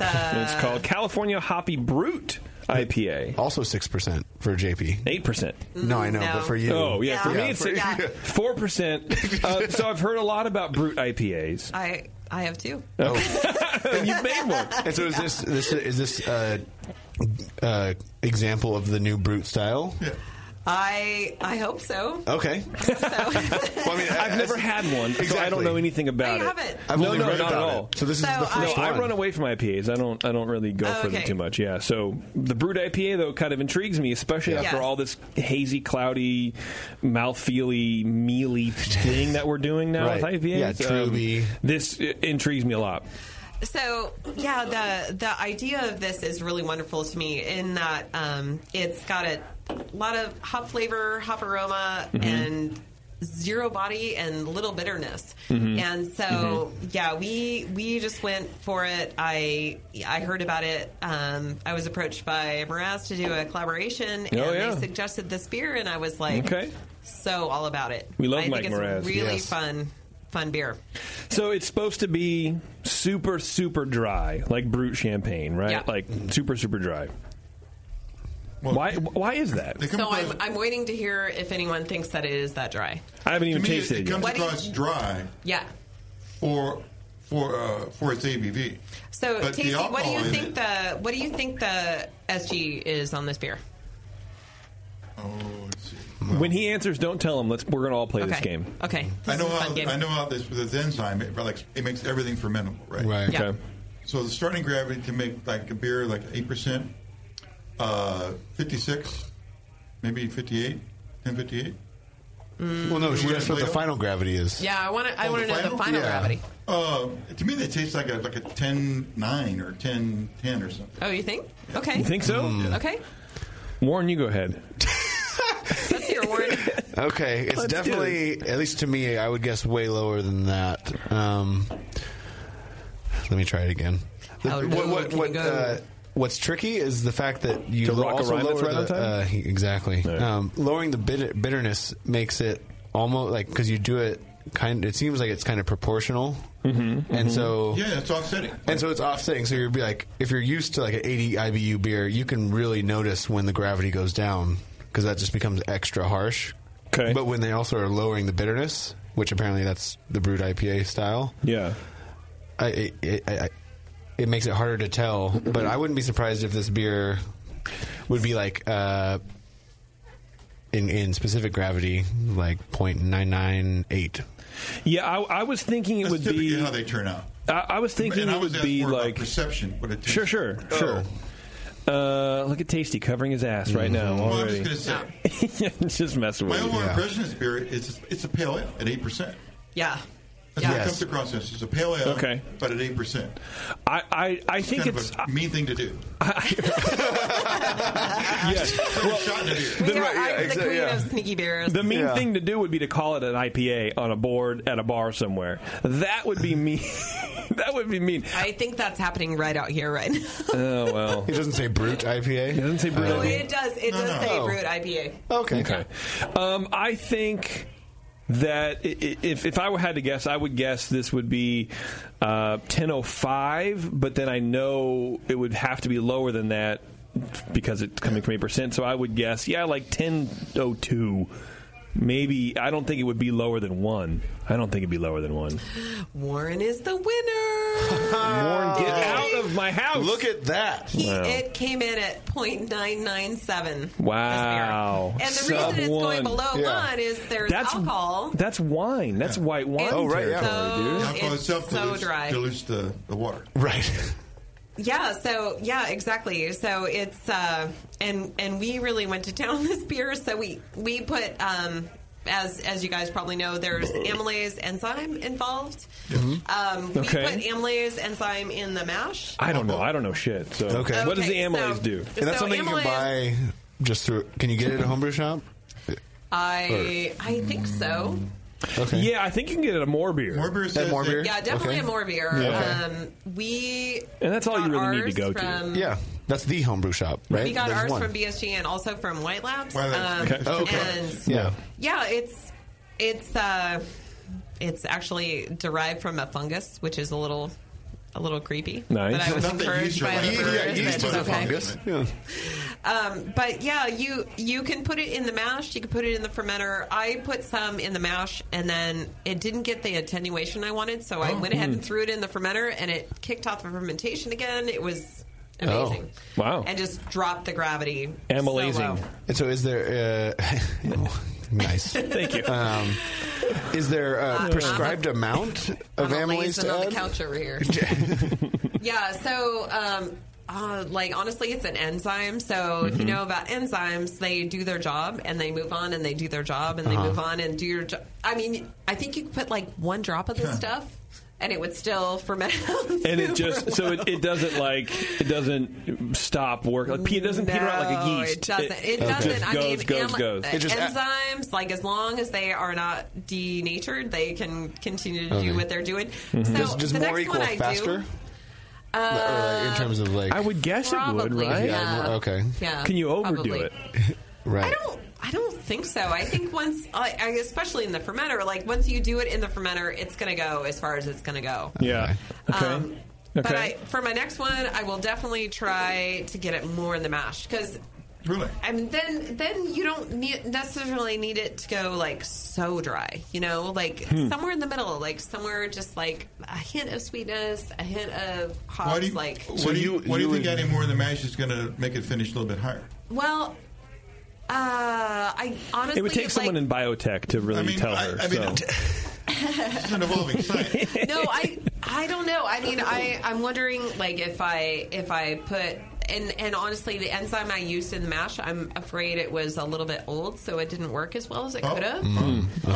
I: And it's called California Hoppy Brute IPA.
J: Also six percent for JP.
I: Eight percent.
J: No, I know, but for you.
I: Oh yeah, for
N: Yeah.
I: me
N: Yeah, for you.
I: it's four percent. Uh, so I've heard a lot about Brute IPAs.
N: I I have two.
I: you made one.
J: Oh. And so is this this is this uh, uh, example of the new brute style?
N: I I hope so.
J: Okay.
I: I've never had one, so I don't
J: Exactly.
I: know anything about
N: Oh, you
I: it.
N: haven't.
J: I've
I: no,
J: only
I: no,
J: read about
I: not at all.
J: it. So this is So the first
I: No, I
J: one.
I: run away from IPAs. I don't. I don't really go
N: uh, Oh,
I: for them
N: okay.
I: too much. Yeah. So the brute IPA though kind of intrigues me, especially
N: Yeah.
I: after
N: Yes.
I: all this hazy, cloudy, mouthfeely, mealy thing that we're doing now
J: Right.
I: with IPAs.
J: Yeah,
I: Um, this uh, intrigues me a lot.
N: So yeah, the the idea of this is really wonderful to me in that um, it's got a lot of hop flavor, hop aroma,
I: Mm-hmm.
L: Mhm.
N: and zero body and little bitterness.
I: Mm-hmm.
L: Mhm.
N: And so yeah, we we just went for it. I I heard about it. Um, I was approached by Mraz to do a collaboration, and
I: Oh, yeah.
N: they suggested this beer, and I was like,
I: Okay.
N: so all about it.
I: We love
N: I
I: Mike
N: think it's
I: Mraz.
N: Really
I: Yes.
N: fun fun beer.
I: So it's supposed to be super, super dry, like brute champagne, right?
N: Yeah.
I: Like super, super dry. why? Why is that?
N: So I'm, I'm waiting to hear if anyone thinks that it is that dry.
I: I haven't
N: even
K: to me,
N: tasted
K: it,
N: it
K: it
N: yet.
K: comes
N: What do you-
K: across dry
N: Yeah.
K: for for uh, for its ABV.
N: So,
K: But the
N: Tasty, what do
K: alcohol
N: you
K: in
N: think
K: it-
N: the what do you think the SG is on this beer?
K: oh,
I: When he answers, don't tell him. Let's. We're gonna all play this
N: Okay.
I: game.
N: Okay.
K: I know
N: is a
K: how
N: fun game.
K: I know how this with this enzyme it like it makes everything fermentable, right?
I: Right.
N: Yeah. Okay.
K: So the starting gravity can make like a beer like eight percent, uh, fifty six, maybe 58, 10, 58.
J: Well, no, she asked what the final gravity is.
N: Mm. Yeah, I want to. I
K: Oh,
N: want to know the final
K: Yeah.
N: gravity.
K: Uh, to me, that tastes like a like a 10, 9 or 10, 10 or something.
N: Oh, you think? Okay.
K: You think so? Mm.
N: Okay.
I: Warren, you go ahead.
N: Let's hear Warren.
J: Okay, it's
N: Let's do
J: definitely at least to me. I would guess way lower than that. Um, let me try it again. The-
N: How
J: what
M: low
J: what,
M: can
J: what,
M: you go?
J: uh, what's tricky is the fact that you
I: To rock a
J: also
I: rhyme that's
J: lower
I: right on
J: the,
I: time?
J: uh, he- exactly um, lowering the bit- bitterness makes it almost like because you do it kind. It seems like it's kind of proportional, mm-hmm, and so
K: yeah, it's offsetting.
J: and so it's offsetting. So you'd be like, if you're used to like an 80 IBU beer, you can really notice when the gravity goes down because that just becomes extra harsh.
I: Okay.
J: But when they also are lowering the bitterness, which apparently that's the brewed IPA style.
I: Yeah.
J: I, it, it, I, I- it makes it harder to tell, but I wouldn't be surprised if this beer would be like uh, in in specific gravity, like 0.998.
I: Yeah, I, I was thinking it would be how
K: they turn out.
I: I, I was thinking
K: And
I: it
K: I was
I: would
K: asked
I: be
K: more about
I: like
K: perception. What it
I: sure, sure,
J: Oh.
I: sure. Uh, look at Tasty covering his ass right
J: Mm-hmm.
I: now
K: Well, I'm
I: already.
K: just gonna say
I: just messing
K: my
I: with you.
K: overall impression of this beer is it's a pale ale at eight percent.
N: Yeah.
K: That's what it comes across as. It's a pale ale,
I: Okay.
K: but at eight percent.
I: I I, I think
K: kind
I: it's-
K: of a mean thing to do.
I: yes.
K: shot in a beer.
N: We are, I'm the queen of sneaky beers.
I: The mean thing to do would be to call it an IPA on a board at a bar somewhere. That would be mean. that would be mean.
N: I think that's happening right out here right now.
I: Oh well. He
J: doesn't say brute IPA. He
I: doesn't say brute
N: Oh,
I: IPA.
N: it does. It does say brewed IPA.
J: Oh. Okay.
I: Okay. Um, I think that i- i- if if I had to guess, I would guess this would be uh, ten oh five. But then I know it would have to be lower than that because it's coming from eight percent. So I would guess, yeah, like ten oh two. Maybe I don't think it would be lower than one. I don't think it'd be lower than one.
N: Warren is the winner.
I: Warren, get out of my house!
J: Look at that.
N: He, It came in at .997.
I: Wow.
N: And the
I: Sub
N: reason it's
I: one.
N: going below one is there's
I: That's-
N: alcohol.
I: That's wine. That's white wine.
N: Oh, right, yeah.
I: territory, dude.
N: So Alcohol it's itself so dilutes- dry. dilutes
I: the, the water. Right.
N: Yeah, so yeah, exactly. So it's uh and and we really went to town on this beer, so we we put um as as you guys probably know, there's amylase enzyme involved. Um we
I: Okay.
N: put amylase enzyme in the mash.
I: I don't know. I don't know shit. So
J: Okay.
I: What does the
N: Okay,
I: amylase
N: so-
I: do?
J: And that's
N: So
J: something you
N: amylase-
J: can buy just through. Can you get it at a homebrew shop?
N: I I think so.
J: Okay.
I: Yeah, I think you can get it at more beer. More beer.
J: At more beer.
N: Yeah, definitely a more beer.
J: Yeah.
N: Um, we
I: And that's all you
N: got
I: really need to
N: ours
I: go to.
N: from-
J: Yeah, that's the homebrew shop, right?
N: we got
J: There's
N: ours
J: one.
N: from BSG and also from White Labs. Um,
J: White Labs. Okay. Oh, okay.
N: And
J: Yeah.
N: yeah, it's it's uh, it's actually derived from a fungus, which is a little a little creepy.
I: Nice.
N: But I was
I: Not that
N: encouraged
I: yeast are
N: by the
I: like-
N: brewers.
I: Yeah, yeast
N: that-
I: is a
N: okay.
I: fungus.
J: Yeah.
N: Um, but yeah, you you can put it in the mash. You can put it in the fermenter. I put some in the mash, and then it didn't get the attenuation I wanted, so I
I: Oh.
N: went ahead
I: Mm.
J: Hmm.
N: and threw it in the fermenter, and it kicked off the fermentation again. It was amazing.
J: Oh. Wow.
N: And just dropped the gravity. so low.
J: Amylazing. And so, is there? Uh, nice.
N: Thank you.
J: Um, is there a prescribed amount of
N: I'm
J: amylase
N: lazing
J: to
N: Uh-huh. on
J: add?
N: the couch over here. yeah, so um, uh, like honestly, it's an enzyme. So if you
L: Mhm.
I: Mm-hmm.
N: know about enzymes, they do their job and they move on and they do their job and
L: Uh-huh.
N: they move on and do your job. I mean, I think you could put like one drop of this stuff and it would still ferment.
I: And it just so it, it doesn't like it doesn't stop work. Like it doesn't peter out like a
N: No,
I: yeast.
N: It doesn't. It, doesn't.
I: Just
N: I
I: goes,
N: mean,
I: goes,
N: am-
I: goes.
N: uh, enzymes, like as long as they are not denatured, they can continue to
J: Okay.
N: do what they're doing.
I: Mm-hmm.
J: Mhm.
N: So
J: Does- does
N: the
J: more
N: next
J: equal
N: one I
J: faster?
N: do. Uh,
J: Or, like, in terms of like,
N: I would guess it would, probably, right?
J: Yeah,
N: yeah.
J: more- okay.
N: Yeah, Can you overdo probably. it?
J: right.
N: I don't. I don't think so. I think once, I, I, especially in the fermenter, like once you do it in the fermenter, it's going to go as far as it's going to go.
I: Yeah. Okay.
N: Um, But I,
I: okay.
N: for my next one, I will definitely try to get it more in the mash because.
K: Really?
N: I mean, then then you don't need, necessarily need it to go like so dry, you know, like
K: Hmm.
N: somewhere in the middle, like somewhere just like a hint of sweetness, a hint of hops,
K: Why do you,
N: like.
K: what do you, what do you think adding more in the mash is going to make it finish a little bit higher?
N: Well, uh, I honestly
I: it would take
N: like,
I: someone in biotech to really tell her.
K: I mean,
I: so.
N: it's
K: an evolving
N: science. no, I I don't know. I mean, I I'm wondering like if I if I put and and honestly, the enzyme I used in the mash, I'm afraid it was a little bit old, so it didn't work as well as it could have.
J: Mm-hmm.
H: Mm-hmm.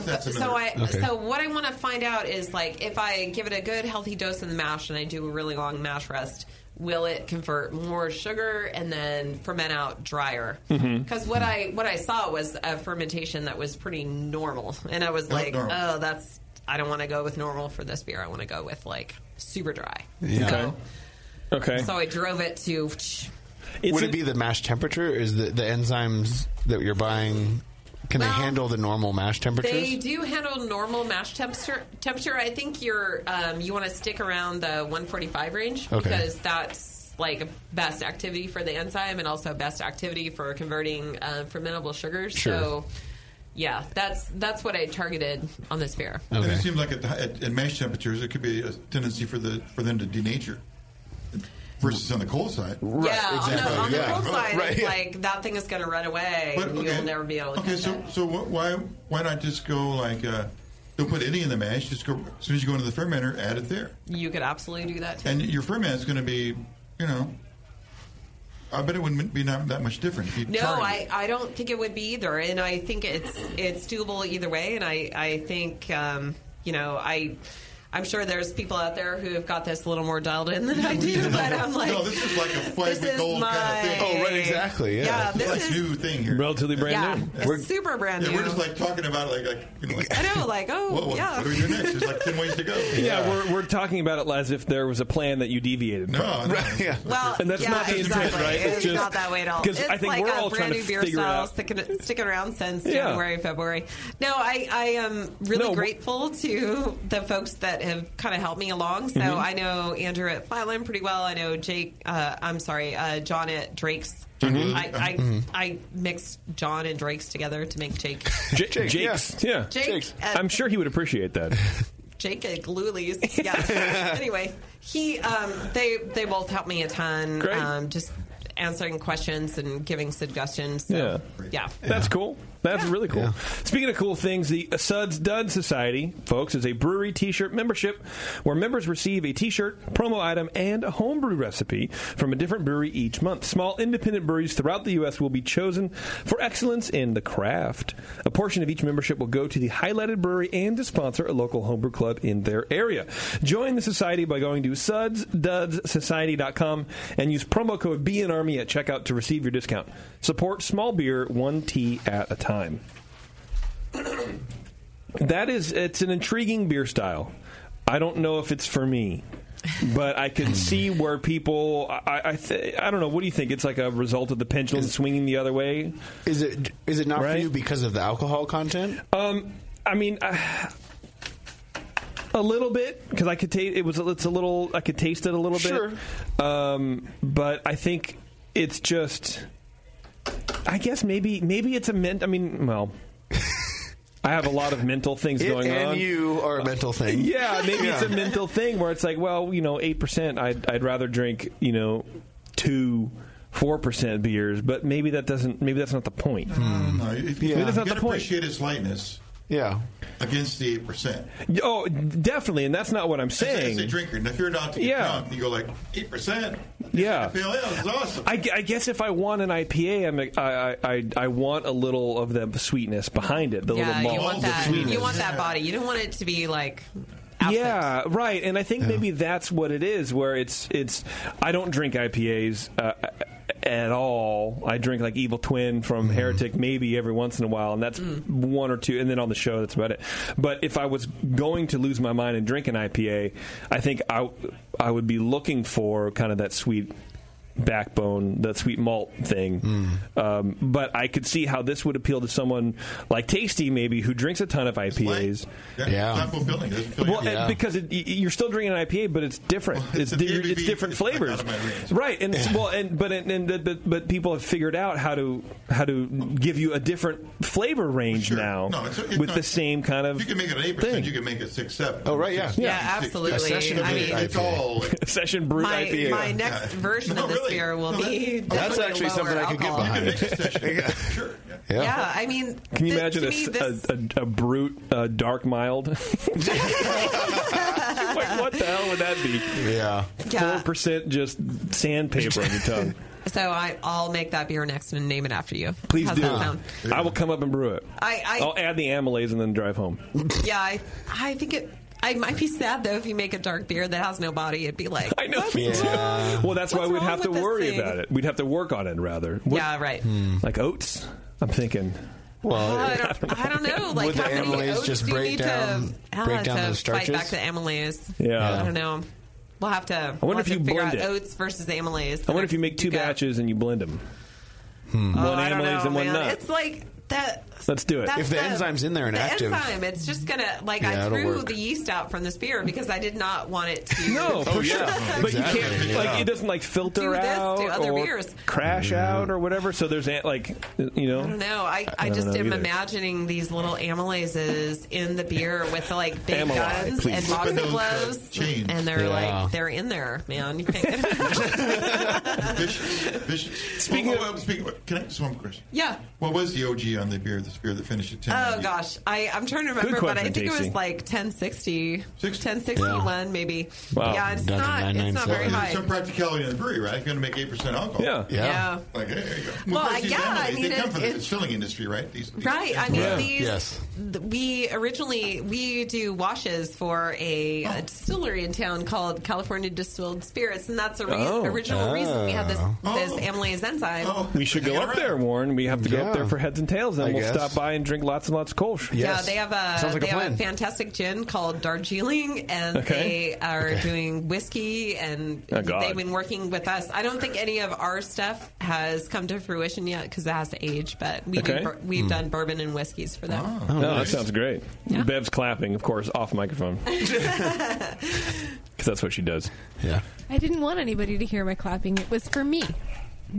I: Mm.
N: Um, so I so what I want to find out is like if I give it a good healthy dose in the mash and I do a really long mash rest, will it convert more sugar and then ferment out drier?
D: Mm-hmm.
I: Mhm.
N: Because what I what I saw was a fermentation that was pretty normal, and I was
K: Not
N: like,
K: normal.
N: oh, that's I don't want to go with normal for this beer. I want to go with like super dry.
I: Okay. Okay.
N: So I drove it to.
J: Would it be the mash temperature? Is the, the enzymes that you're buying? Can they handle the normal mash temperatures?
N: They do handle normal mash temperature. Temperature. I think you're um, you want to stick around the 145 range
J: Okay.
N: because that's like best activity for the enzyme and also best activity for converting uh, fermentable sugars.
K: Sure.
N: So, yeah, that's that's what I targeted on this beer.
K: And it seems like at, the, hi- at, at mash temperatures, it could be a tendency for the for them to denature versus on the cold side. Right,
N: yeah, on the, on the cold side, it's like that thing is going to run away.
K: But,
N: and
K: okay.
N: You'll never be able to.
K: Okay, so so wh- why why not just go like uh, don't put any in the mash? Just go as soon as you go into the fermenter, add it there,
N: You could absolutely do that. Too.
K: and your ferment is going to be, you know, I bet it wouldn't be not that much different. If you
N: No,
K: tried it.
N: I, I don't think it would be either, and I think it's it's doable either way. And I I think um, you know I I'm sure there's people out there who have got this a little more dialed in than I do, but I'm like,
K: no, this is like a five
N: this
K: week
N: is
K: old kind of
N: my-
K: thing.
J: Oh, right, exactly, yeah. Yeah,
K: this
N: this
K: is
N: is-
K: a new thing here.
I: Relatively brand
N: Yeah, new. it's super brand
K: yeah, We're
N: new.
K: just like talking about it, like, like you know, like,
N: I know, like, oh,
K: what, what,
N: yeah.
K: what do we do next? There's like ten ways to go.
I: Yeah, we're, we're talking about it as if there was a plan that you deviated from.
K: No, no.
I: Right, yeah.
N: Well,
I: and that's
N: yeah,
I: not the
N: exactly.
I: intent, right?
N: It's, not that way at all.
I: Because
N: It's
I: I think
N: like
I: we're
N: a
I: all
N: brand
I: trying to
N: new beer
I: figure it
N: style
I: out.
N: sticking, sticking around since
I: Yeah.
N: January, February. No, I, I am really grateful to the folks that have kind of helped me along. So
I: Mm-hmm.
L: Mhm.
N: I know Andrew at Flatland pretty well. I know Jake. Uh, I'm sorry, uh, John at Drake's.
I: Mhm.
N: I I,
I: Mhm.
N: I mixed John and Drake's together to make Jake.
I: J- Jake's, yeah.
N: Jake, uh,
I: I'm sure he would appreciate that.
N: Jake at Glulies. Yeah. anyway, he um, they they both helped me a ton.
I: Great.
N: Um, just answering questions and giving suggestions.
I: Yeah.
N: So, yeah.
I: That's cool. That's really cool. Speaking of cool things, the Suds Dud Society, folks, is a brewery t shirt membership where members receive a t shirt, promo item, and a homebrew recipe from a different brewery each month. Small independent breweries throughout the U.S. will be chosen for excellence in the craft. A portion of each membership will go to the highlighted brewery and to sponsor a local homebrew club in their area. Join the society by going to sudsdudssociety.com and use promo code BNARMY at checkout to receive your discount. Support small beer one tea at a time. That is, it's an intriguing beer style. I don't know if it's for me, but I can see where people. I, I, th- I don't know. What do you think? It's like a result of the pendulum swinging the other way.
J: Is it? Is it not for you because of the alcohol content?
I: Um, I mean, I, a little bit because I could taste it was. It's a little. I could taste it a little bit. Um, but I think it's just. I guess maybe maybe it's a mint. I mean, well. I have a lot of mental things
J: It
I: going
J: and
I: on.
J: you are a mental thing.
I: Yeah, maybe it's a
J: Yeah.
I: mental thing where it's like, well, you know, eight percent. I'd I'd rather drink, you know, two. Four percent beers, but maybe that doesn't. Maybe that's not the point.
K: No, if,
I: Maybe
K: you
I: that's not
K: gotta
I: the point.
K: appreciate its lightness.
J: Yeah.
K: Against the eight percent.
I: Oh, definitely, and that's not what I'm saying.
K: As a drinker, and if you're not to get
I: Yeah.
K: drunk, you go like eight percent.
I: Yeah,
K: Pale ale is awesome.
I: I, gu- I guess if I want an IPA, I'm, I, I- I I want a little of the sweetness behind it, the
N: yeah,
I: little malt,
N: you want
I: the
N: that.
I: sweetness.
N: You want that body. You don't want it to be like
I: Yeah, right. And I think maybe that's what it is. Where it's it's I don't drink IPAs uh, at all. I drink like Evil Twin from Heretic maybe every once in a while, and that's one or two. And then on the show, that's about it. But if I was going to lose my mind and drink an IPA, I think I I would be looking for kind of that sweet backbone, that sweet malt thing. Um, but I could see how this would appeal to someone like Tasty, maybe who drinks a ton of IPAs.
K: Yeah. It's not fulfilling. It doesn't fill you
I: Well,
K: up.
I: and because it, y- y- you're still drinking an IPA, but it's different. it's
K: an
I: di-
K: ABV,
I: it's different
K: it's like
I: flavors,
K: out of my range.
I: right? And it's- well, and but and, and but- but but people have figured out how to how to give you a different flavor range now
K: No, it's- it's
I: with
K: not-
I: the same kind of.
K: you can make it an eight percent. You can make it six seven.
J: Oh, right, yeah.
K: Six,
N: Yeah,
K: six, six,
N: absolutely.
K: six, six,
N: I
K: seven,
N: mean-
K: eight, it's all like,
I: session brewed
N: my,
I: IPA.
N: my next version of this beer will be.
J: That's
N: definitely
J: actually
N: lower
J: something I could get
N: alcohol.
J: behind.
N: Yeah. I mean,
I: Can you
N: thi-
I: imagine
N: to
I: a,
N: me,
I: s-
N: this-
I: a, a, a brute uh, dark mild? like, what the hell would that be?
J: Yeah,
I: four percent just sandpaper on your tongue.
N: so I, I'll make that beer next and name it after you.
I: Please
N: How's
I: do.
N: That sound?
I: I will come up and brew it.
N: I- I-
I: will add the amylase and then drive home.
N: Yeah, I, I think it. I might be sad though if you make a dark beer that has no body. It'd be like I know.
I: Me too. Well, that's why we'd have to
N: with this
I: worry
N: thing?
I: about it. We'd have to work on it rather. Hmm.
N: Yeah, right. Oh,
I: Like oats, I'm thinking.
J: Well,
N: I don't, I don't know. Like
J: Would the
N: how many
J: amylase
N: oats
J: just
N: do you
J: break
N: need
J: down-
N: to, how
J: break
N: to
J: down those
N: Fight back
J: starches?
N: the amylase.
I: Yeah.
N: I don't know. We'll have to. I
I: wonder if you
N: figure
I: blend
N: out
I: it.
N: oats versus amylase.
I: I wonder if you make two batches and you blend them.
J: Hmm.
I: One
N: Oh, I don't
I: amylase
N: know,
I: and one
N: man.
I: nut.
N: It's like that.
I: Let's do it.
N: that's
J: and
N: the
J: active-
N: enzyme, it's just gonna like
J: Yeah,
N: I
J: it'll
N: threw
J: work.
N: the yeast out from this beer because I did not want it to.
I: No, Oh, for sure. But
J: Exactly,
I: you can't like
J: yeah.
I: it doesn't like filter
N: Do this to
I: out
N: other
I: or
N: beers.
I: crash out or whatever. So there's an- like you know.
N: I don't know. I,
I: I
N: I,
I: don't
N: just
I: know
N: am
I: either.
N: imagining these little amylases in the beer with like big
I: Amylases,
N: guns
I: please.
N: and boxing
K: Open those, uh,
N: gloves,
K: chains.
N: and they're
K: Yeah.
N: like they're in there, man. You can't get
K: Vicious. Vicious. Speaking, of, speaking of, can I just one question?
N: Yeah.
K: What was the OG on the beer, this beer that finished at 10?
N: Oh gosh, I I'm trying to remember, but I
K: question,
N: think it
K: Casey.
N: was like 1060, 1061 maybe.
K: Wow.
N: Yeah, it's not it's not very high.
K: Some practicality in the brewery, right? It's going to make 8% alcohol. Yeah.
N: Yeah. Yeah.
K: Like, hey, there you go.
N: Well,
K: of course,
N: I-
K: these
N: yeah, I
K: animals,
N: mean,
K: they come
N: it-
K: from the
N: it's-
K: filling industry, right? These, these-
N: Right. I mean,
K: Yeah.
N: these.
K: Yes.
N: th- we originally we do washes for a,
I: Oh.
N: uh distillery in town called California Distilled Spirits, and that's the re-
I: Oh.
N: original reason we have this
I: Oh.
N: this amylase enzyme.
I: We should go up there, Warren. We have to go
J: Yeah.
I: up there for heads and tails, and
J: I
I: we'll
J: guess.
I: stop by and drink lots and lots of Kolsch.
N: Yeah, they have a they have a fantastic gin called Darjeeling, and
I: Okay.
N: they are
I: Okay.
N: doing whiskey, and
I: Oh, God.
N: they've been working with us. I don't think any of our stuff has come to fruition yet because it has to age, but we
I: Okay.
N: do, bur- we've
I: Hmm.
N: done bourbon and whiskeys for them.
J: Oh,
I: no, Oh, that sounds great. Bev's clapping, of course, off microphone. Because that's what she does.
J: Yeah.
G: I didn't want anybody to hear my clapping. It was for me.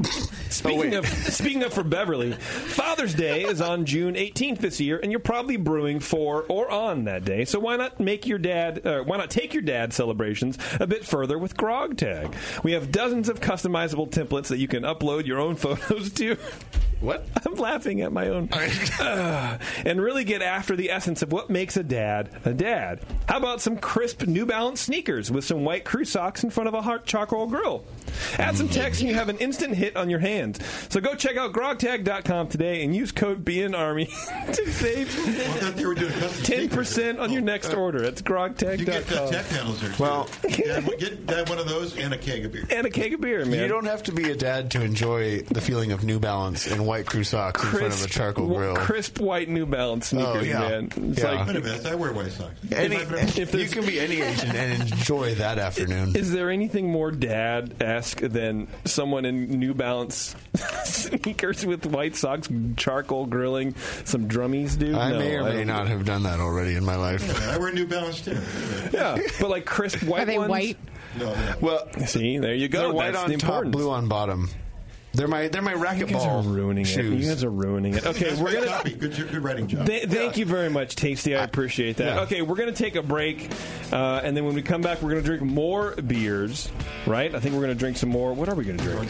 J: Oh,
I: Speaking of speaking of for Beverly, Father's Day is on June 18th this year, and you're probably brewing for or on that day. So why not make your dad? Uh, why not take your dad celebrations a bit further with Grog Tag? We have dozens of customizable templates that you can upload your own photos to.
J: What?
I: I'm laughing at my own. Ah, and really get after the essence of what makes a dad a dad. How about some crisp New Balance sneakers with some white crew socks in front of a hot charcoal grill? Add some text and you have an instant hit on your hands. So go check out grogtag.com today and use code BNARMY to save 10% on your next order. That's grogtag.com.
K: You get the tech handles there. Well, get, get that one of those and a keg of beer.
I: And a keg of beer, man.
J: You don't have to be a dad to enjoy the feeling of New Balance and white crew socks in front of a charcoal
I: wa-
J: grill.
I: Crisp white New Balance sneakers,
J: Oh, yeah.
I: man. It's
J: Yeah.
I: like-
J: Wait a
K: minute, I wear white socks.
J: Any- you can be any age and, and enjoy that afternoon.
I: Is there anything more dad esque than someone in New Balance sneakers with white socks, charcoal grilling, some drummies, dude?
J: I
I: No,
J: may or
I: I
J: may
I: don't-
J: not have done that already in my life.
K: I wear New Balance too.
I: Yeah, but like crisp white
G: Are they
I: ones?
G: white?
K: No, no.
J: Well,
I: see, there you go.
J: They're white
I: That's
J: on
I: the
J: top,
I: importance.
J: blue on bottom. They're my they're my
I: You
J: racquetball
I: guys are ruining
J: shoes.
I: it. You guys are ruining it. Okay,
K: That's
I: we're
K: good
I: gonna.
K: copy. Good, good writing
J: Uh,
K: job.
I: Th- Thank you very much, Tasty. I appreciate that.
K: yeah.
I: Okay, we're going to take a break, uh, and then when we come back, we're going to drink more beers, right? I think we're going to drink some more. What are we going to drink?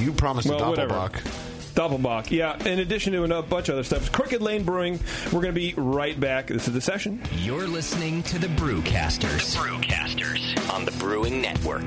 J: You promised
I: well,
J: a
I: whatever.
J: doppelbock.
I: Doppelbock, yeah. In addition to a bunch of other stuff, Crooked Lane Brewing. We're going to be right back. This is the session.
D: You're listening to the Brewcasters. Brewcasters on the Brewing Network.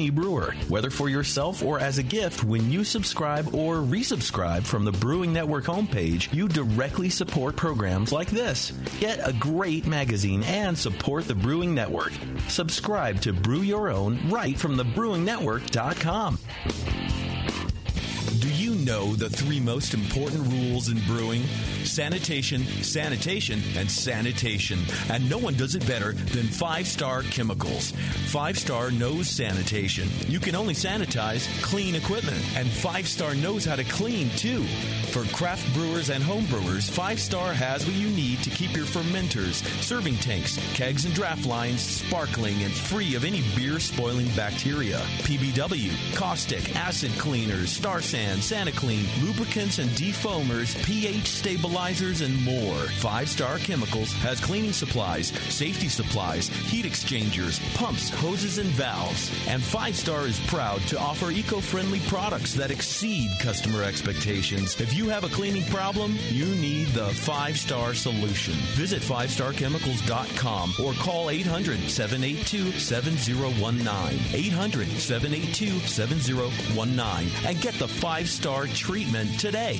Q: brewer, whether for yourself or as a gift when you subscribe or resubscribe from the Brewing Network homepage, you directly support programs like this. Get a great magazine and support the Brewing Network. Subscribe to Brew Your Own right from the brewingnetwork.com.
L: Do you know the three most important rules in brewing? Sanitation, sanitation, and sanitation. And no one does it better than Five Star Chemicals. Five Star knows sanitation. You can only sanitize clean equipment, and Five Star knows how to clean too. For craft brewers and home brewers, Five Star has what you need to keep your fermenters, serving tanks, kegs, and draft lines sparkling and free of any beer spoiling bacteria. PBW, caustic, acid cleaners, star sand, SaniClean, lubricants and defoamers, pH stabilizers, and more. Five Star Chemicals has cleaning supplies, safety supplies, heat exchangers, pumps, hoses, and valves. And Five Star is proud to offer eco friendly products that exceed customer expectations. If you have a cleaning problem, you need the Five Star Solution. Visit 5starchemicals.com or call 800 782 7019. 800 782 7019 and get the Five Star treatment today.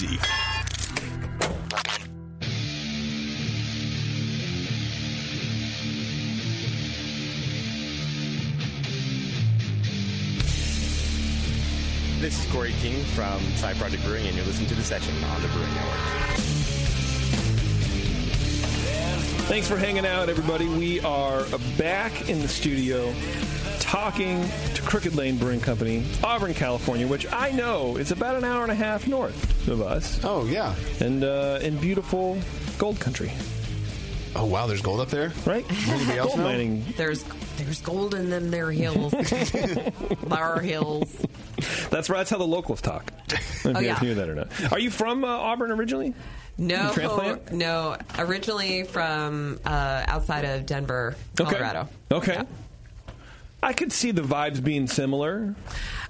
O: This is Corey King from Side Project Brewing, and you're listening to The Session on the Brewing Network.
I: Thanks for hanging out, everybody. We are back in the studio talking to Crooked Lane Brewing Company, Auburn, California, which I know is about an hour and a half north of us.
J: Oh, yeah.
I: And uh, in beautiful gold country.
J: Oh, wow, there's gold up there?
I: Right?
J: Anybody else
I: gold
J: know?
I: mining.
N: There's there's gold in them there hills. Lar hills.
I: That's right. That's how the locals talk. I don't
N: Oh,
I: know if you
N: yeah.
I: guys knew that or not. Are you from uh, Auburn originally? You
N: No,
I: transplant?
N: no. Originally from uh, outside of Denver,
I: Okay.
N: Colorado.
I: Okay. I could see the vibes being similar.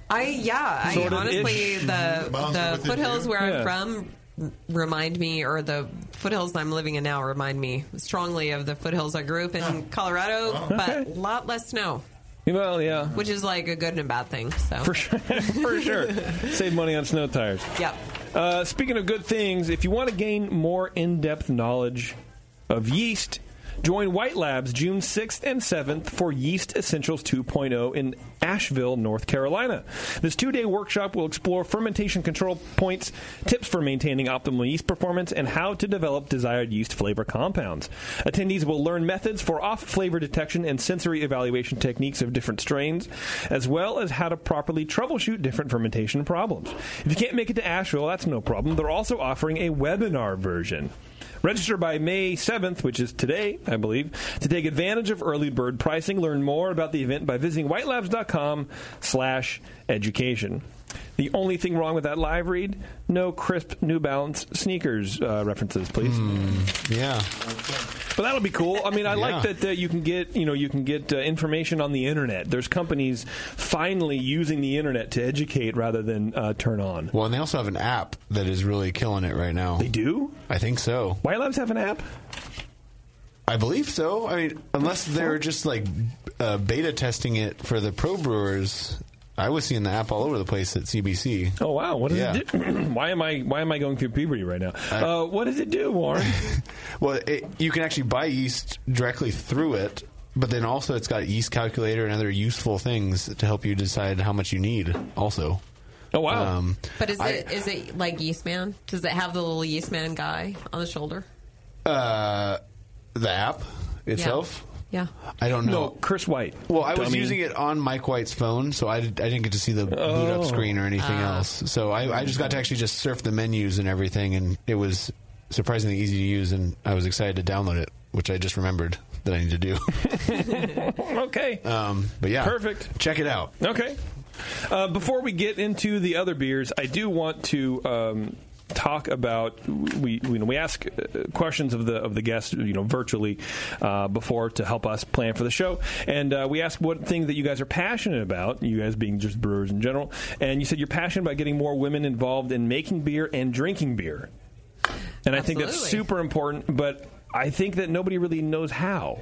N: I yeah.
I: Sort
N: I
I: of
N: honestly
I: ish.
N: the
I: Miles
N: the
I: within
N: foothills
I: you.
N: where
I: Yeah.
N: I'm from r- remind me, or the foothills I'm living in now remind me strongly of the foothills I grew up in Colorado, but a lot less snow,
I: Well, yeah.
N: which is like a good and a bad thing. So
I: For sure. For sure. Save money on snow tires.
N: Yep.
I: Uh, speaking of good things, if you want to gain more in depth knowledge of yeast, join White Labs June 6th and 7th for Yeast Essentials 2.0 in Asheville, North Carolina. This two day workshop will explore fermentation control points, tips for maintaining optimal yeast performance, and how to develop desired yeast flavor compounds. Attendees will learn methods for off flavor detection and sensory evaluation techniques of different strains, as well as how to properly troubleshoot different fermentation problems. If you can't make it to Asheville, that's no problem. They're also offering a webinar version. Register by May 7th, which is today, I believe, to take advantage of early bird pricing. Learn more about the event by visiting whitelabs.com slash education. The only thing wrong with that live read, no crisp New Balance sneakers uh, references, please.
J: Hmm. yeah.
I: But that'll be cool. I mean, I like
J: Yeah.
I: that uh, you can get you know you can get uh, information on the internet. There's companies finally using the internet to educate rather than uh, turn on.
J: Well, and they also have an app that is really killing it right now. They
I: do?
J: I think so.
I: White Labs have an app?
J: I believe so. I mean, unless they're just like uh, beta testing it for the pro brewers. I was seeing the app all over the place at CBC.
I: Oh wow, what does
J: yeah.
I: it do? why am I why am I going through puberty right now? Uh, what does it do, Warren?
J: well, it, you can actually buy yeast directly through it, but then also it's got a yeast calculator and other useful things to help you decide how much you need. Also,
I: oh wow!
J: Um,
N: But is
J: I-
N: it is it like Yeast Man? Does it have the little Yeast Man guy on the shoulder?
J: uh, the app itself?
N: Yeah.
J: I don't know.
I: No, Chris White.
J: Well, I was
I: Dummy.
J: using it on Mike White's phone, so I, did, I didn't get to see the boot
I: Oh.
J: up screen or anything
I: Ah.
J: else. So I, I just got to actually just surf the menus and everything, and it was surprisingly easy to use, and I was excited to download it, which I just remembered that I need to do.
I: okay.
J: Um, but yeah,
I: Perfect.
J: Check it out.
I: Okay. Uh, before we get into the other beers, I do want to um, talk about we we, you know, we ask uh, questions of the of the guests you know virtually uh, before to help us plan for the show, and uh, we ask what thing that you guys are passionate about. You guys being just brewers in general, and you said you're passionate about getting more women involved in making beer and drinking beer, and I think that's
N: Absolutely.
I: super important. But I think that nobody really knows how.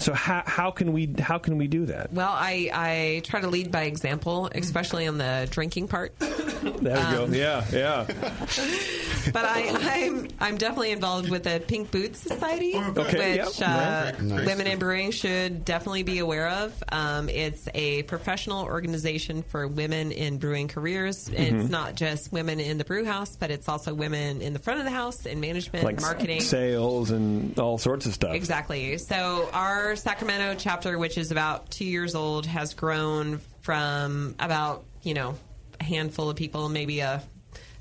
I: So how how can we how can we do that?
N: Well, I, I try to lead by example, especially on the drinking part.
I: There we go. Yeah, yeah.
N: but I, I'm I'm definitely involved with the Pink Boots Society,
I: Oh, Okay,
N: which
I: yep.
N: uh,
I: Right, right.
N: women in brewing should definitely be aware of. Um, it's a professional organization for women in brewing careers. It's
I: Mhm.
N: not just women in the brew house, but it's also women in the front of the house in management,
I: Like s-
N: marketing,
I: sales and all sorts of stuff.
N: Exactly. So our Sacramento chapter, which is about two years old, has grown from about you know a handful of people, maybe a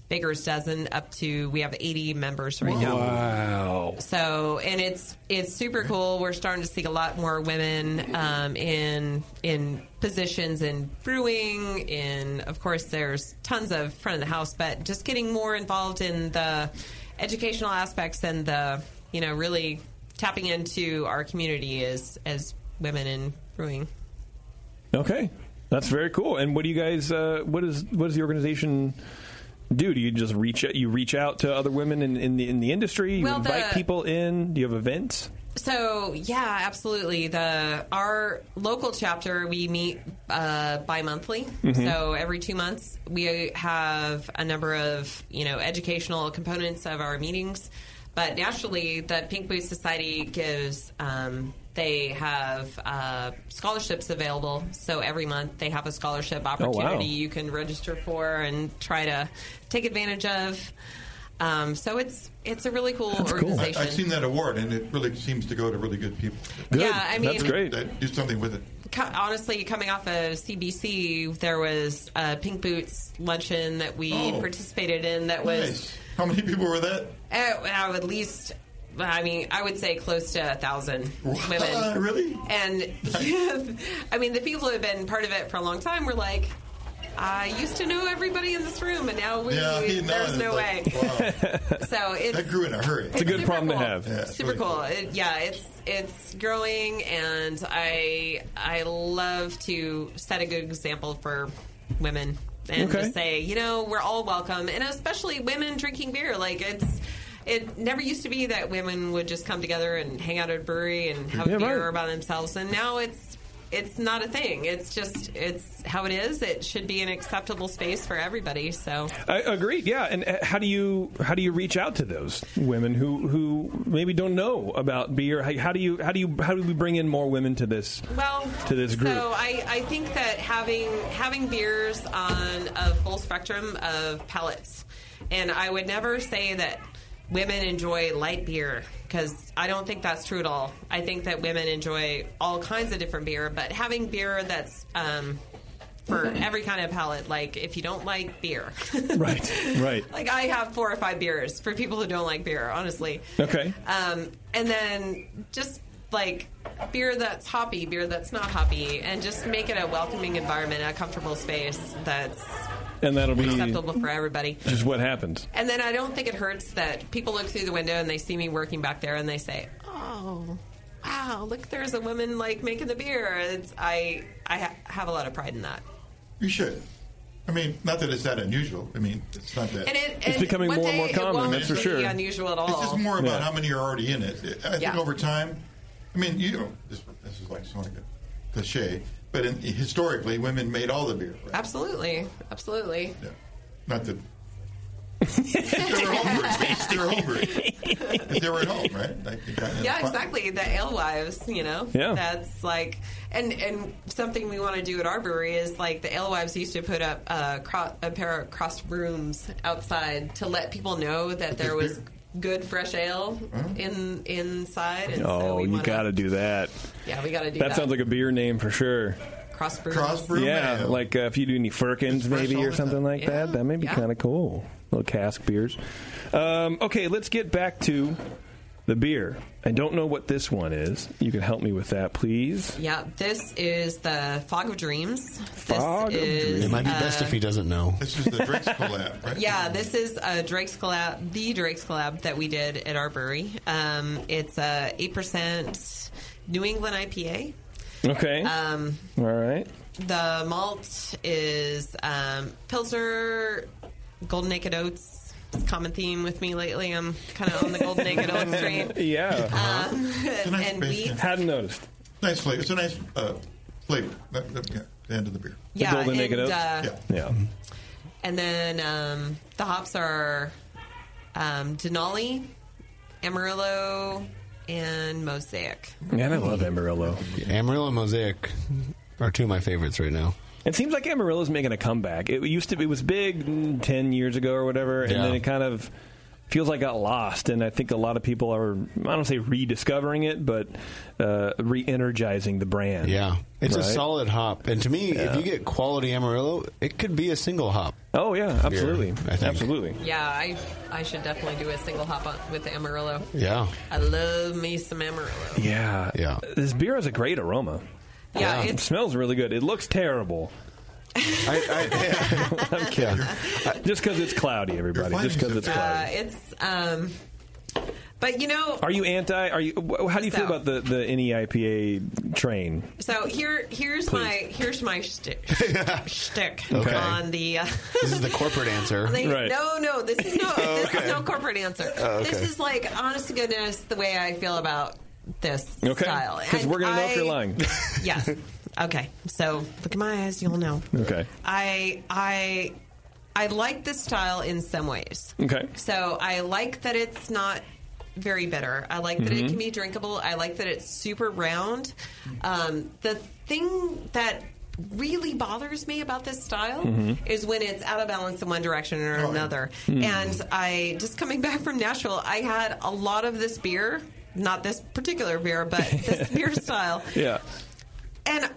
N: baker's dozen, up to we have eighty members right
I: Wow.
N: now. So and it's it's super cool. We're starting to see a lot more women um, in in positions in brewing. In of course, there's tons of front of the house, but just getting more involved in the educational aspects and the you know really tapping into our community as as women in brewing.
I: Okay, that's very cool. And what do you guys? Uh, what is what does the organization do? Do you just reach out? You reach out to other women in, in the in the industry. You
N: Well, the-
I: invite people in. Do you have events?
N: So yeah, absolutely. The our local chapter we meet uh, bi-monthly.
I: Mhm.
N: So every two months we have a number of you know educational components of our meetings. But nationally, the Pink Boots Society gives. Um, they have uh, scholarships available, so every month they have a scholarship opportunity you can register for and try to take advantage of. Um, so it's it's a really cool
K: I,
N: organization.
K: I've seen that award, and it really seems to go to really good people.
N: Good. Yeah, I mean- That's great.
K: That do something with it.
N: Co- honestly, coming off of CBC, there was a Pink Boots luncheon that we
K: Oh.
N: participated in that was
K: Nice. How many people were that?
N: uh, well, at least, I mean, I would say close to a thousand women.
K: Really?
N: And I mean, the people who have been part of it for a long time were like, I used to know everybody in this room, and now we,
K: Yeah, he
N: there's
K: knows,
N: no way.
K: like,
N: so it's,
K: That grew in a hurry.
N: It's a good Super problem to cool. have.
K: Yeah, it's
N: super
K: really
N: cool. It, yeah, it's it's growing, and I I love to set a good example for women and
A: Okay.
N: just say, you know, we're all welcome, and especially women drinking beer. Like it's. It never used to be that women would just come together and hang out at a brewery and have
A: Yeah,
N: a beer
A: right.
N: by themselves, and now it's it's not a thing. It's just it's how it is. It should be an acceptable space for everybody. So
I: I agreed. Yeah. And uh, how do you how do you reach out to those women who who maybe don't know about beer? How, how do you how do you how do we bring in more women to this
N: Well,
I: to this group?
N: So I, I think that having having beers on a full spectrum of palates, and I would never say that women enjoy light beer because I don't think that's true at all. I think that women enjoy all kinds of different beer, but having beer that's um, for every kind of palate, like if you don't like beer,
I: right.
N: like I have four or five beers for people who don't like beer, honestly.
I: Okay.
N: Um, and then just like beer that's hoppy, beer that's not hoppy, and just make it a welcoming environment, a comfortable space that's
I: And that'll be
N: acceptable for everybody.
I: just what happens.
N: And then I don't think it hurts that people look through the window and they see me working back there and they say, "Oh, wow, look, there's a woman like making the beer." It's, I I ha- have a lot of pride in that.
K: You should. I mean, not that it's that unusual. I mean, it's not that.
N: And it- It's and becoming one more and more day it common, won't that's for be sure. unusual at all.
K: It's just more about
N: Yeah.
K: how many are already in it. I think
N: Yeah.
K: over time, I mean, you know, this, this is like sort of a cliche, but in, historically, women made all the beer. right?
N: Absolutely, absolutely.
K: Not that. they were homebrewers. They were homebrewers. If they were at home, right? Like, they got in a
N: yeah,
K: pot.
N: exactly. The alewives, you know.
K: Yeah.
N: That's like, and and something we want to do at our brewery is like the alewives used to put up uh, cro- a pair of crossed brooms outside to let people know that there was good fresh ale in inside. And so
I: Oh,
N: we
I: you
N: wanna-
I: got to do that.
N: Yeah, we gotta do
I: That
N: that.
I: sounds like a beer name for sure.
N: cross brooms.
I: yeah, like uh, if you do any firkins maybe or something like that, that may be kind of cool. Little cask beers. Um, okay, let's get back to the beer. I don't know what this one is. You can help me with that, please.
N: Yeah, this is the Fog of Dreams.
I: Fog
N: this is,
J: it might be best
N: uh,
J: if he doesn't know.
K: This is the Drake's collab, right?
N: Yeah, this is a Drake's collab, the Drake's collab that we did at our brewery. Um, it's a eight percent New England IPA.
I: Okay.
N: Um,
I: All right.
N: the malt is um, Pilsner, Golden Naked Oats. It's a common theme with me lately. I'm kind of on the Golden Naked Oats train.
I: Yeah.
K: Uh-huh.
N: Um, and
K: base,
N: wheat.
K: yeah.
I: Hadn't noticed.
K: Nice flavor. It's a nice uh, flavor. That- that- yeah, the end of the beer.
N: Yeah, and, uh,
I: Yeah.
N: And then um, the hops are um, Denali, Amarillo, and Mosaic.
I: Man, I love Amarillo.
J: Amarillo Mosaic are two of my favorites right now.
I: It seems like Amarillo's making a comeback. It used to it was big mm, ten years ago or whatever, and
J: Yeah.
I: then it kind of feels like it got lost. And I think a lot of people are I don't say rediscovering it, but uh, re-energizing the brand.
J: Yeah, It's a
I: Right?
J: solid hop, and to me,
I: Yeah.
J: if you get quality Amarillo, it could be a single hop.
I: Oh yeah, absolutely.
J: absolutely.
N: Yeah, I I should definitely do a single hop on, with the Amarillo.
J: Yeah.
N: I love me some Amarillo.
I: Yeah, yeah. This beer has a great aroma.
N: Yeah,
I: it
N: it's-
I: smells really good. It looks terrible. I, am kidding. Just because it's cloudy, everybody. Just because it's cloudy.
N: Uh, it's um, but you know,
I: Are you anti? Are you? wh- How do you feel
N: So-
I: about the E the NEIPA train?
N: so here here's my here's my shtick shtick
I: Okay.
N: on the. Uh,
J: This is the corporate answer,
N: on the- No, no, this is no this is no corporate answer.
J: Oh, okay.
N: This is like honest to goodness the way I feel about this
I: Okay.
N: style.
I: Because
N: And
I: we're gonna know if
N: I-
I: you're lying.
N: Yes. Okay. So look at my eyes, you'll know.
I: Okay.
N: I I I like this style in some ways.
I: Okay.
N: So I like that it's not very bitter. I like that it
A: Mhm.
N: can be drinkable. I like that it's super round. Um, the thing that really bothers me about this style
A: Mhm.
N: is when it's out of balance in one direction or another.
A: Hmm.
N: And I just coming back from Nashville, I had a lot of this beer, not this particular beer, but this beer style
I: Yeah.
N: and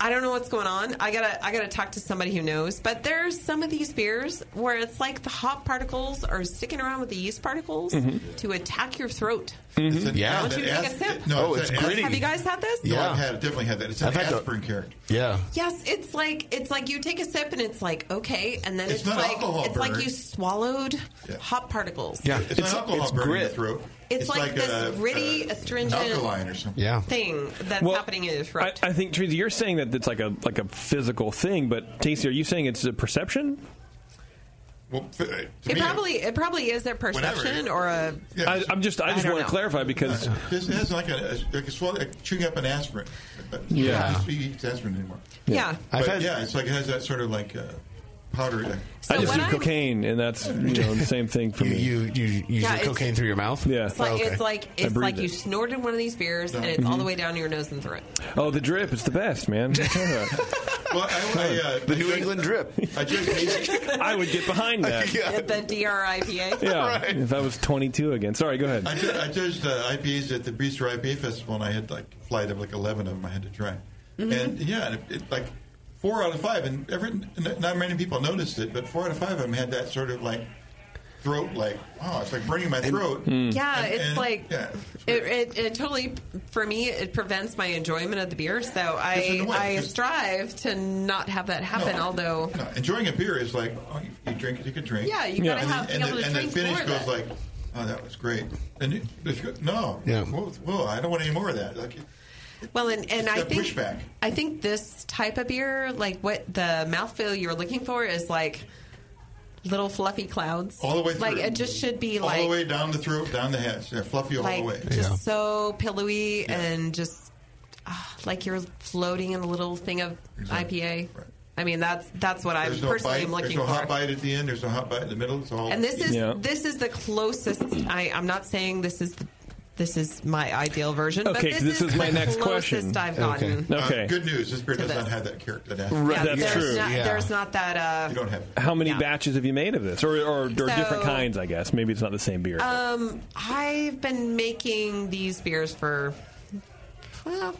N: I don't know what's going on. I gotta I gotta talk to somebody who knows. But there's some of these beers where it's like the hop particles are sticking around with the yeast particles
K: Mhm.
N: to attack your throat.
K: It's an-
N: Why
K: that
N: don't you take a
K: asp-
N: sip?
K: No, that asp-
N: Have you guys had this?
K: No, I've had, definitely had that. It's an
J: I've had the-
K: aspirin character.
J: Yeah.
N: Yes, it's like it's like you take a sip and it's like okay, and then
K: It's
N: it's,
K: not
N: like
K: alcohol
N: it's like
K: burn.
N: you swallowed hop particles.
K: It's, it's not alcohol burning your throat.
N: It's, like, this
K: uh,
N: gritty, astringent
K: alkaline or something.
I: Yeah.
N: thing that's
I: Well,
N: happening in your throat.
I: I, I think Teresa, you're saying that it's like a like a physical thing, but Tasty, are you saying it's a perception?
K: Well, it
N: It probably it probably is their perception or a
I: I, I'm just I
N: I
I: just
N: don't
I: want
N: know.
I: to clarify because
K: Uh, This has like a, like a swallow, like chewing up an aspirin.
I: Yeah.
K: You don't eat aspirin anymore.
N: Yeah.
K: But
I: I've had-
K: yeah, it's like it has that sort of like uh, powder. uh,
I: I just
N: what
I: do
N: I'm-
I: cocaine, and that's you know the same thing for me.
J: You you, you
N: Yeah, it's- cocaine
J: through your mouth? Oh,
I: Yeah,
N: It's like it's like
I: I
N: it's
I: breathe
N: like you
I: it.
N: snorted one of these beers and it's all the way down your nose and throat.
I: Oh, the drip! It's the best, man.
K: well, I, uh, the
J: New England drip.
K: I just
I: I would get behind that.
N: At the DRIPA.
I: Yeah, if I was 22 again. Sorry, go ahead.
K: I, ju- I judged uh, IPAs at the Brewster IPA Festival, and I had like a flight of like eleven of them I had to try,
N: Mm-hmm.
C: Mhm.
K: and yeah, and it, it, like four out of five, and every n- not many people noticed it, but four out of five of them had that sort of like throat, like wow, it's like burning my throat.
N: Yeah,
K: And-
N: it's
K: and-
N: like
K: yeah.
N: it, it, it totally for me it prevents my enjoyment of the beer. So I I strive to not have that happen. Although
K: No, enjoying a beer is like oh, you, you drink it, you can drink.
N: Yeah, you Yeah. gotta have- be
K: and,
N: able to
K: and
N: drink
K: the finish
N: more of
K: goes
N: it.
K: like, oh, that was great, and it, it's good. no,
J: Yeah.
K: whoa, whoa, I don't want any more of that. Like,
N: well and, and
K: it's
N: I
K: got
N: think
K: pushback.
N: I think this type of beer like what the mouthfeel you're looking for is like little fluffy clouds
K: All the way
N: Like
K: through.
N: it just should be
K: all
N: like
K: the way down the throat, down the head, yeah, fluffy all
N: like
K: the way.
N: just so pillowy and just ah, like you're floating in a little thing of IPA. I mean, that's that's what I
K: There's no
N: personally
K: bite.
N: am
K: There's
N: looking
K: no
N: for.
K: hot bite at the end. There's no hot bite in the middle. It's all
N: And this is this is the closest. I, I'm not saying this is the, this is my ideal version. but
I: Okay,
N: this,
I: 'cause this is
N: the
I: my next
N: closest
I: question.
N: I've gotten.
I: Okay. Okay.
K: Uh, good news. This beer
N: To
K: does
N: this.
K: not have that character. That
N: Yeah,
I: Right, that's
N: there's
I: true.
N: Not,
I: Yeah.
N: There's not that. Uh,
K: you don't have.
I: How many batches have you made of this, or or, or different
N: So-
I: kinds? I guess maybe it's not the same beer.
N: Um, I've been making these beers for well,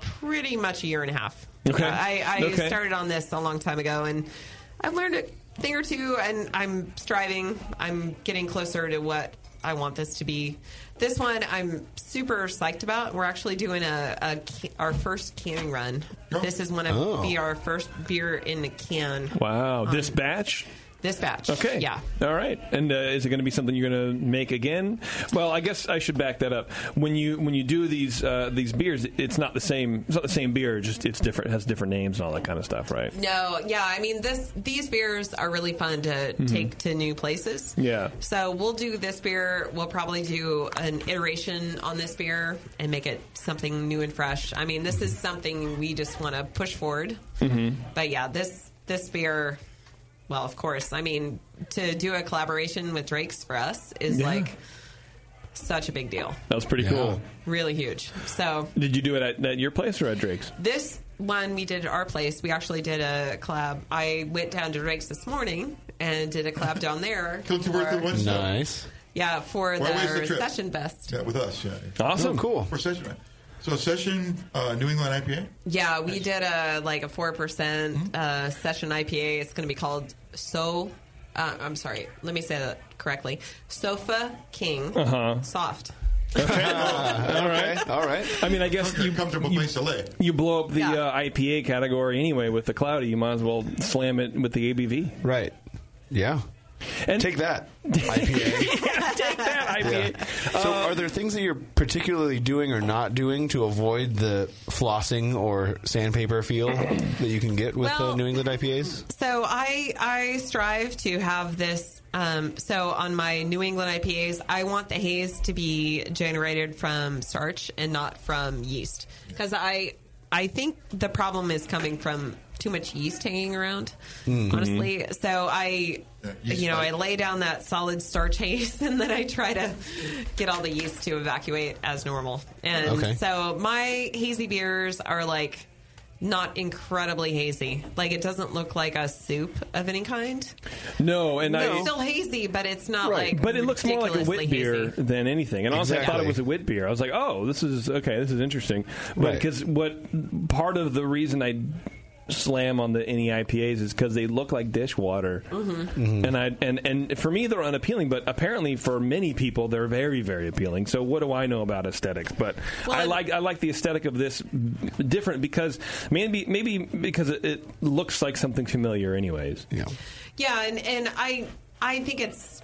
N: pretty much a year and a half.
I: Okay.
N: Uh, I, I
I: Okay.
N: started on this a long time ago, and I've learned a thing or two, and I'm striving. I'm getting closer to what I want this to be. This one I'm super psyched about. We're actually doing a, a ca- our first canning run. This is going to
I: Oh.
N: be our first beer in a can.
I: wow,
N: Um,
I: this batch.
N: This batch.
I: Okay.
N: Yeah.
I: All right. And uh, is it going to be something you're going to make again? Well, I guess I should back that up. When you when you do these uh, these beers, it's not the same. It's not the same beer. It's just it's different. It has different names and all that kind of stuff, right?
N: No, yeah, I mean this these beers are really fun to
I: Mhm.
N: take to new places.
I: Yeah.
N: So we'll do this beer, we'll probably do an iteration on this beer and make it something new and fresh. I mean, this is something we just want to push forward.
I: Mm-hmm.
N: But yeah, this this beer well, of course. I mean, to do a collaboration with Drake's for us is
I: Yeah.
N: like such a big deal.
I: That was pretty cool.
N: Really huge. So
I: Did you do it at, at your place or at Drake's?
N: this one we did at our place. We actually did a collab. I went down to Drake's this morning and did a collab down there.
K: Guilty worth
N: for-
K: of one stone. Nice.
N: Yeah, for
K: Why
N: the
K: waste the trip?
N: recession best.
K: uh, Yeah, with us. Yeah.
I: Awesome.
K: No,
I: Oh, cool.
K: For session, right? So session uh, New England IPA.
N: Yeah, we did a like a four
K: Hmm?
N: percent uh, session IPA. It's going to be called So. Uh, I'm sorry. Let me say that correctly. Sofa King
I: Uh-huh.
N: Soft.
I: all right, all right. I mean, I guess you comfortable place
K: to lay.
I: You blow up the uh, IPA category anyway with the cloudy. You might as well slam it with the ABV. Right. Yeah. And take that IPA.
N: Take
I: that IPA.
J: So,
I: uh,
J: are there things that you're particularly doing or not doing to avoid the flossing or sandpaper feel that you can get with
N: Well-
J: the New England IPAs?
N: So I I strive to have this. Um, so on my New England IPAs, I want the haze to be generated from starch and not from yeast because I I think the problem is coming from too much yeast hanging around.
A: Mhm.
N: Honestly, so I.
A: yeast
N: You know, I
A: spike.
N: lay down that solid starch haze and then I try to get all the yeast to evacuate as normal. And
A: Okay.
N: so my hazy beers are like not incredibly hazy. Like it doesn't look like a soup of any kind.
I: No, and I
N: it's still hazy, but it's not like.
I: but it looks more like a wit
N: ridiculously
I: beer than anything. And honestly, I thought
J: Exactly.
I: it was a wit beer. I was like, oh, this is okay. This is interesting. But
J: Right.
I: because what part of the reason I slam on the E any IPAs is because they look like dishwater,
A: Mhm.
J: Mm-hmm.
I: and I and and for me they're unappealing. But apparently for many people they're very very appealing. So what do I know about aesthetics? But I like I like the aesthetic of this different because maybe maybe because it, it looks like something familiar anyways. Yeah.
N: Yeah, and and I I think it's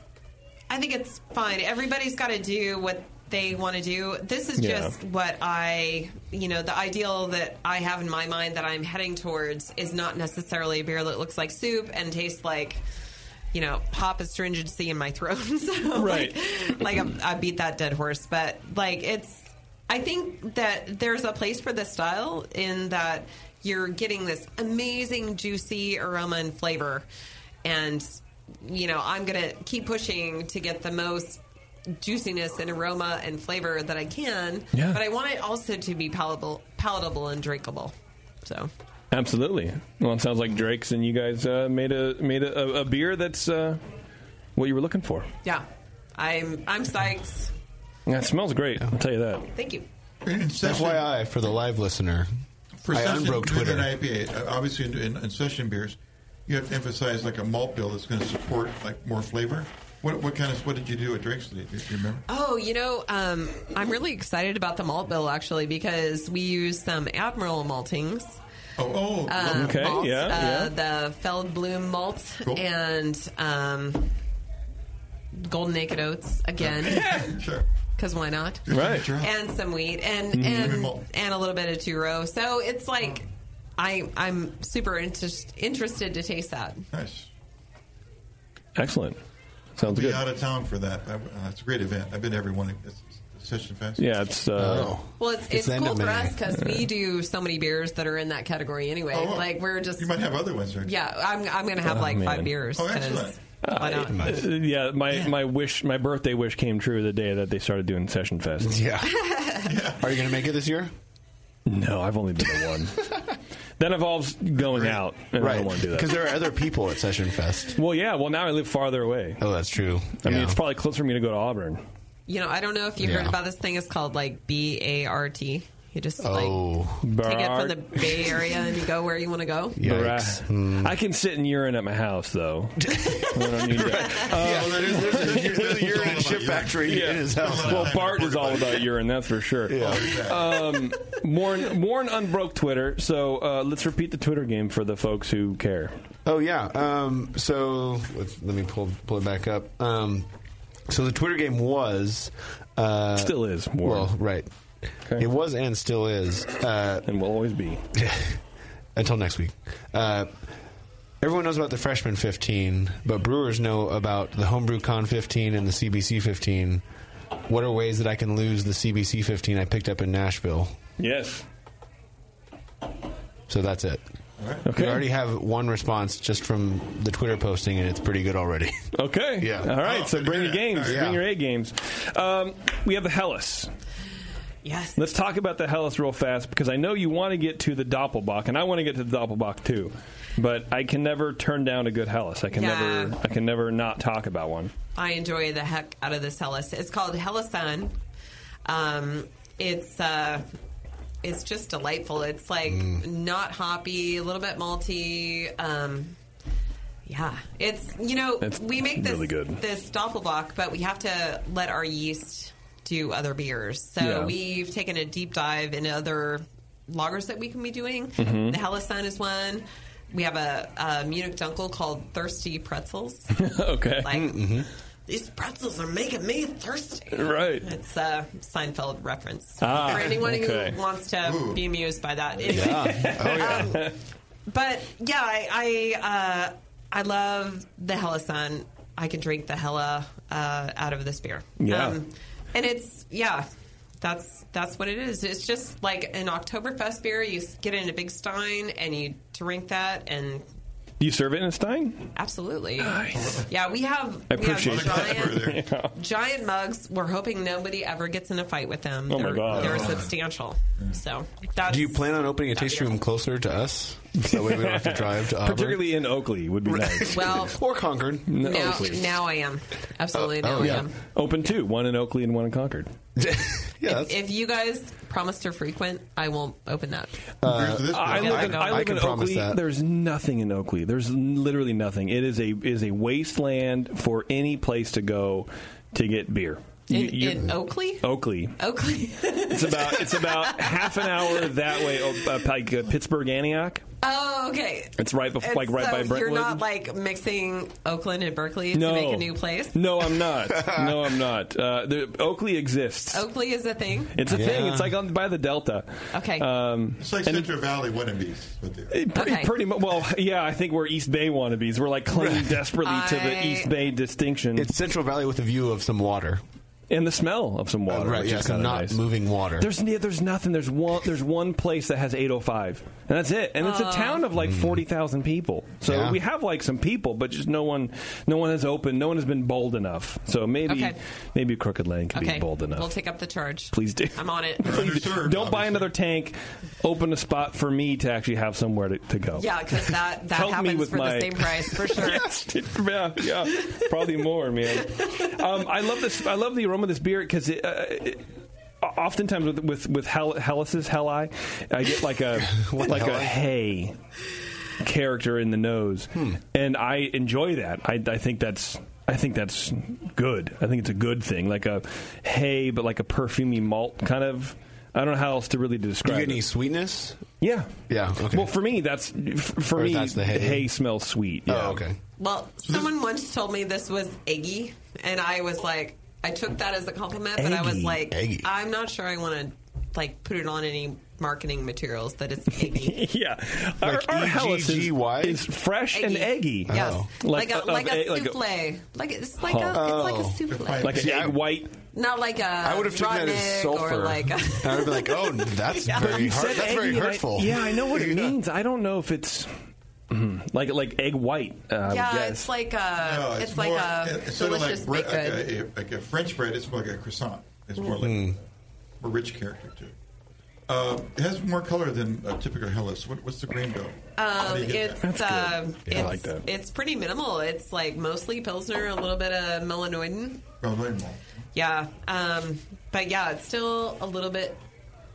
N: I think it's fine. Everybody's got to do what they want to do. This is
A: Yeah.
N: just what I you know the ideal that I have in my mind that I'm heading towards is not necessarily a beer that looks like soup and tastes like. You know, pop astringency in my throat. so,
I: Right.
N: Like, like I'm- I beat that dead horse, but like it's. I think that there's a place for this style in that you're getting this amazing juicy aroma and flavor, and you know I'm gonna keep pushing to get the most juiciness and aroma and flavor that I can.
I: Yeah.
N: But I want it also to be palatable, palatable and drinkable. So.
I: Absolutely. Well, it sounds like Drake's and you guys uh, made a made a, a, a beer that's uh, what you were looking for.
N: Yeah, I'm I'm psyched.
I: Yeah, it smells great. I'll tell you that.
N: Thank you.
J: FYI, for the live listener,
K: For
J: I
K: session
J: unbroke
K: beer
J: Twitter.
K: and IPA, uh, obviously in, in, in session beers, you have to emphasize like a malt bill that's going to support like more flavor. What, what kind of what did you do at Drake's? Do you, do you remember?
N: Oh, you know, um, I'm really excited about the malt bill actually because we used some Admiral maltings.
K: Oh,
N: okay, malt,
A: yeah,
N: uh, The Feldblum malt and um, Golden Naked Oats again.
K: sure.
N: Because why not?
A: Right.
N: And some wheat and
A: Mhm. Lemon
N: and
A: malt.
N: and a little bit of two row. So it's like I I'm super interest, interested to taste that.
K: Nice.
I: Excellent. Sounds
K: I'll be
I: good.
K: out of town for that. I, uh, it's a great event. I've been to every one. of- It's, it's session fest.
I: Yeah, it's.
J: Oh.
I: Uh,
N: Well, it's, it's, cool for us because we do so many beers that are in that category anyway. like we're just
K: Oh, You might have other ones, right?
N: Yeah, I'm I'm gonna have
I: Oh,
N: like
I: man.
N: five beers.
K: Oh,
N: 'cause-
K: excellent.
N: why not?
I: Uh, yeah, my, my wish, my birthday wish came true the day that they started doing Session Fest.
J: Yeah. Are you going to make it this year?
I: No, I've only been to one. that involves going out, and I
J: right.
I: don't want to do that.
J: Because there are other people at Session Fest.
I: well, yeah. Well, now I live farther away.
J: Oh, that's true.
I: I mean,
J: Yeah.
I: it's probably closer for me to go to Auburn.
N: You know, I don't know if you heard
I: Yeah.
N: about this thing. It's called like B A R T. You just
I: Oh. Bart.
J: Oh.
N: like take it from the Bay Area and you go where you want to go.
I: Bruh. I can sit and urine at my house, though. I don't need Uh, that.
J: yeah, there's, there's, a, there's a urine and shit factory in his house.
I: Well, Bart is all about urine, that's for sure. Um, Warren, Warren unbroke Twitter, so uh, let's repeat the Twitter game for the folks who care.
J: Oh yeah. Um, so let's, let me pull pull it back up. Um, so the Twitter game was uh,
I: Still is, Warren.
J: well right. It was and still is, uh,
I: and will always be
J: until next week. Uh, everyone knows about the freshman fifteen, but brewers know about the homebrew con fifteen and the CBC fifteen. What are ways that I can lose the CBC fifteen I picked up in Nashville?
I: Yes.
J: So that's it. We already have one response just from the Twitter posting, and it's pretty good already.
I: Okay.
J: Yeah.
I: All right.
J: Oh,
I: so bring your games.
J: Yeah.
I: Bring your A games. Um, we have the Hellas.
N: Yes.
I: Let's talk about the Hellas real fast because I know you want to get to the Doppelbach, and I want to get to the Doppelbach too. But I can never turn down a good Hellas. I can
N: Yeah.
I: never. I can never not talk about one.
N: I enjoy the heck out of this Hellas. It's called Hellasun. Um, it's uh, it's just delightful. It's like
I: Mm.
N: not hoppy, a little bit malty. Um, yeah, it's you know
I: It's
N: we make this
I: really good.
N: this doppelbock, but we have to let our yeast do other beers. So
I: Yeah.
N: we've taken a deep dive into other lagers that we can be doing.
I: Mhm.
N: The Hellasun is one. We have a, a Munich Dunkel called Thirsty Pretzels.
I: okay.
N: Like,
J: Mm-hmm.
N: These pretzels are making me thirsty.
I: Right.
N: It's a Seinfeld reference.
I: Ah,
N: For anyone
I: okay.
N: who wants to be amused by that. Um,
I: Yeah. Oh yeah.
N: but yeah, I I, uh, I love the Hella Sun. I can drink the Hella uh, out of this beer. Um,
I: Yeah.
N: and it's yeah, that's that's what it is. It's just like an Oktoberfest beer. You s- get in a big stein and you drink that, and
I: Do you serve it in a stein?
N: absolutely, yeah. We have
I: I
N: we have
I: appreciate that. Yeah.
N: giant mugs. We're hoping nobody ever gets in a fight with them.
J: Oh my
N: they're,
J: God.
N: they're substantial. So that's
J: Do you plan on opening a tasting room closer to us? So that way we don't have to drive to Auburn.
I: Particularly in Oakley would be nice.
N: well.
J: or Concord.
N: now, now I am absolutely now
I: Oh,
N: I am.
I: Open two, one in Oakley and one in Concord.
N: If, if you guys promise to frequent, I won't open that.
I: Uh, I
N: Yeah,
I: live in,
N: go.
I: I live in Oakley. There's nothing in Oakley. There's n- literally nothing. It is a is a wasteland for any place to go to get beer.
N: In- in Oakley?
I: Oakley.
N: Oakley.
I: It's about it's about half an hour that way, o- uh, like uh, Pittsburgh Antioch.
N: Oh, okay.
I: It's right bef-
N: And
I: like right
N: so
I: by Brentwood.
N: You're not like mixing Oakland and Berkeley
I: No.
N: to make a new place.
I: no, I'm not. No, I'm not. Uh, there, Oakley exists.
N: Oakley is a thing.
I: It's a thing. It's like on by the Delta.
N: Okay.
I: Um,
N: It's like
I: and-
N: Central
K: Valley wannabes.
I: It Pretty,
N: Okay.
I: pretty much. Well, yeah, I think we're East Bay wannabes. We're like clinging desperately to the
N: I-
I: East Bay distinction. It's
J: Central Valley with a view of some water Uh,
I: and the smell of some water,
J: right,
I: Which
J: yeah,
I: is
J: some
I: kinda
J: not
I: nice.
J: moving water.
I: There's yeah, there's nothing. There's one. There's one place that has 805, and that's it. And it's a
N: Aw.
I: town of like 40,000 people. So
J: Hmm. Yeah.
I: we have like some people, but just no one. No one has opened. No one has been bold enough. So maybe
N: Okay.
I: maybe Crooked Lane can
N: Okay.
I: be bold enough.
N: We'll take up the charge.
I: Please do.
N: I'm on it.
I: Please do. Don't buy another tank. Open a spot for me to actually have somewhere to, to go.
N: Yeah, because that that
I: Oh. Help me
N: happens
I: with
N: for
I: my-
N: the same price for sure.
I: yeah, yeah, probably more, man. Um, I love this. I love the aroma of this beer because it. Uh, it Oftentimes with with with Hel- Hellas's Helli, I get like a like a hay character in the nose,
J: Hmm.
I: and I enjoy that. I, I think that's I think that's good. I think it's a good thing, like a hay, but like a perfumey malt kind of. I don't know how else to really describe.
J: Do you get
I: it.
J: any sweetness?
I: Yeah.
J: Yeah. Okay.
I: Well, for me, that's f- for
J: Or
I: me.
J: that's the hay.
I: smells sweet. Yeah.
J: Oh, okay.
N: Well, someone once told me this was eggy, and I was like, I took that as a compliment, but I was
I: Eggy.
N: like,
I: Eggy.
N: I'm not sure I want to like put it on any marketing materials that it's eggy.
I: yeah, our, our
J: E
I: Hellas is, is fresh and eggy.
N: Yes,
J: Oh.
N: like, a,
I: of
N: like a
I: egg- like uh,
N: souffle, like it's like
I: Huh.
N: a it's like a
I: Oh.
N: souffle,
I: Like an egg white.
N: not like a.
J: I would have taken that as
N: rotten egg
J: sulfur.
N: Or like a,
J: I would have been like, oh, that's
N: Yeah.
J: very
I: You
J: hard.
I: said
J: That's
I: eggy,
J: very
I: and I-
J: hurtful.
I: yeah, I know what it means. I don't know if it's Mhm. like like egg white. Uh, I would
N: yeah,
I: guess.
N: it's like a
K: No,
N: it's, like
K: more-
N: a
K: instead of
N: delicious
K: like,
N: baked
K: bre-
N: good.
K: Like a, like a French bread, it's more like a croissant. It's more like a rich character to it. Uh, it has more color than a typical Hellas. What, what's the grain bill? How
N: Um,
K: do you get
N: it's
K: that?
N: uh,
K: Yeah, I
N: it's,
K: like that.
N: it's pretty minimal. It's like mostly pilsner, a little bit of melanoidin.
K: Well, very mild.
N: Yeah, um, but yeah, it's still a little bit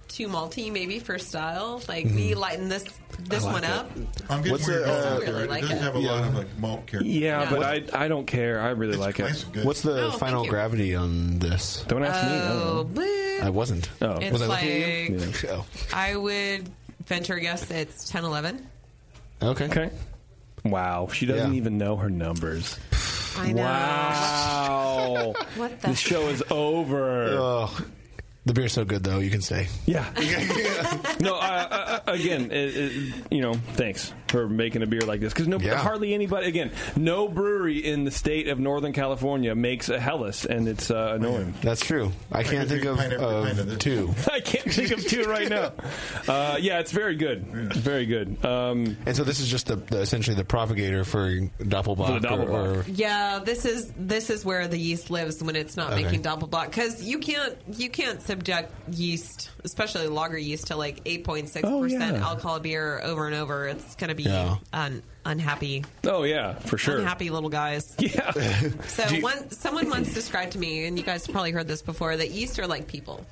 N: too malty, maybe for style. Like we
K: Mm-hmm.
N: lighten this this one up.
K: I'm getting
N: What's
K: where you're
N: the,
K: going
N: uh,
K: with that.
N: Really like
K: it doesn't
N: it.
K: have a lot of like malt character.
I: yeah,
N: Yeah.
I: but I I don't care. I really like it.
J: What's the
N: Oh, thank
J: final
N: you.
J: gravity on this?
I: Don't ask me. I
N: Oh, bleh.
J: I wasn't. Oh,
N: It's
J: was I looking at you?
N: like-
J: Oh.
N: I would venture a guess it's 10, 11.
J: Okay.
I: Okay. Wow, she doesn't even know her numbers.
J: Oh.
N: I know.
I: Wow.
N: What the
I: This show is over.
J: Oh. The beer's so good, though, you can say.
I: Yeah. no, uh, uh, again, it, it, you know, thanks for making a beer like this because no,
J: Yeah.
I: hardly anybody. Again, no brewery in the state of Northern California makes a Helles, and it's uh, annoying.
J: That's true. I can't think of, of two.
I: I can't think of two right now. Uh, yeah, it's very good. It's very good. Um,
J: and so this is just the, the essentially the propagator for Doppelbach.
I: For the Doppelbock.
J: Or, or,
N: Yeah, this is this is where the yeast lives when it's not
J: Okay.
N: making doppelbock because you can't you can't subject yeast, especially lager yeast, to like eight point six
I: Oh,
N: percent
I: yeah.
N: alcohol beer over and over. It's gonna be
I: Yeah.
N: un, unhappy,
I: oh yeah, for sure.
N: unhappy little guys.
I: Yeah.
N: So one someone once described to me, and you guys probably heard this before, that yeast are like people.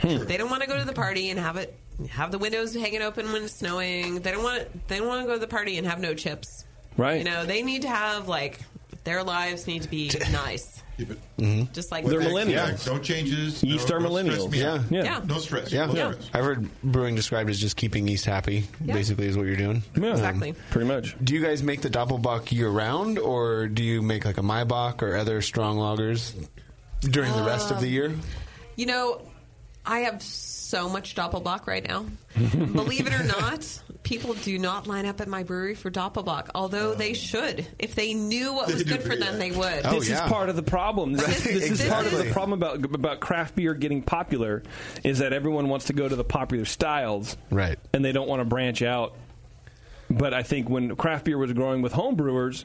I: Hmm.
N: They don't want to go to the party and have it have the windows hanging open when it's snowing. They don't want they don't want to go to the party and have no chips.
I: Right.
N: You know, they need to have like their lives need to be nice.
K: Keep it.
N: Just like
K: They're millennials. No changes.
J: Yeast
K: no,
J: are
K: don't stress
J: millennials.
K: me out.
J: Yeah. Yeah.
K: No stress.
J: yeah.
K: No stress.
J: I've heard brewing described as just keeping yeast happy.
N: Yeah.
J: Basically, is what you're doing. Um,
I: Yeah.
N: Exactly.
I: Pretty much.
J: Do you guys make the Doppelbach year round, or do you make like a Maibach or other strong lagers during the rest of the
N: Um,
J: year?
N: You know, I have so much doppelbock right now. Believe it or not, people do not line up at my brewery for doppelbock, although they should. If they knew what
I: Oh. They
N: was
I: do, Oh,
N: good for them,
I: yeah.
N: they would.
I: this is part of the problem. This, is- this is part of the problem about about craft beer getting popular is that everyone wants to go to the popular styles,
J: right?
I: And they don't want to branch out. But I think when craft beer was growing with home brewers.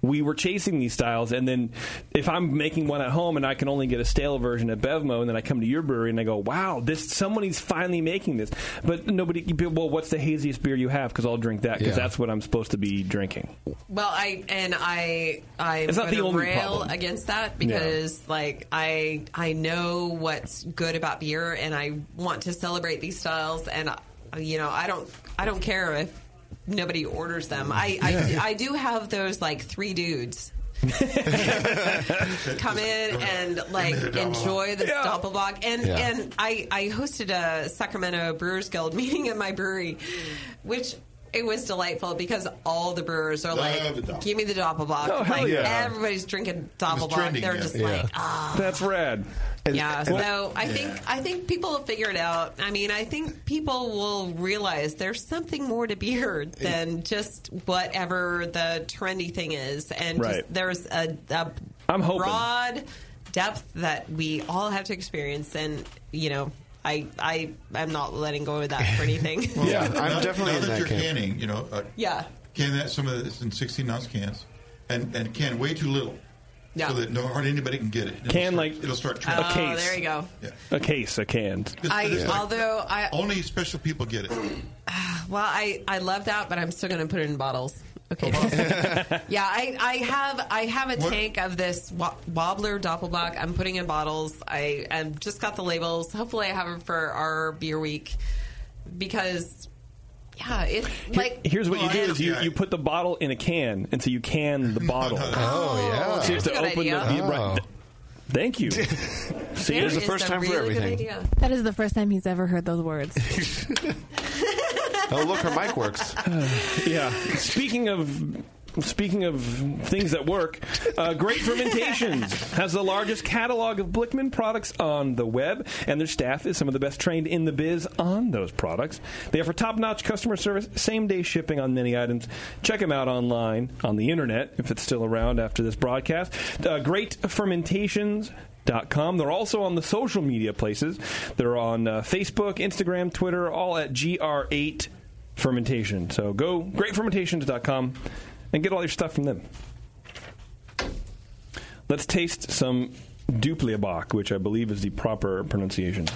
I: We were chasing these styles, and then if I'm making one at home and I can only get a stale version at Bevmo, and then I come to your brewery and I go, "Wow, this somebody's finally making this," but nobody. Well, what's the haziest beer you have? Because I'll drink that because
N: Yeah.
I: that's what I'm supposed to be drinking.
N: Well, I and I I
I: It's not the only
N: rail
I: problem.
N: against that
I: Yeah.
N: because like I I know what's good about beer and I want to celebrate these styles and uh, you know I don't I don't care if nobody orders them. I
A: Yeah.
N: I, I do have those like three dudes. come in and like enjoy the doppelbock and
A: Yeah.
N: and I, I hosted a Sacramento Brewers Guild meeting at my brewery, which it was delightful because all the brewers are
K: Love the
N: like,
K: Doppelbock.
N: "Give me the doppelbock!"
I: Oh, hell
N: like
I: yeah.
N: everybody's drinking doppelbock. They're just like, ah,
I: That's rad.
N: yeah. So I think I think people will figure it out. I mean, I think people will realize there's something more to beer than just whatever the trendy thing is, and
I: Right.
N: just, there's a, a
I: I'm hoping.
N: broad depth that we all have to experience, and you know. I I am not letting go of that for anything.
K: now, now that you're canning, you know, uh,
N: Yeah.
K: can that some of this in 16 ounce cans, and and can way too little,
N: Yeah.
K: so that no hardly anybody can get it. It'll
I: Can,
K: start,
I: like,
K: it'll start
N: Oh,
K: trickling.
N: there you go.
I: A case, a can.
N: I although I
K: Only special people get it.
N: Well, I, I love that, but I'm still going to put it in bottles. Okay. yeah, I, I have I have a
A: What-
N: tank of this wo- wobbler doppelbock. I'm putting in bottles. I I've just got the labels. Hopefully, I have them for our beer week because yeah, it's like
I: Here's what you do: is you, you put the bottle in a can, and so you can the bottle.
N: Oh, yeah. Oh.
I: So you
N: that's
I: have to
N: a good
I: open the.
N: idea.
I: you- right. Th- Thank you. See,
N: That is a really good idea.
G: That is the first time he's ever heard those words.
J: Oh, look, her mic works.
I: yeah. Speaking of. Speaking of things that work, uh, Great Fermentations has the largest catalog of Blickman products on the web, and their staff is some of the best trained in the biz on those products. They offer top notch customer service, same day shipping on many items. Check them out online on the internet if it's still around after this broadcast. Uh, Great Fermentations. Dot com. They're also on the social media places. They're on uh, Facebook, Instagram, Twitter, all at GR8 fermentation. So go greatfermentations.com and get all your stuff from them. Let's taste some Dupliabach, which I believe is the proper pronunciation.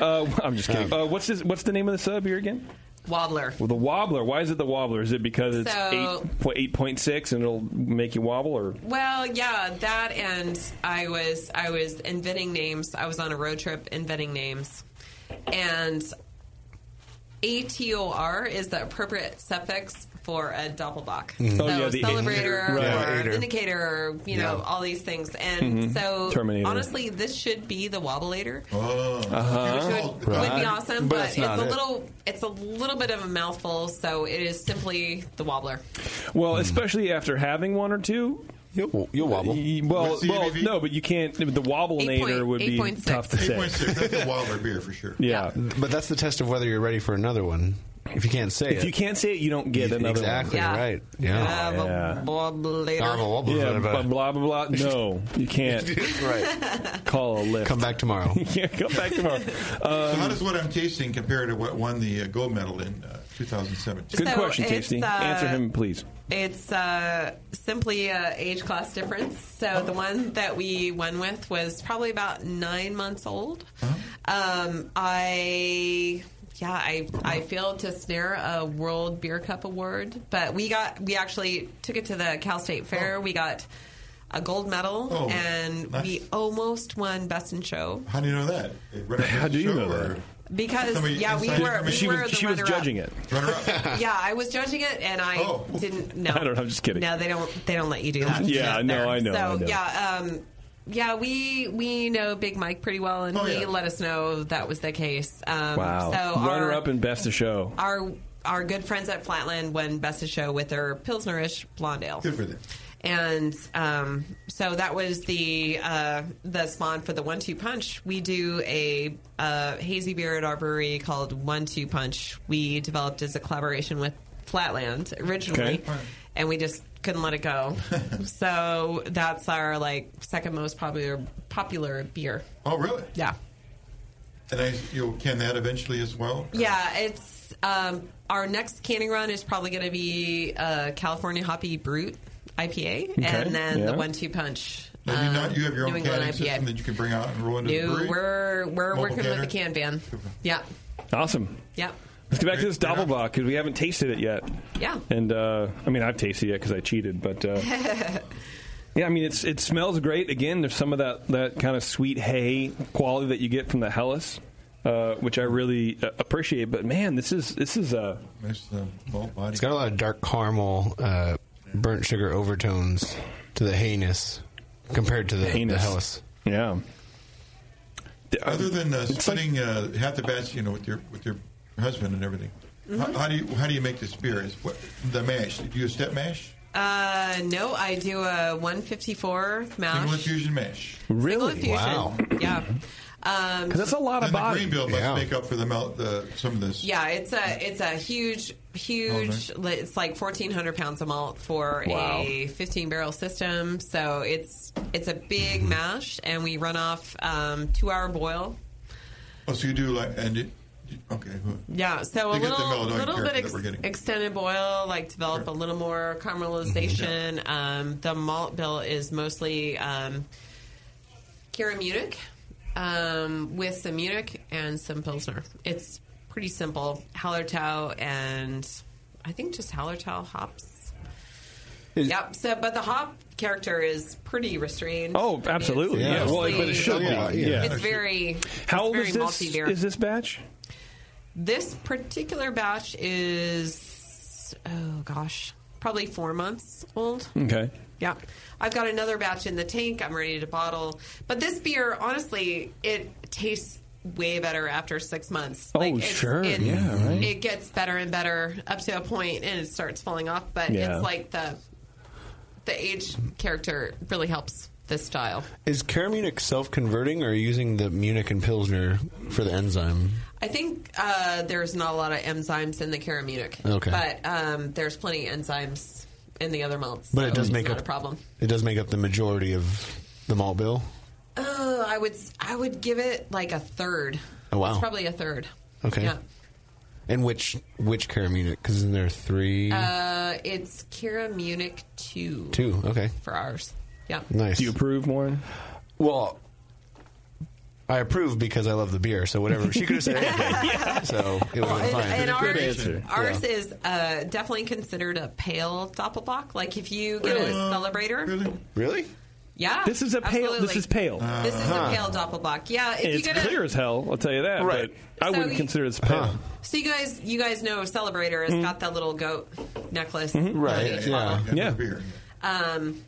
I: Uh, I'm just
N: Oh.
I: kidding. Uh, what's this, what's the name of this uh, beer again?
N: Wobbler.
I: Well, the wobbler. Why is it the wobbler? Is it because it's
N: So-
I: eight point six and it'll make you wobble, or
N: Well, yeah, that and I was I was inventing names. I was on a road trip inventing names, and ATOR is the appropriate suffix for a doppelbock.
I: Mhm.
N: So
I: Oh, yeah, the
N: celebrator
I: indicator. Right.
N: or
I: Indicator.
N: indicator, you know,
I: Yeah.
N: all these things. And
I: Mhm.
N: so,
I: Terminator.
N: honestly, this should be the wobblilator.
K: Oh,
I: uh-huh.
N: It would be awesome, but, it's a
I: not it.
N: little it's a little bit of a mouthful, so it is simply the wobbler.
I: Well, especially after having one or two, You'll, you'll wobble. Well,
K: What's the
I: well
K: ABV?
I: no, but you can't. The wobblenator would be tough to say.
K: 8.6. That's a Wilder beer for sure.
I: Yeah.
J: But that's the test of whether you're ready for another one. If you can't say it.
I: If you can't say it, you don't get
J: You-
I: another
J: exactly
I: one.
J: right. Yeah.
I: Oh, yeah. Yeah,
J: blah, blah.
I: blah, blah, blah. No, you can't. right. Call a lift.
J: Come back tomorrow.
I: yeah, come back tomorrow. Um,
K: so how does what I'm tasting compare to what won the uh, gold medal in uh, 2017?
I: Good
N: So
I: question,
N: it's,
I: Tasty.
N: uh,
I: Answer him, please.
N: It's uh, simply a age class difference. So the one that we won with was probably about nine months old.
K: Uh-huh.
N: Um, I yeah, I I failed to snare a World Beer Cup award, but we got we actually took it to the Cal State Fair. We got a gold medal,
K: Oh,
N: and
K: nice.
N: we almost won Best in Show
K: How do you know that? How do you know that?
N: because
K: Somebody
N: yeah, we
K: inside
N: were we
K: information?
N: were the runner-up.
I: it.
K: Runner up.
N: Yeah, I was judging it, and I
K: Oh.
N: didn't know.
I: I don't know. I'm just kidding.
N: No, they don't. They don't let you do that.
I: Yeah,
N: out
I: no,
N: there.
I: I know,
N: So
I: I know.
N: yeah, um, yeah, we we know Big Mike pretty well, and
I: Oh,
N: he
I: yeah.
N: let us know that was the case. Um,
I: wow.
N: So
I: Runner
N: our,
I: up and best of show.
N: our our good friends at Flatland won Best of Show with their Pilsnerish Blonde Ale.
K: Good for them.
N: And um, so that was the uh, the spawn for the One Two Punch. We do a, uh hazy beer at our brewery called One Two Punch. We developed as a collaboration with Flatland originally,
I: Okay.
N: and we just couldn't let it go. so that's our like second most popular popular beer.
K: Oh, really?
N: Yeah.
K: And I, you can that eventually as well.
N: Yeah, it's um, our next canning run is probably going to be uh, California Hoppy Brute IPA,
K: Okay,
N: and then
K: yeah.
N: the One Two Punch.
K: Now, you, know,
N: um,
K: you have your own
N: New England
K: canning system that you can bring out and roll into the
N: No,
K: brewery.
N: we're we're
K: Mobile
N: working
K: canner?
N: with the can van. Yeah,
I: Awesome.
N: yeah,
I: Let's get back to this Doppelbock because we haven't tasted it yet.
N: yeah.
I: And uh, I mean, I've tasted it because I cheated, but uh, yeah, I mean, it's it smells great. Again, there's some of that that kind of sweet hay quality that you get from the Hellas, uh, which I really uh, appreciate. But man, this is this is a
J: It's got a lot of dark caramel, uh, burnt sugar overtones to the hayness compared to the, the
I: Hayness.
J: Hellas.
I: Yeah.
K: Other than uh, splitting uh, half the batch, you know, with your with your husband and everything,
N: Mm-hmm.
K: how, how do you how do you make this beer? Is what the mash? Do you a step mash?
N: Uh, no, I do a 154
K: Single
N: mash.
K: infusion mash.
N: Single infusion. Yeah. Um,
K: Then The green bill must make up for the melt the, some of this.
N: Yeah, it's a it's a huge huge.
K: Oh,
N: li It's like fourteen hundred pounds of malt for
K: Wow.
N: a fifteen barrel system. So it's it's a big mash, and we run off um, two hour boil.
K: Oh, so you do like and it, okay.
N: Yeah, so a
K: They get the
N: little
K: Melanoid
N: little bit
K: character that
N: ex-
K: we're getting.
N: extended boil, like develop a little more caramelization. Um, the malt bill is mostly um, Kira Munich um, with some Munich and some Pilsner. It's pretty simple. Hallertau and I think just Hallertau hops. yep. So, but the hop character is pretty restrained.
I: Oh, absolutely.
N: It's
I: Yeah, well,
N: mostly-
I: but it should be. Yeah, yeah.
N: It's very.
I: How
N: it's
I: old
N: very
I: is this?
N: malty beer.
I: Is this batch?
N: This particular batch is, oh gosh, probably four months old.
I: Okay.
N: Yeah. I've got another batch in the tank. I'm ready to bottle. But this beer, honestly, it tastes way better after six months.
I: Oh,
N: it's-
I: sure.
N: it's-
I: Yeah, right.
N: It gets better and better up to a point and it starts falling off. But
J: Yeah.
N: it's like the the age character really helps this style.
J: Is Caramunic self converting or using the Munich and Pilsner for the enzyme?
N: I think uh, there's not a lot of enzymes in the caramunic.
J: Okay.
N: But um, there's plenty of enzymes in the other malts.
J: But
N: so
J: it does
N: it's
J: make
N: not
J: up
N: a problem.
J: It does make up the majority of the malt bill.
N: Oh, I would I would give it like a third.
J: Oh, wow.
N: It's probably a third.
J: Okay.
N: Yeah.
J: And which which Caramunic? Because isn't there three?
N: Uh, it's Kira Munich two.
J: Two, okay.
N: For ours. Yeah.
J: Nice. Do you
I: approve, Warren?
J: Well, I approve because I love the beer. So whatever she could have said, anything. so it would have been
N: And,
J: fine.
N: and ours, ours is uh, definitely considered a pale doppelbock. Like if you get
J: Really?
N: a celebrator,
J: really.
N: yeah,
I: This is a pale. This
N: Oh, absolutely.
I: is pale.
N: This is
J: Uh-huh.
K: Uh-huh.
N: a pale doppelbock. Yeah, if
I: It's
N: you get a,
I: clear as hell. I'll tell you that. Right. But I
N: So
I: wouldn't
N: you-
I: consider this pale.
N: So you guys, you guys know Celebrator has got that little goat necklace, on
I: Mm-hmm. Right.
N: each bottle.
I: Yeah.
N: Um,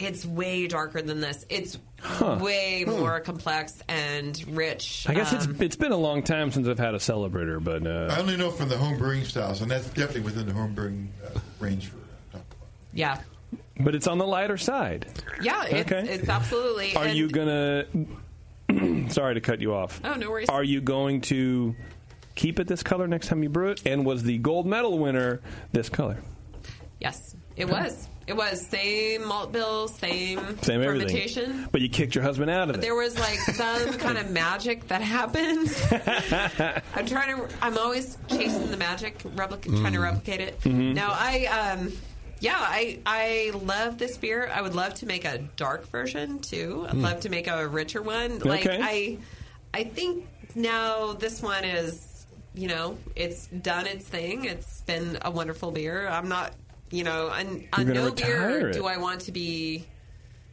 N: it's way darker than this. It's
I: Huh.
N: way
I: Hmm.
N: more complex and rich.
I: I guess
N: Um,
I: it's it's been a long time since I've had a celebrator, but
K: I
I: uh,
K: only know from the home brewing styles, and that's definitely within the home brewing uh, range for.
N: yeah.
I: But it's on the lighter side.
N: Yeah, it's,
I: Okay.
N: it's absolutely.
I: Are
N: and-
I: you gonna? sorry to cut you off.
N: Oh, no worries.
I: Are you going to keep it this color next time you brew it? And was the gold medal winner this color?
N: Yes, it was. It was same malt bill, same,
I: Same everything.
N: fermentation.
I: But you kicked your husband out of
N: But
I: it.
N: there was like some kind of magic that happened. I'm trying to. I'm always chasing the magic, replic- trying to
A: Mm.
N: replicate it.
A: Mhm.
N: No, I. Um, yeah, I I love this beer. I would love to make a dark version too. I'd
A: Mm.
N: love to make a richer one. Like
A: Okay.
N: I, I think now this one is. You know, it's done its thing. It's been a wonderful beer. I'm not. You know, on, on
A: You're gonna
N: no beer
A: retire it.
N: do I want to be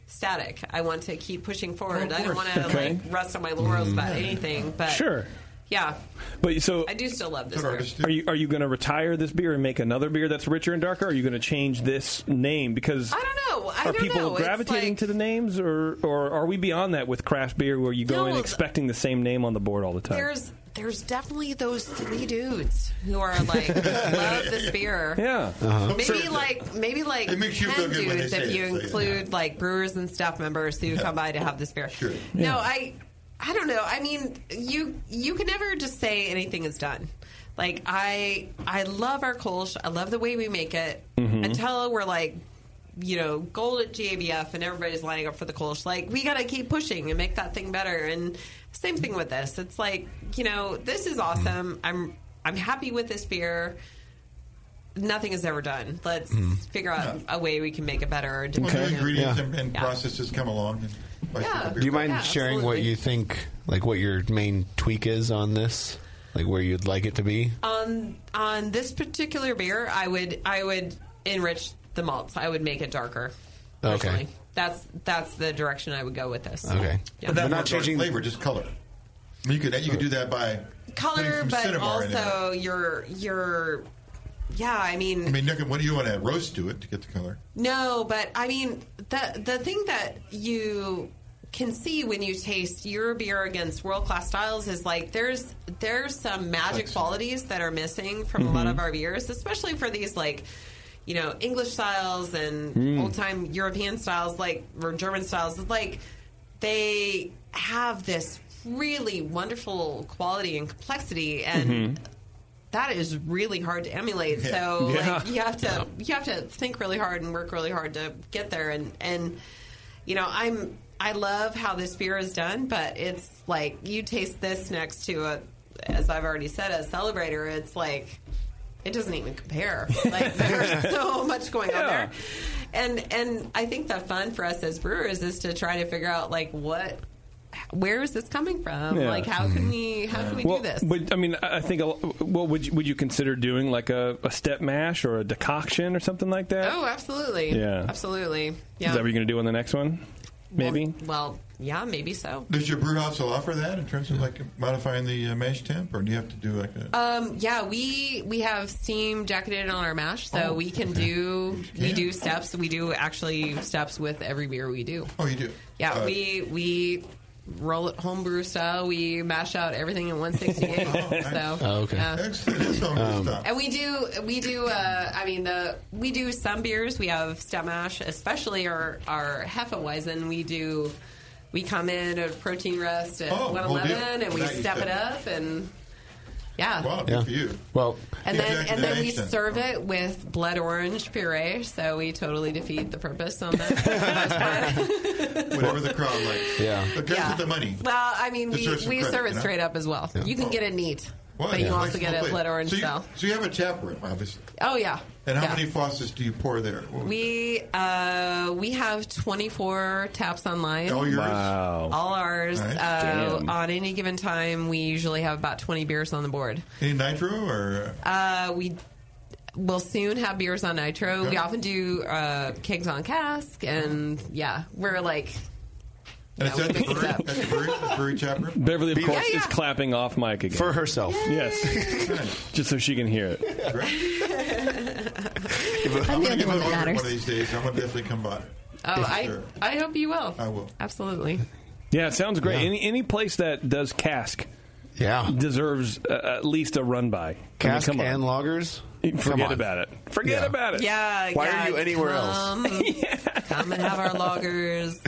N: static. I want to keep pushing forward.
A: Oh, of
N: I don't
A: course.
N: want to
A: Okay. Mm.
N: like rest on my laurels about anything. But
I: Sure.
N: yeah,
I: But so
N: I do still love this beer.
I: Are you are you going to retire this beer and make another beer that's richer and darker? Or are you going to change this name because
N: I don't know. I
I: are
N: don't
I: people
N: know. It's
I: gravitating to the names, or or are we beyond that with craft beer where you go in expecting the same name on the board all the time?
N: There's there's definitely those three dudes who are like love this beer.
I: yeah,
N: Maybe like maybe like
K: Uh-huh. It makes you feel
N: ten
K: good when they
N: dudes
K: say
N: if
K: it,
N: you
K: so, yeah.
N: include like brewers and staff members who come by to have this beer. No, I I don't know. I mean, you you can never just say anything is done. Like I I love our Kolsch. I love the way we make it.
J: Mm-hmm.
A: Mhm.
N: Until we're like you know, gold at GABF and everybody's lining up for the Kolsch. Like, we got to keep pushing and make that thing better. And same thing with this. It's like, you know, this is
J: Mm-hmm.
N: awesome. I'm I'm happy with this beer. Nothing is ever done. Let's
K: Mm.
N: figure out a way we can make it better. or
K: Well,
N: different.
K: new
J: Mm-hmm.
K: ingredients
J: Yeah.
K: and, and
N: Yeah.
K: processes come along. And
N: Yeah.
J: Do you mind sharing what you think, like what your main tweak is on this, like where you'd like it to be?
N: on on this particular beer, I would I would enrich the malts. I would make it darker.
J: Okay.
N: personally. That's that's the direction I would go with this.
J: Okay.
N: Yeah.
K: But not changing flavor, just color. I mean, you could you could do that by putting
N: color,
K: some
N: but
K: cinnabar in there.
N: also your your yeah. I mean,
K: I mean, Nick, what do you want to add? Roast to it to get the color.
N: no, but I mean the the thing that you can see when you taste your beer against world class styles is like there's there's some magic qualities that are missing from a lot
A: Mhm.
N: of our beers, especially for these like. You know, English styles and
A: Mm.
N: old time European styles, like, or German styles, it's like, they have this really wonderful quality and complexity and
H: Mm-hmm.
N: that is really hard to emulate so
A: Yeah.
N: like, you have to you have to think really hard and work really hard to get there and and you know i'm i love how this beer is done but it's like you taste this next to a as i've already said a celebrator it's like it doesn't even compare like there's so much going on there and and i think the fun for us as brewers is to try to figure out like what where is this coming from
I: Yeah.
N: like how can we how can we
I: well,
N: do this
I: But I mean, I I think. a lo- Well, would you, would you consider doing like a, a step mash or a decoction or something like that?
N: Oh, absolutely.
I: Yeah.
N: Absolutely.
I: Is
N: Yeah.
I: that what you're going to do on the next one? Maybe.
N: well, yeah, maybe so.
K: Does your brew house allow for that in terms of like modifying the uh, mash temp, or do you have to do like a?
N: Um, yeah, we we have steam jacketed on our mash,
I: Oh.
N: so we can do we do steps. We do actually steps with every beer we do.
K: Oh, you do.
N: Yeah,
K: Uh,
N: we we roll it homebrew style. We mash out everything in 168.
I: Mm-hmm.
N: so
J: Oh, okay.
N: yeah.
J: Um,
N: And we do, we do. Uh, I mean, the we do some beers. We have stout mash, especially our our Hefeweizen. We do. We come in at protein rest at
A: Oh,
N: one
A: we'll do.
N: eleven, and we
A: Now you
N: step
A: said
N: it
A: that.
N: up, and yeah,
J: yeah. Well,
N: and then
K: Exactly.
N: and then we
K: Excellent.
N: serve it with blood orange puree. So we totally defeat the purpose on that.
K: whatever the crowd likes.
J: Yeah.
K: But guys with the money.
N: well, I mean,
K: Just
N: we, we
K: serve some credit,
N: serve
K: you
N: it
K: know?
N: straight up as well.
K: Yeah.
N: You can get it neat,
K: Well,
N: but
K: yeah.
N: you also get
K: Flexible
N: it blood
K: plate.
N: orange
K: so you,
N: style.
K: So you have a tap room, obviously.
N: Oh yeah.
K: And how
N: Yeah.
K: many faucets do you pour there? Well,
N: We uh, we have 24 taps online.
K: All Oh, yours? Wow.
N: All ours.
K: Nice.
N: Uh,
K: Damn.
N: on any given time, we usually have about 20 beers on the board.
K: Any nitro or?
N: Uh, we will soon have beers on nitro.
K: Okay.
N: We often do uh, kegs on cask, and yeah, we're like.
K: And is
N: Yeah,
K: that
N: we
K: the
N: mix
K: brewery,
N: it up.
K: that's the brewery, the brewery tap room?
I: Beverly, of
K: Yeah,
I: course,
K: yeah.
I: is clapping off mic again
J: for herself.
I: Yes, just so she can hear it.
N: Oh,
K: I'm
N: the
K: gonna
N: only
K: give
N: one
K: it
N: that
K: over
N: matters.
K: One of these days, I'm gonna definitely come by.
N: Oh, I, I hope you will.
K: I will.
N: Absolutely.
I: Yeah, it sounds great. Any any place that does cask
J: yeah,
I: deserves uh, at least a run by.
J: Cask and loggers. Come
I: Forget
J: on.
I: about it. Forget
J: Yeah.
I: about it.
N: Yeah.
J: Why
N: yeah,
J: are you anywhere
N: come,
J: else?
N: Come and have our loggers.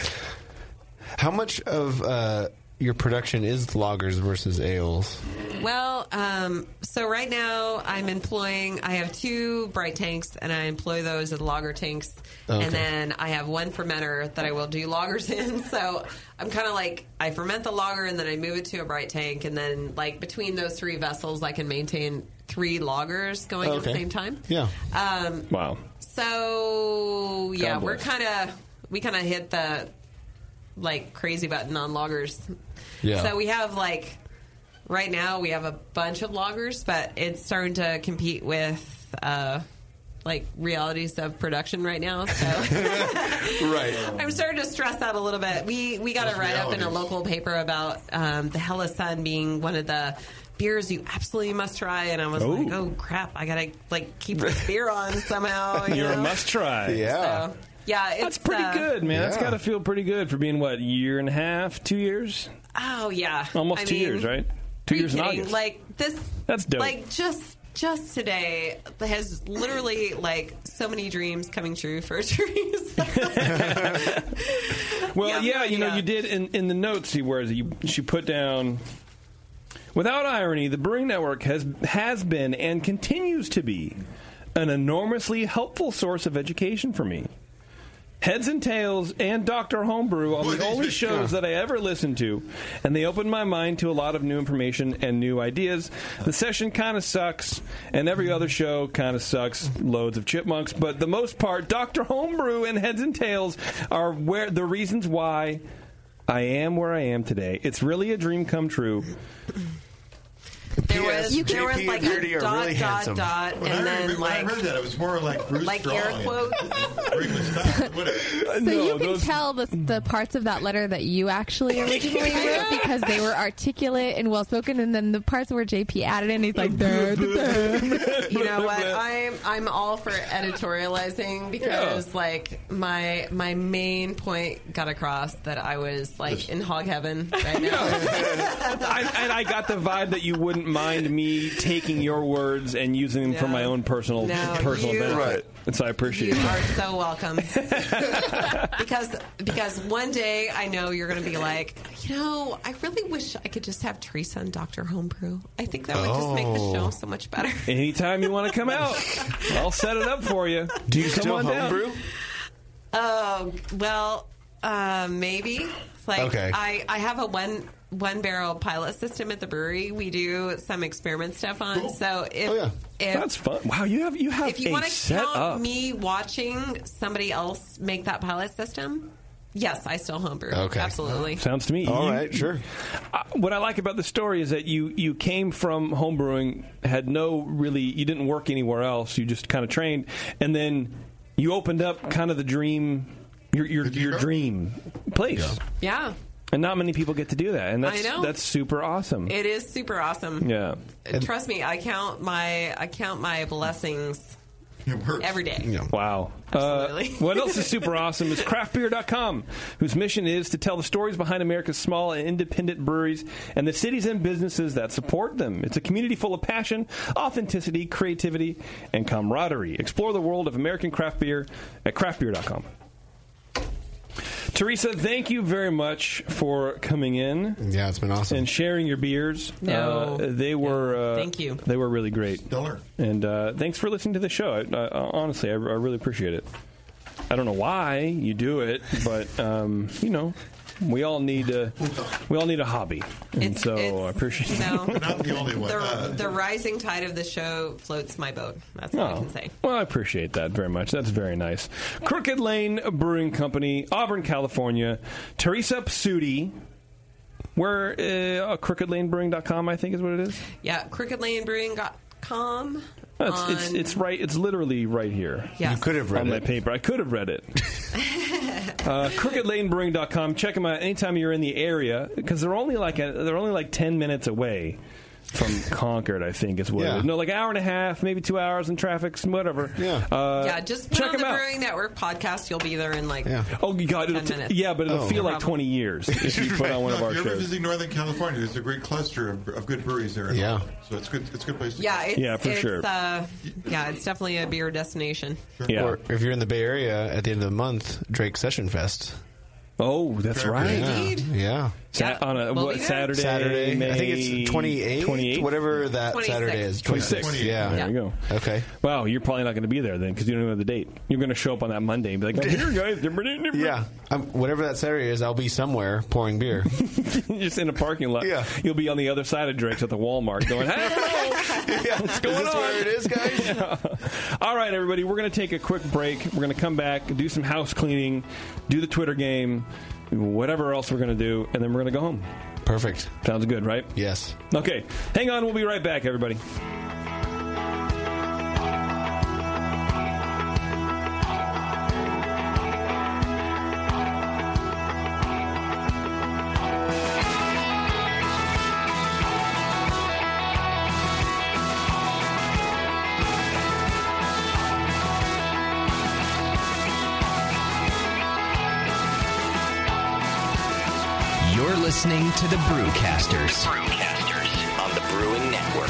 J: How much of uh, your production is loggers versus ales?
N: Well, um, so right now I'm employing. I have two bright tanks, and I employ those as logger tanks.
J: Okay.
N: And then I have one fermenter that I will do loggers in. So I'm kind of like I ferment the logger, and then I move it to a bright tank, and then like between those three vessels, I can maintain three loggers going at the
I: Okay.
N: same time.
J: Yeah.
N: Um,
I: Wow.
N: so yeah,
I: God
N: we're
I: bless.
N: kind of we kind of hit the like crazy button on loggers.
I: Yeah.
N: So we have like right now we have a bunch of loggers, but it's starting to compete with uh, like realities of production right now. So
J: right.
N: I'm starting to stress out a little bit. We we got a write up in a local paper about um, the Hella Sun being one of the beers you absolutely must try, and I was like, oh crap, I gotta like keep this beer on somehow. you
I: You're a
N: know?
I: must try.
N: Oh, So, yeah, it's
I: That's pretty
N: uh,
I: good, man. That's got to feel pretty good for being what year and a half, two years,
N: Oh yeah,
I: almost
N: I
I: two
N: mean,
I: years, right?
N: are
I: Two
N: you
I: years in
N: kidding?
I: August.
N: Like this.
I: That's dope.
N: Like just just today has literally like so many dreams coming true for trees.
I: Well, yeah, you know, you did in, in the notes. He where you she put down. Without irony, the Brewing Network has has been and continues to be an enormously helpful source of education for me. Heads and Tails and Doctor Homebrew are the only shows that I ever listened to, and they opened my mind to a lot of new information and new ideas. The session kind of sucks, and every other show kind of sucks. Loads of chipmunks, but the most part, Doctor Homebrew and Heads and Tails are where the reasons why I am where I am today. It's really a dream come true.
N: There was
I: You
N: there was
I: JP
N: like
I: and Beardy
N: a
I: are
N: dot
I: really
N: dot
I: handsome.
N: dot,
I: When
N: and
I: I
N: then
I: remember- when
N: like
I: I heard
K: that, it was more like Bruce
N: like
K: Strong
N: air
K: and-
N: quotes.
G: So you can tell the, the parts of that letter that you actually originally wrote because they were articulate and well spoken, and then the parts where JP added in, he's like, duh, duh, duh.
N: you know what? I'm I'm all for editorializing because like my my main point got across that I was like in hog heaven right now.
I: I, and I got the vibe that you wouldn't mind me taking your words and using them for my own personal
N: No,
I: personal
N: you-
I: benefit. And so I appreciate
N: You
I: it.
N: are so welcome. because because one day I know you're going to be like, you know, I really wish I could just have Teresa and Doctor Homebrew. I think that would just make the
I: Oh.
N: show so much better.
I: Anytime you want to come out, I'll set it up for you.
J: Do you
I: come
J: still
I: on down.
J: homebrew?
N: Oh well, uh, maybe. Like
J: Okay.
N: I, I have a one one barrel pilot system at the brewery. We do some experiment stuff on. So if, if
I: That's fun. Wow, you have you have
N: if you
I: a
N: want to
I: set
N: count
I: up.
N: me watching somebody else make that pilot system, yes, I still homebrew. absolutely.
I: Sounds to me.
N: All
I: All right,
N: right,
I: sure. Uh, what I like about the story is that you you came from homebrewing, had no really, you didn't work anywhere else. You just kind of trained, and then you opened up kind of the dream, your your, your dream place.
N: Yeah,
I: And not many people get to do that, and
N: I
I: that's
N: know.
I: that's super awesome.
N: it is super awesome.
I: yeah.
N: Trust me, I count my I count my blessings every day.
I: Wow. Uh, what else is super awesome is craftbeer.com, whose mission is to tell the stories behind America's small and independent breweries and the cities and businesses that support them. It's a community full of passion, authenticity, creativity, and camaraderie. Explore the world of American craft beer at craftbeer.com. Teresa, thank you very much for coming in.
J: Yeah, it's been awesome.
I: And sharing your beers.
N: No.
I: Uh, they were. Uh,
N: Thank you.
I: They were really great. Stellar. And uh, thanks for listening to the show. I, I, honestly, I, I really appreciate it. I don't know why you do it, but um, you know, we all need a, we all need a hobby, and so I appreciate.
N: No.
I: it.
N: Not the only one. Uh, The, the rising tide of the show floats my boat. That's all I
I: Oh,
N: can say.
I: Well, I appreciate that very much. That's very nice. Crooked Lane Brewing Company, Auburn, California. Teresa Psudi. Where uh, uh, crookedlanebrewing.com, I think is what it is.
N: Yeah, crookedlanebrewing.com.
I: Oh, It's, it's,
N: on-
I: it's right. It's literally right here.
N: Yes. You could
I: have read on my paper. I could have read it. uh, crookedlanebrewing.com. Check them out anytime you're in the area because they're only like a, they're only like ten minutes away from Concord, I think is what
J: Yeah.
I: it is. No, like hour and a half, maybe two hours in traffic, whatever. Yeah. Uh,
N: yeah, just put
I: check
N: on the
I: them out.
N: Brewing Network podcast. You'll be there in like
I: Oh God! It'll
N: 10
I: t-
N: minutes.
I: yeah, but it'll
N: Oh.
I: feel
N: No
I: like
N: problem.
I: twenty years if you put on one
K: No,
I: of our
K: if you're ever
I: shows.
K: visiting Northern California, there's a great cluster of, of good breweries there. Yeah, so it's good. It's a good place. To
N: Yeah,
K: go.
N: it's, it's, Uh, yeah, it's definitely a beer destination.
J: Or if you're in the Bay Area at the end of the month, Drake Session Fest.
I: Oh, that's right.
J: Yeah. yeah.
I: Sa- on a Uh, what, Saturday,
J: Saturday. I think
I: May
J: it's 28th,
I: 28th?
J: whatever that Saturday is. 26th. Yeah.
I: There you go.
J: Okay.
I: Wow, you're probably not going to be there then because you don't know the date. You're going to show up on that Monday and be like, I'm here, guys.
J: yeah. I'm, Um, whatever that Saturday is, I'll be somewhere pouring beer.
I: Just in a parking lot. Yeah. You'll be on the other side of Drake's at the Walmart going, hey, what's going on?
J: it is, guys?
I: All right, everybody, we're going to take a quick break. We're going to come back, do some house cleaning, do the Twitter game, whatever else we're going to do, and then we're going to go home.
J: Perfect.
I: Sounds good, right?
J: Yes.
I: Okay, hang on. We'll be right back, everybody.
D: You're listening to the Brewcasters.
M: Brewcasters.
D: on the Brewing Network.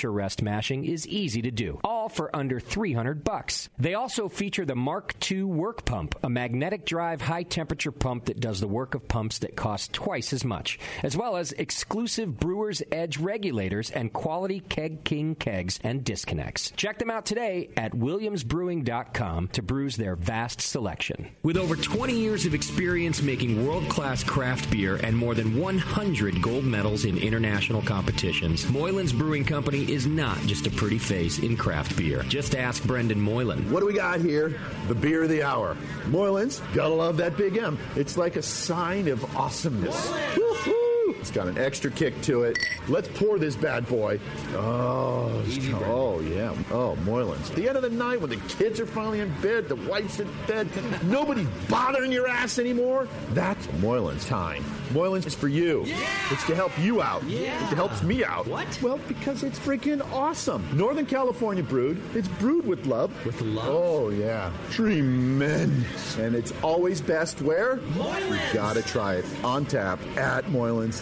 R: rest mashing is easy to do, all for under 300 bucks. They also feature the Mark II work pump, a magnetic drive high temperature pump that does the work of pumps that cost twice as much, as well as exclusive Brewers Edge regulators and quality Keg King kegs and disconnects. Check them out today at williamsbrewing.com to brews their vast selection. With over 20 years of experience making world class craft beer and more than 100 gold medals in international competitions, Moylan's Brewing Company is not just a pretty face in craft beer. Just ask Brendan Moylan.
A: What do we got here? The beer of the hour. Moylan's, gotta love that big M. It's like a sign of awesomeness. Woo-hoo! It's got an extra kick to it. Let's pour this bad boy. Oh, it's co- oh yeah. Oh, Moylan's. At the end of the night, when the kids are finally in bed, the wife's in bed, nobody's bothering your ass anymore. That's Moylan's time. Moylan's is for you. It's to help you out. It helps me out. What? Well, because it's freaking awesome. Northern California brewed. It's brewed with love. With love. Oh yeah, tremendous. And it's always best where you gotta try it on tap at Moylan's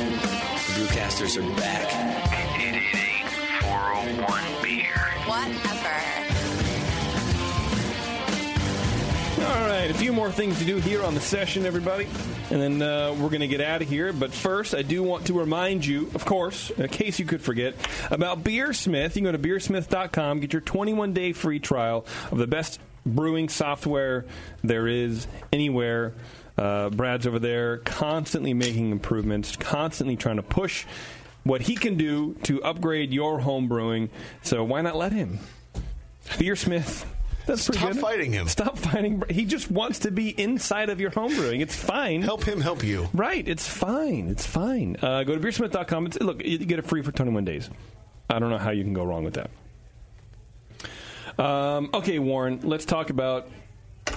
S: Brewcasters are back.
M: It ain't 401 beer.
G: Whatever.
I: All right, a few more things to do here on the session, everybody. And then uh, we're going to get out of here. But first, I do want to remind you, of course, in case you could forget, about Beersmith. You can go to beersmith.com, get your 21 day free trial of the best brewing software there is anywhere. Uh, Brad's over there constantly making improvements, constantly trying to push what he can do to upgrade your home brewing. So why not let him? Beersmith. That's pretty
J: Stop
I: good.
J: fighting him.
I: Stop fighting. He just wants to be inside of your home brewing. It's fine. Help
J: him help you.
I: Right. It's fine. It's fine. Uh, go to beersmith.com. It's, look, you get it free for 21 days. I don't know how you can go wrong with that. Um, okay, Warren, let's talk about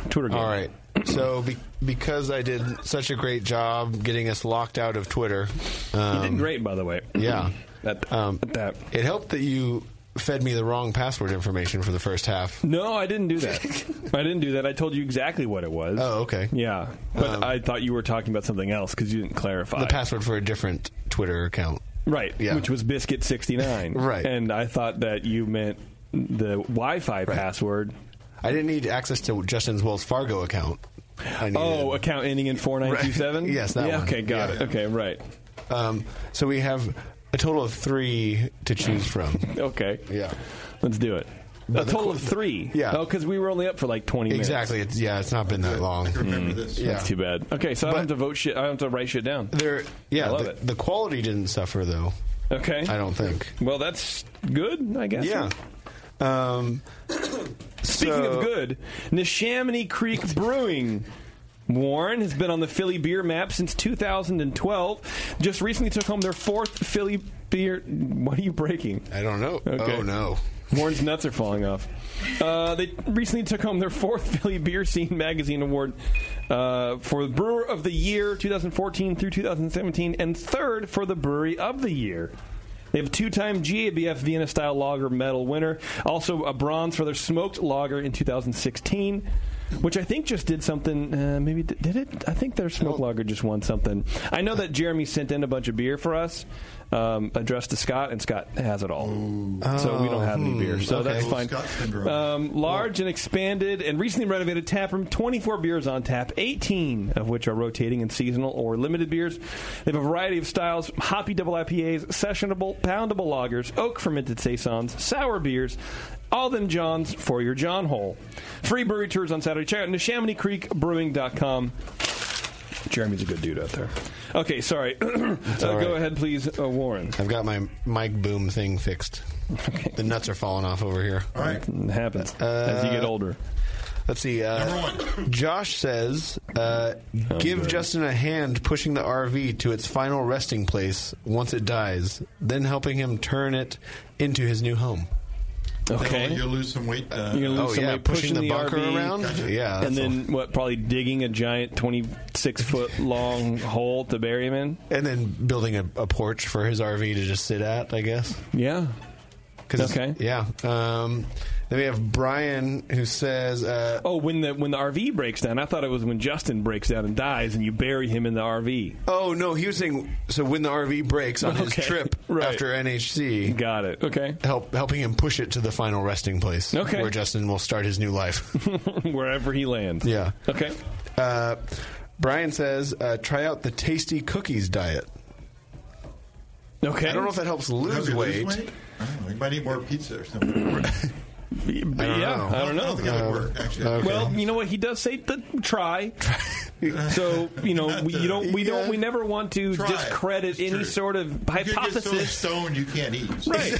I: Twitter game.
J: All right. So be- because I did such a great job getting us locked out of Twitter, um,
I: you did great, by the way.
J: Yeah, Um,
I: at, that
J: it helped that you fed me the wrong password information for the first half.
I: No, I didn't do that. I didn't do that. I told you exactly what it was. Oh,
J: okay. Um,
I: Yeah, but I thought you were talking about something else because you didn't clarify
J: The password for a different Twitter account.
I: Right.
J: Yeah.
I: Which was biscuit sixty nine.
J: Right.
I: And I thought that you meant the Wi Fi password.
J: I didn't need access to Justin's Wells Fargo account. I needed-
I: Oh, account ending in four nine two seven.
J: yes, that
I: yeah,
J: one.
I: Okay, got it. Okay, right.
J: Um, so we have a total of three to choose from.
I: Okay.
J: Yeah.
I: Let's do it. a total of three.
J: Yeah.
I: Oh, because we were only up for like twenty minutes.
J: Exactly. It's, yeah, it's not been that long.
I: Mm, That's too bad. Okay, so I don't have to vote shit. I don't have to write shit down.
J: There. Yeah,
I: I love
J: the,
I: it.
J: the quality didn't suffer though.
I: Okay.
J: I don't think.
I: Well, that's good, I guess.
J: Yeah. Um,
I: Speaking of good, Neshaminy Creek Brewing. Warren has been on the Philly beer map since 2012. Just recently took home their fourth Philly beer. What are you breaking?
J: I don't know. Oh, no.
I: Warren's nuts are falling off. Uh, they recently took home their fourth Philly Beer Scene Magazine Award uh, for Brewer of the Year 2014 through 2017, and third for the Brewery of the Year. They have a two time GABF Vienna Style Lager medal winner, also a bronze for their smoked lager in 2016. Which I think just did something. Uh, maybe d- did it? I think their smoke lager just won something. I know that Jeremy sent in a bunch of beer for us, um, addressed to Scott, and Scott has it all, so we don't have any
P: Hmm.
I: beer. So
P: Okay.
I: that's fine.
P: Scott's been brewing.
I: Um, large and expanded and recently renovated tap room. 24 beers on tap, 18 of which are rotating and seasonal or limited beers. They have a variety of styles hoppy double IPAs, sessionable, poundable lagers, oak fermented saisons, sour beers. All them Johns for your John hole. Free brewery tours on Saturday. Check out NeshaminyCreekBrewing.com. Jeremy's a good dude out there. Okay, sorry. Uh,
J: all
I: Go
J: right.
I: ahead, please, uh, Warren.
J: I've got my mic boom thing fixed. The nuts are falling off over here. All
I: right. It happens as you get older.
J: Let's see. Uh, Josh says, uh,
I: Oh,
J: "Give Justin a hand pushing the RV to its final resting place once it dies, then helping him turn it into his new home."
I: Okay.
K: You'll lose some weight. Uh,
I: You're gonna lose
J: oh,
I: somebody
J: yeah, pushing the bunker
I: RV,
J: around? Yeah, that's
I: and then what? Probably digging a giant twenty-six foot long hole to bury him in.
J: And then building a, a porch for his RV to just sit at, I guess.
I: Yeah.
J: okay. Yeah. Um, Then we have Brian who says, uh,
I: "Oh, when the when the RV breaks down, I thought it was when Justin breaks down and dies, and you bury him in the RV."
J: Oh no, he was saying so when the RV breaks on
I: Okay,
J: his trip
I: right.
J: after NHC.
I: Got it. Okay.
J: Help helping him push it to the final resting place.
I: Okay.
J: Where Justin will start his new life.
I: Wherever he lands.
J: Yeah.
I: Okay.
J: Uh, Brian says, uh, try out the tasty cookies diet.
I: Okay.
J: I don't know if that helps lose
K: Helps you
J: weight.
K: I don't know. You might eat more pizza or something.
I: But yeah,
J: know.
I: I don't know.
K: I don't think it would work, actually.
J: okay.
I: Well, you know what? He does say to try. so you know, we you don't we don't we never want to
K: Try.
I: discredit any sort of
K: You get so
I: hypothesis.
K: stoned you can't eat.
I: Right.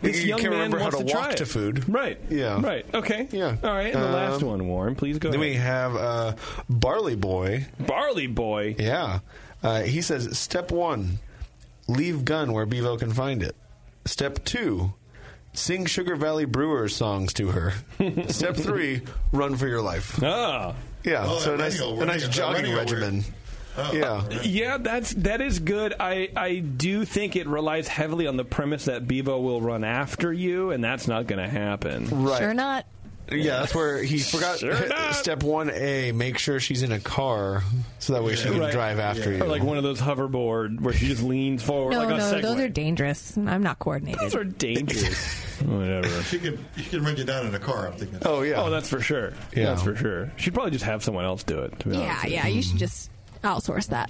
I: This
J: You
I: young
J: can't
I: man
J: remember how
I: wants
J: to
I: try
J: walk
I: it.
J: to food.
I: Right.
J: Yeah.
I: Right. Okay. Yeah. All right. And the last
J: Um,
I: one, Warren. Please go.
J: then
I: ahead.
J: we have uh, Barley Boy.
I: Barley Boy.
J: Yeah. Uh, he says step one, leave gun where Bevo can find it. Step two, sing Sugar Valley Brewers songs to her. step three, run for your life.
I: Ah.
J: Yeah.
K: Oh,
J: so a
K: that
J: nice,
K: radio
J: a
K: works.
J: nice
K: That
J: jogging
K: radio works.
J: regimen.
K: Oh.
J: Yeah.
I: Yeah, that's that is good. I I do think it relies heavily on the premise that Bevo will run after you, and that's not going to happen.
J: Right.
G: Sure not.
J: Yeah, that's where he forgot
I: Sure not.
J: step one A, make sure she's in a car so that way she can
I: Right.
J: drive after you.
I: Or like one of those hoverboard where she just leans forward
G: no,
I: like on a
G: no,
I: Segway.
G: those are dangerous. I'm not coordinated.
I: Those are dangerous. Whatever.
K: She could, she could run you down in a car, I'm thinking.
J: Oh yeah.
I: Oh, that's for sure.
J: Yeah.
I: That's for sure. She'd probably just have someone else do it. To be
G: yeah,
I: honest with
G: yeah. You should just outsource that.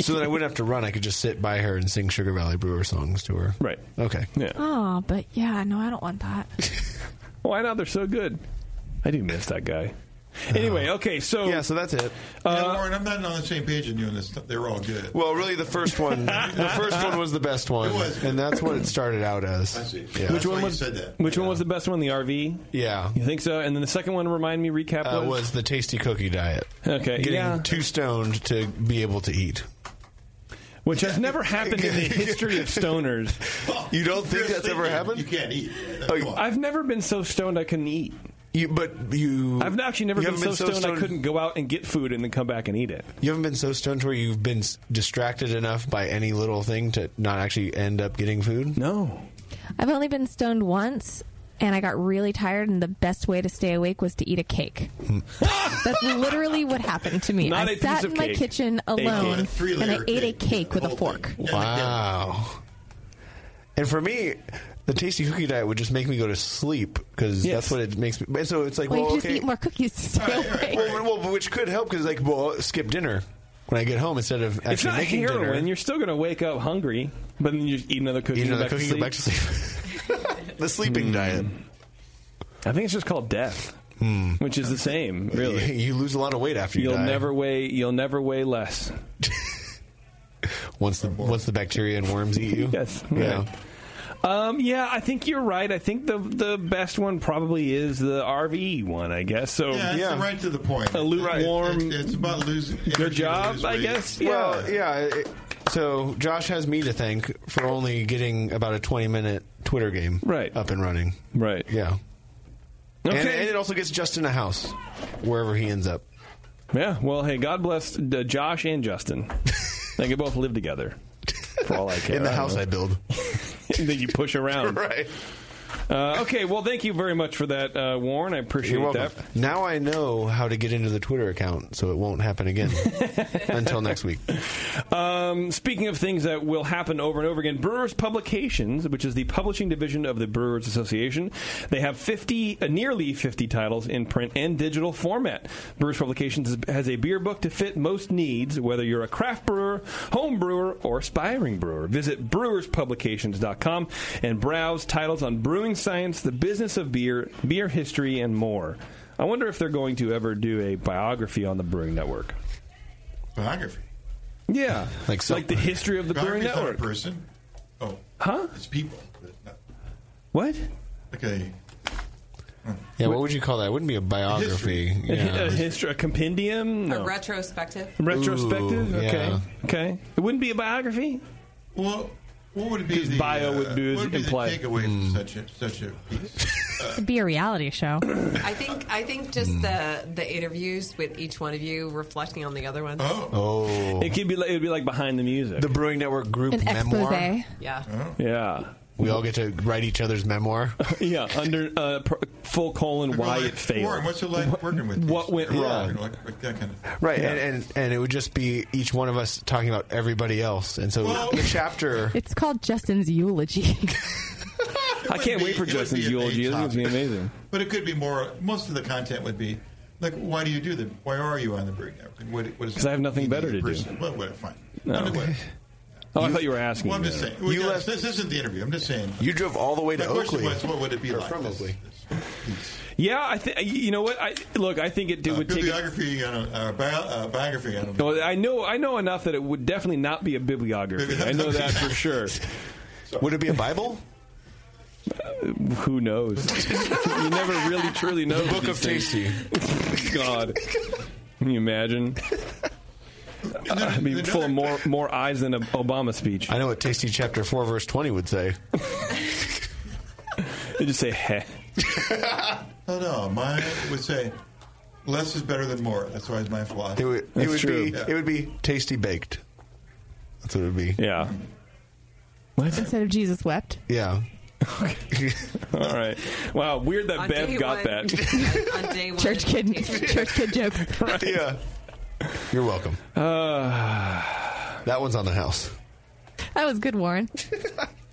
J: so that I wouldn't have to run. I could just sit by her and sing Sugar Valley Brewer songs to her.
I: Right.
J: Okay.
I: Yeah.
G: Oh, but yeah, no, I don't want that.
I: Why not? They're so good. I do miss that guy. Anyway, okay, so Uh,
J: yeah, so that's it.
K: yeah, Warren, I'm not on the same page as you on this. stuff. They're all good.
J: Well, really, the first one, the first one was the best one,
K: It was.
J: and that's what it started out as.
K: I see.
J: Yeah.
K: Which
I: one
K: one
I: was-
K: was said that?
I: Which one was the best one? The RV.
J: Yeah,
I: You think so? And then the second one, remind me, recap
J: uh, was the tasty cookie diet.
I: Okay,
J: getting
I: yeah.
J: too stoned to be able to eat.
I: which has never happened in the history of stoners.
J: You don't think
K: You're
J: that's ever
K: thinking
J: happened?
K: You can't eat.
J: Oh,
K: Come on.
I: I've never been so stoned I couldn't eat.
J: You, but you,
I: I've actually never
J: you
I: been so,
J: haven't
I: stoned, I couldn't go out and get food and then come back and eat it.
J: You haven't been so stoned where you've been s- distracted enough by any little thing to not actually end up getting food.
I: No.
G: I've only been stoned once, and I got really tired, and the best way to stay awake was to eat a cake. That's literally what happened to me.
I: Not
G: I
I: a piece
G: sat
I: of
G: in my
I: cake.
G: kitchen
I: A cake.
G: alone,
K: A three-layer
G: and I ate a
K: cake.
G: cake with
K: The
G: a
K: whole
G: fork.
K: thing. Yeah,
J: Wow. And for me, the tasty cookie diet would just make me go to sleep because
I: Yes.
J: that's what it makes me. And so it's like,
G: Well,
J: well,
G: you just
J: okay,
G: eat more cookies to stay awake.
J: well, well, but which could help because like, well, skip dinner when I get home instead of actually
I: It's not
J: making
I: heroin.
J: dinner.
I: You're still going to wake up hungry, but then you just eat another cookie
J: eat
I: and
J: another
I: go back
J: cookie,
I: to
J: go back to sleep. the sleeping diet.
I: I think it's just called death,
J: Hmm.
I: which is the same, really.
J: You lose a lot of weight after you
I: You'll
J: die.
I: never weigh. You'll never weigh less.
J: once the once the bacteria and worms eat you.
I: Yes.
J: Yeah.
I: Um, yeah, I think you're right. I think the the best one probably is the RVE one. I guess so.
K: Yeah, it's right to the point.
I: A lukewarm-
K: It's, it's about losing. energy to
I: Good job,
K: lose
I: I
K: weight.
I: guess.
J: Well, yeah. it- so Josh has me to thank for only getting about a 20 minute Twitter game
I: Right.
J: up and running.
I: Right.
J: Yeah.
I: Okay.
J: And, and it also gets Justin a house wherever he ends up.
I: Yeah. Well, hey, God bless uh, Josh and Justin. they can both live together. For all I care.
J: In the
I: I don't
J: house
I: know.
J: I build.
I: that you push around.
J: right.
I: Uh, okay. Well, thank you very much for that, uh, Warren. I appreciate
J: You're welcome.
I: that.
J: Now I know how to get into the Twitter account so it won't happen again until next week.
I: Um, speaking of things that will happen over and over again, Brewers Publications, which is the publishing division of the Brewers Association, they have 50, uh, nearly 50 titles in print and digital format. Brewers Publications is- has a beer book to fit most needs, whether you're a craft brewer, home brewer, or aspiring brewer. Visit brewerspublications.com and browse titles on brewing science, the business of beer, beer history, and more. I wonder if they're going to ever do a biography on the Brewing Network.
K: Biography.
I: Yeah,
J: Like so-
I: like the history of the Brewing
K: Biography's not
I: Network.
K: a person. Oh.
I: Huh?
K: It's people. but it's not-
I: What?
K: Like a
J: Yeah, what would you call that? It wouldn't be a biography.
I: A,
J: Yeah.
I: a history, a compendium,
N: A
I: no.
N: retrospective.
I: retrospective.
J: Ooh,
I: okay,
J: yeah.
I: okay. It wouldn't be a biography.
K: Well, what would be
I: 'Cause
K: the
I: bio
K: uh,
I: would do is
K: what would be
I: imply-
K: the takeaway
J: Hmm.
K: from such a such a piece?
G: It'd be a reality show.
N: I think I think just the the interviews with each one of you reflecting on the other ones.
K: Oh,
J: Oh.
I: It could be. Like, it would be like behind the music.
J: The Brewing Network group
G: An
J: memoir.
G: expose.
N: Yeah.
I: yeah.
J: We all get to write each other's memoir.
I: yeah, under uh, pr- full colon why it failed.
K: Warren, what's it like working with
I: What
K: these?
I: went
K: Yeah,
I: wrong?
K: Like, like that kind of
J: Right,
K: Yeah.
J: and, and and it would just be each one of us talking about everybody else, and so the chapter.
G: It's called Justin's eulogy.
I: I can't wait for Justin's eulogy. This is going to be amazing.
K: But it could be more. Most of the content would be like, why do you do that? Why are you on the Brewing Network? And what, what is
I: 'Cause I have nothing better to do.
K: What would fine?
I: No.
K: Anyway.
I: Oh, I thought you were asking.
K: Well, I'm
I: me
K: just
I: that.
K: saying. we got- this isn't the interview. I'm just saying.
J: You drove all the way
K: My question was, what would it be like?
I: Yeah, I think you know what. I look. I think it, would take.
K: bibliography on a, uh, bio, uh, biography on a
I: No, I know. I know enough that it would definitely not be a bibliography. I know that for sure.
J: Would it be a Bible?
I: who knows? you never really truly know. The Book of Tasty. God, can you imagine? I mean, full of more more eyes than an Obama speech.
J: I know what Tasty chapter four verse twenty would say.
I: they just say heh.
K: No, no. Mine would say, less is better than more. That's always my philosophy.
J: It would, it would be it would be tasty baked. That's what it would be.
I: Yeah.
G: Instead of Jesus wept.
J: Yeah.
I: All right. Wow. Weird that
G: On day
I: Bev got
G: one.
I: that.
G: Church kid, church kid jokes.
J: Yeah. You're welcome.
I: Uh.
J: that one's on the house.
G: That was good, Warren.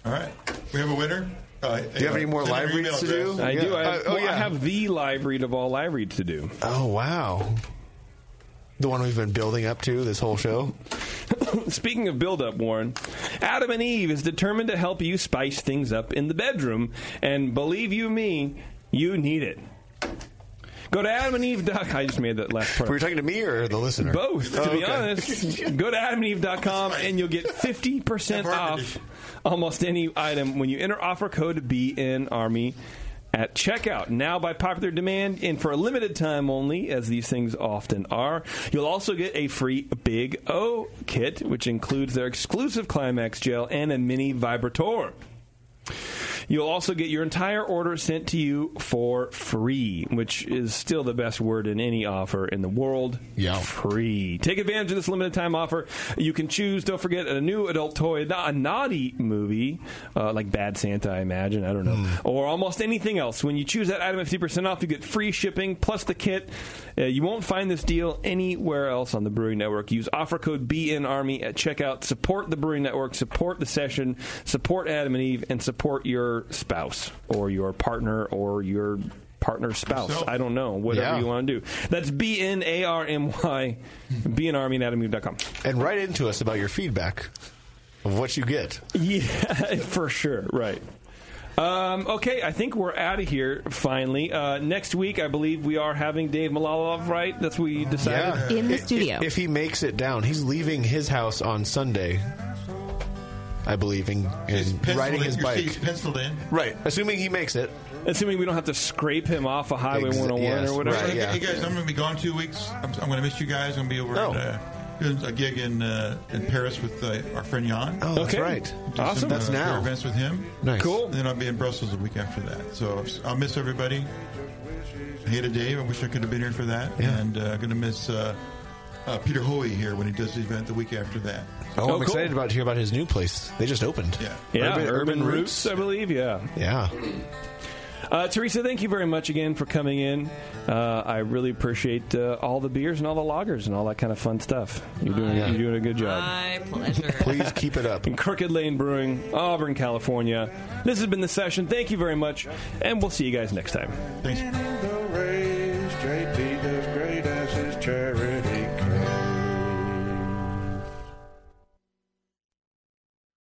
K: All right. We have a winner. Uh,
J: Do you have any more
K: send
J: live
K: your email
J: reads to do?
K: address.
I: I do. I have,
J: Oh,
I: well, I
J: yeah.
I: have the live read of all live reads to do.
J: Oh wow. The one we've been building up to this whole show.
I: Speaking of build up, Warren, Adam and Eve is determined to help you spice things up in the bedroom, and believe you me, you need it. Go to adamandeve.com. I just made that last part.
J: Were you talking to me or the listener?
I: Both, to
J: Oh,
I: be
J: okay.
I: honest. Go to adamandeve.com and you'll get 50% off almost any item when you enter offer code BNARMY at checkout. Now, by popular demand and for a limited time only, as these things often are, you'll also get a free Big O kit, which includes their exclusive Climax gel and a mini vibrator. You'll also get your entire order sent to you for free, which is still the best word in any offer in the world. Yeah. Free. Take advantage of this limited time offer. You can choose, don't forget, a new adult toy, a naughty movie, uh, like Bad Santa, I imagine. I don't know. Or almost anything else. When you choose that item at 50% off, you get free shipping plus the kit. Uh, you won't find this deal anywhere else on the Brewing Network. Use offer code BNARMY at checkout. Support the Brewing Network, support the session, support Adam and Eve, and support your spouse or your partner or your partner's spouse. I don't know. Whatever
J: Yeah.
I: you want to do. That's B-N-A-R-M-Y, BNARMY at AdamandEve.com.
J: And write into us about your feedback of what you get.
I: Yeah, for sure. Right. Um, okay, I think we're out of here finally. Uh, next week, I believe we are having Dave Malalov, right? That's what we decided.
J: I- i- If, he makes it down, he's leaving his house on Sunday, I believe, and, and
K: Penciled
J: riding
K: in.
J: his
K: Your seat's
J: bike.
K: penciled in.
J: Right. Assuming he makes it.
I: Assuming we don't have to scrape him off a of Highway
J: Exa-
I: 101
J: yes,
I: or whatever.
J: right, yeah. Oh.
K: Hey guys, I'm going to be gone two weeks. I'm, I'm going to miss you guys. I'm going to be over at, uh, doing a gig in uh, in Paris with uh, our friend Jan.
J: Oh, that's Okay. right.
K: Do
J: Awesome.
K: Some,
J: That's
K: uh,
J: now.
K: beer Events with him.
J: Nice. Cool.
K: And then I'll be in Brussels a week after that. So I'll miss everybody. I hated Dave. I wish I could have been here for that. And uh, going to miss uh, uh, Peter Hoey here when he does the event the week after that.
J: Oh, I'm excited about to hear about his new place. They just opened. Yeah.
I: Yeah, Urban, Roots, I believe. Yeah.
J: Yeah.
I: Uh, Teresa, thank you very much again for coming in. Uh, I really appreciate uh, all the beers and all the loggers and all that kind of fun stuff. You're doing,
N: My-
I: you're doing a good job.
N: My pleasure.
J: Please keep it up.
I: In Crooked Lane Brewing, Auburn, California. This has been the session. Thank you very much, and we'll see you guys next time.
K: Thanks.
B: the race, JP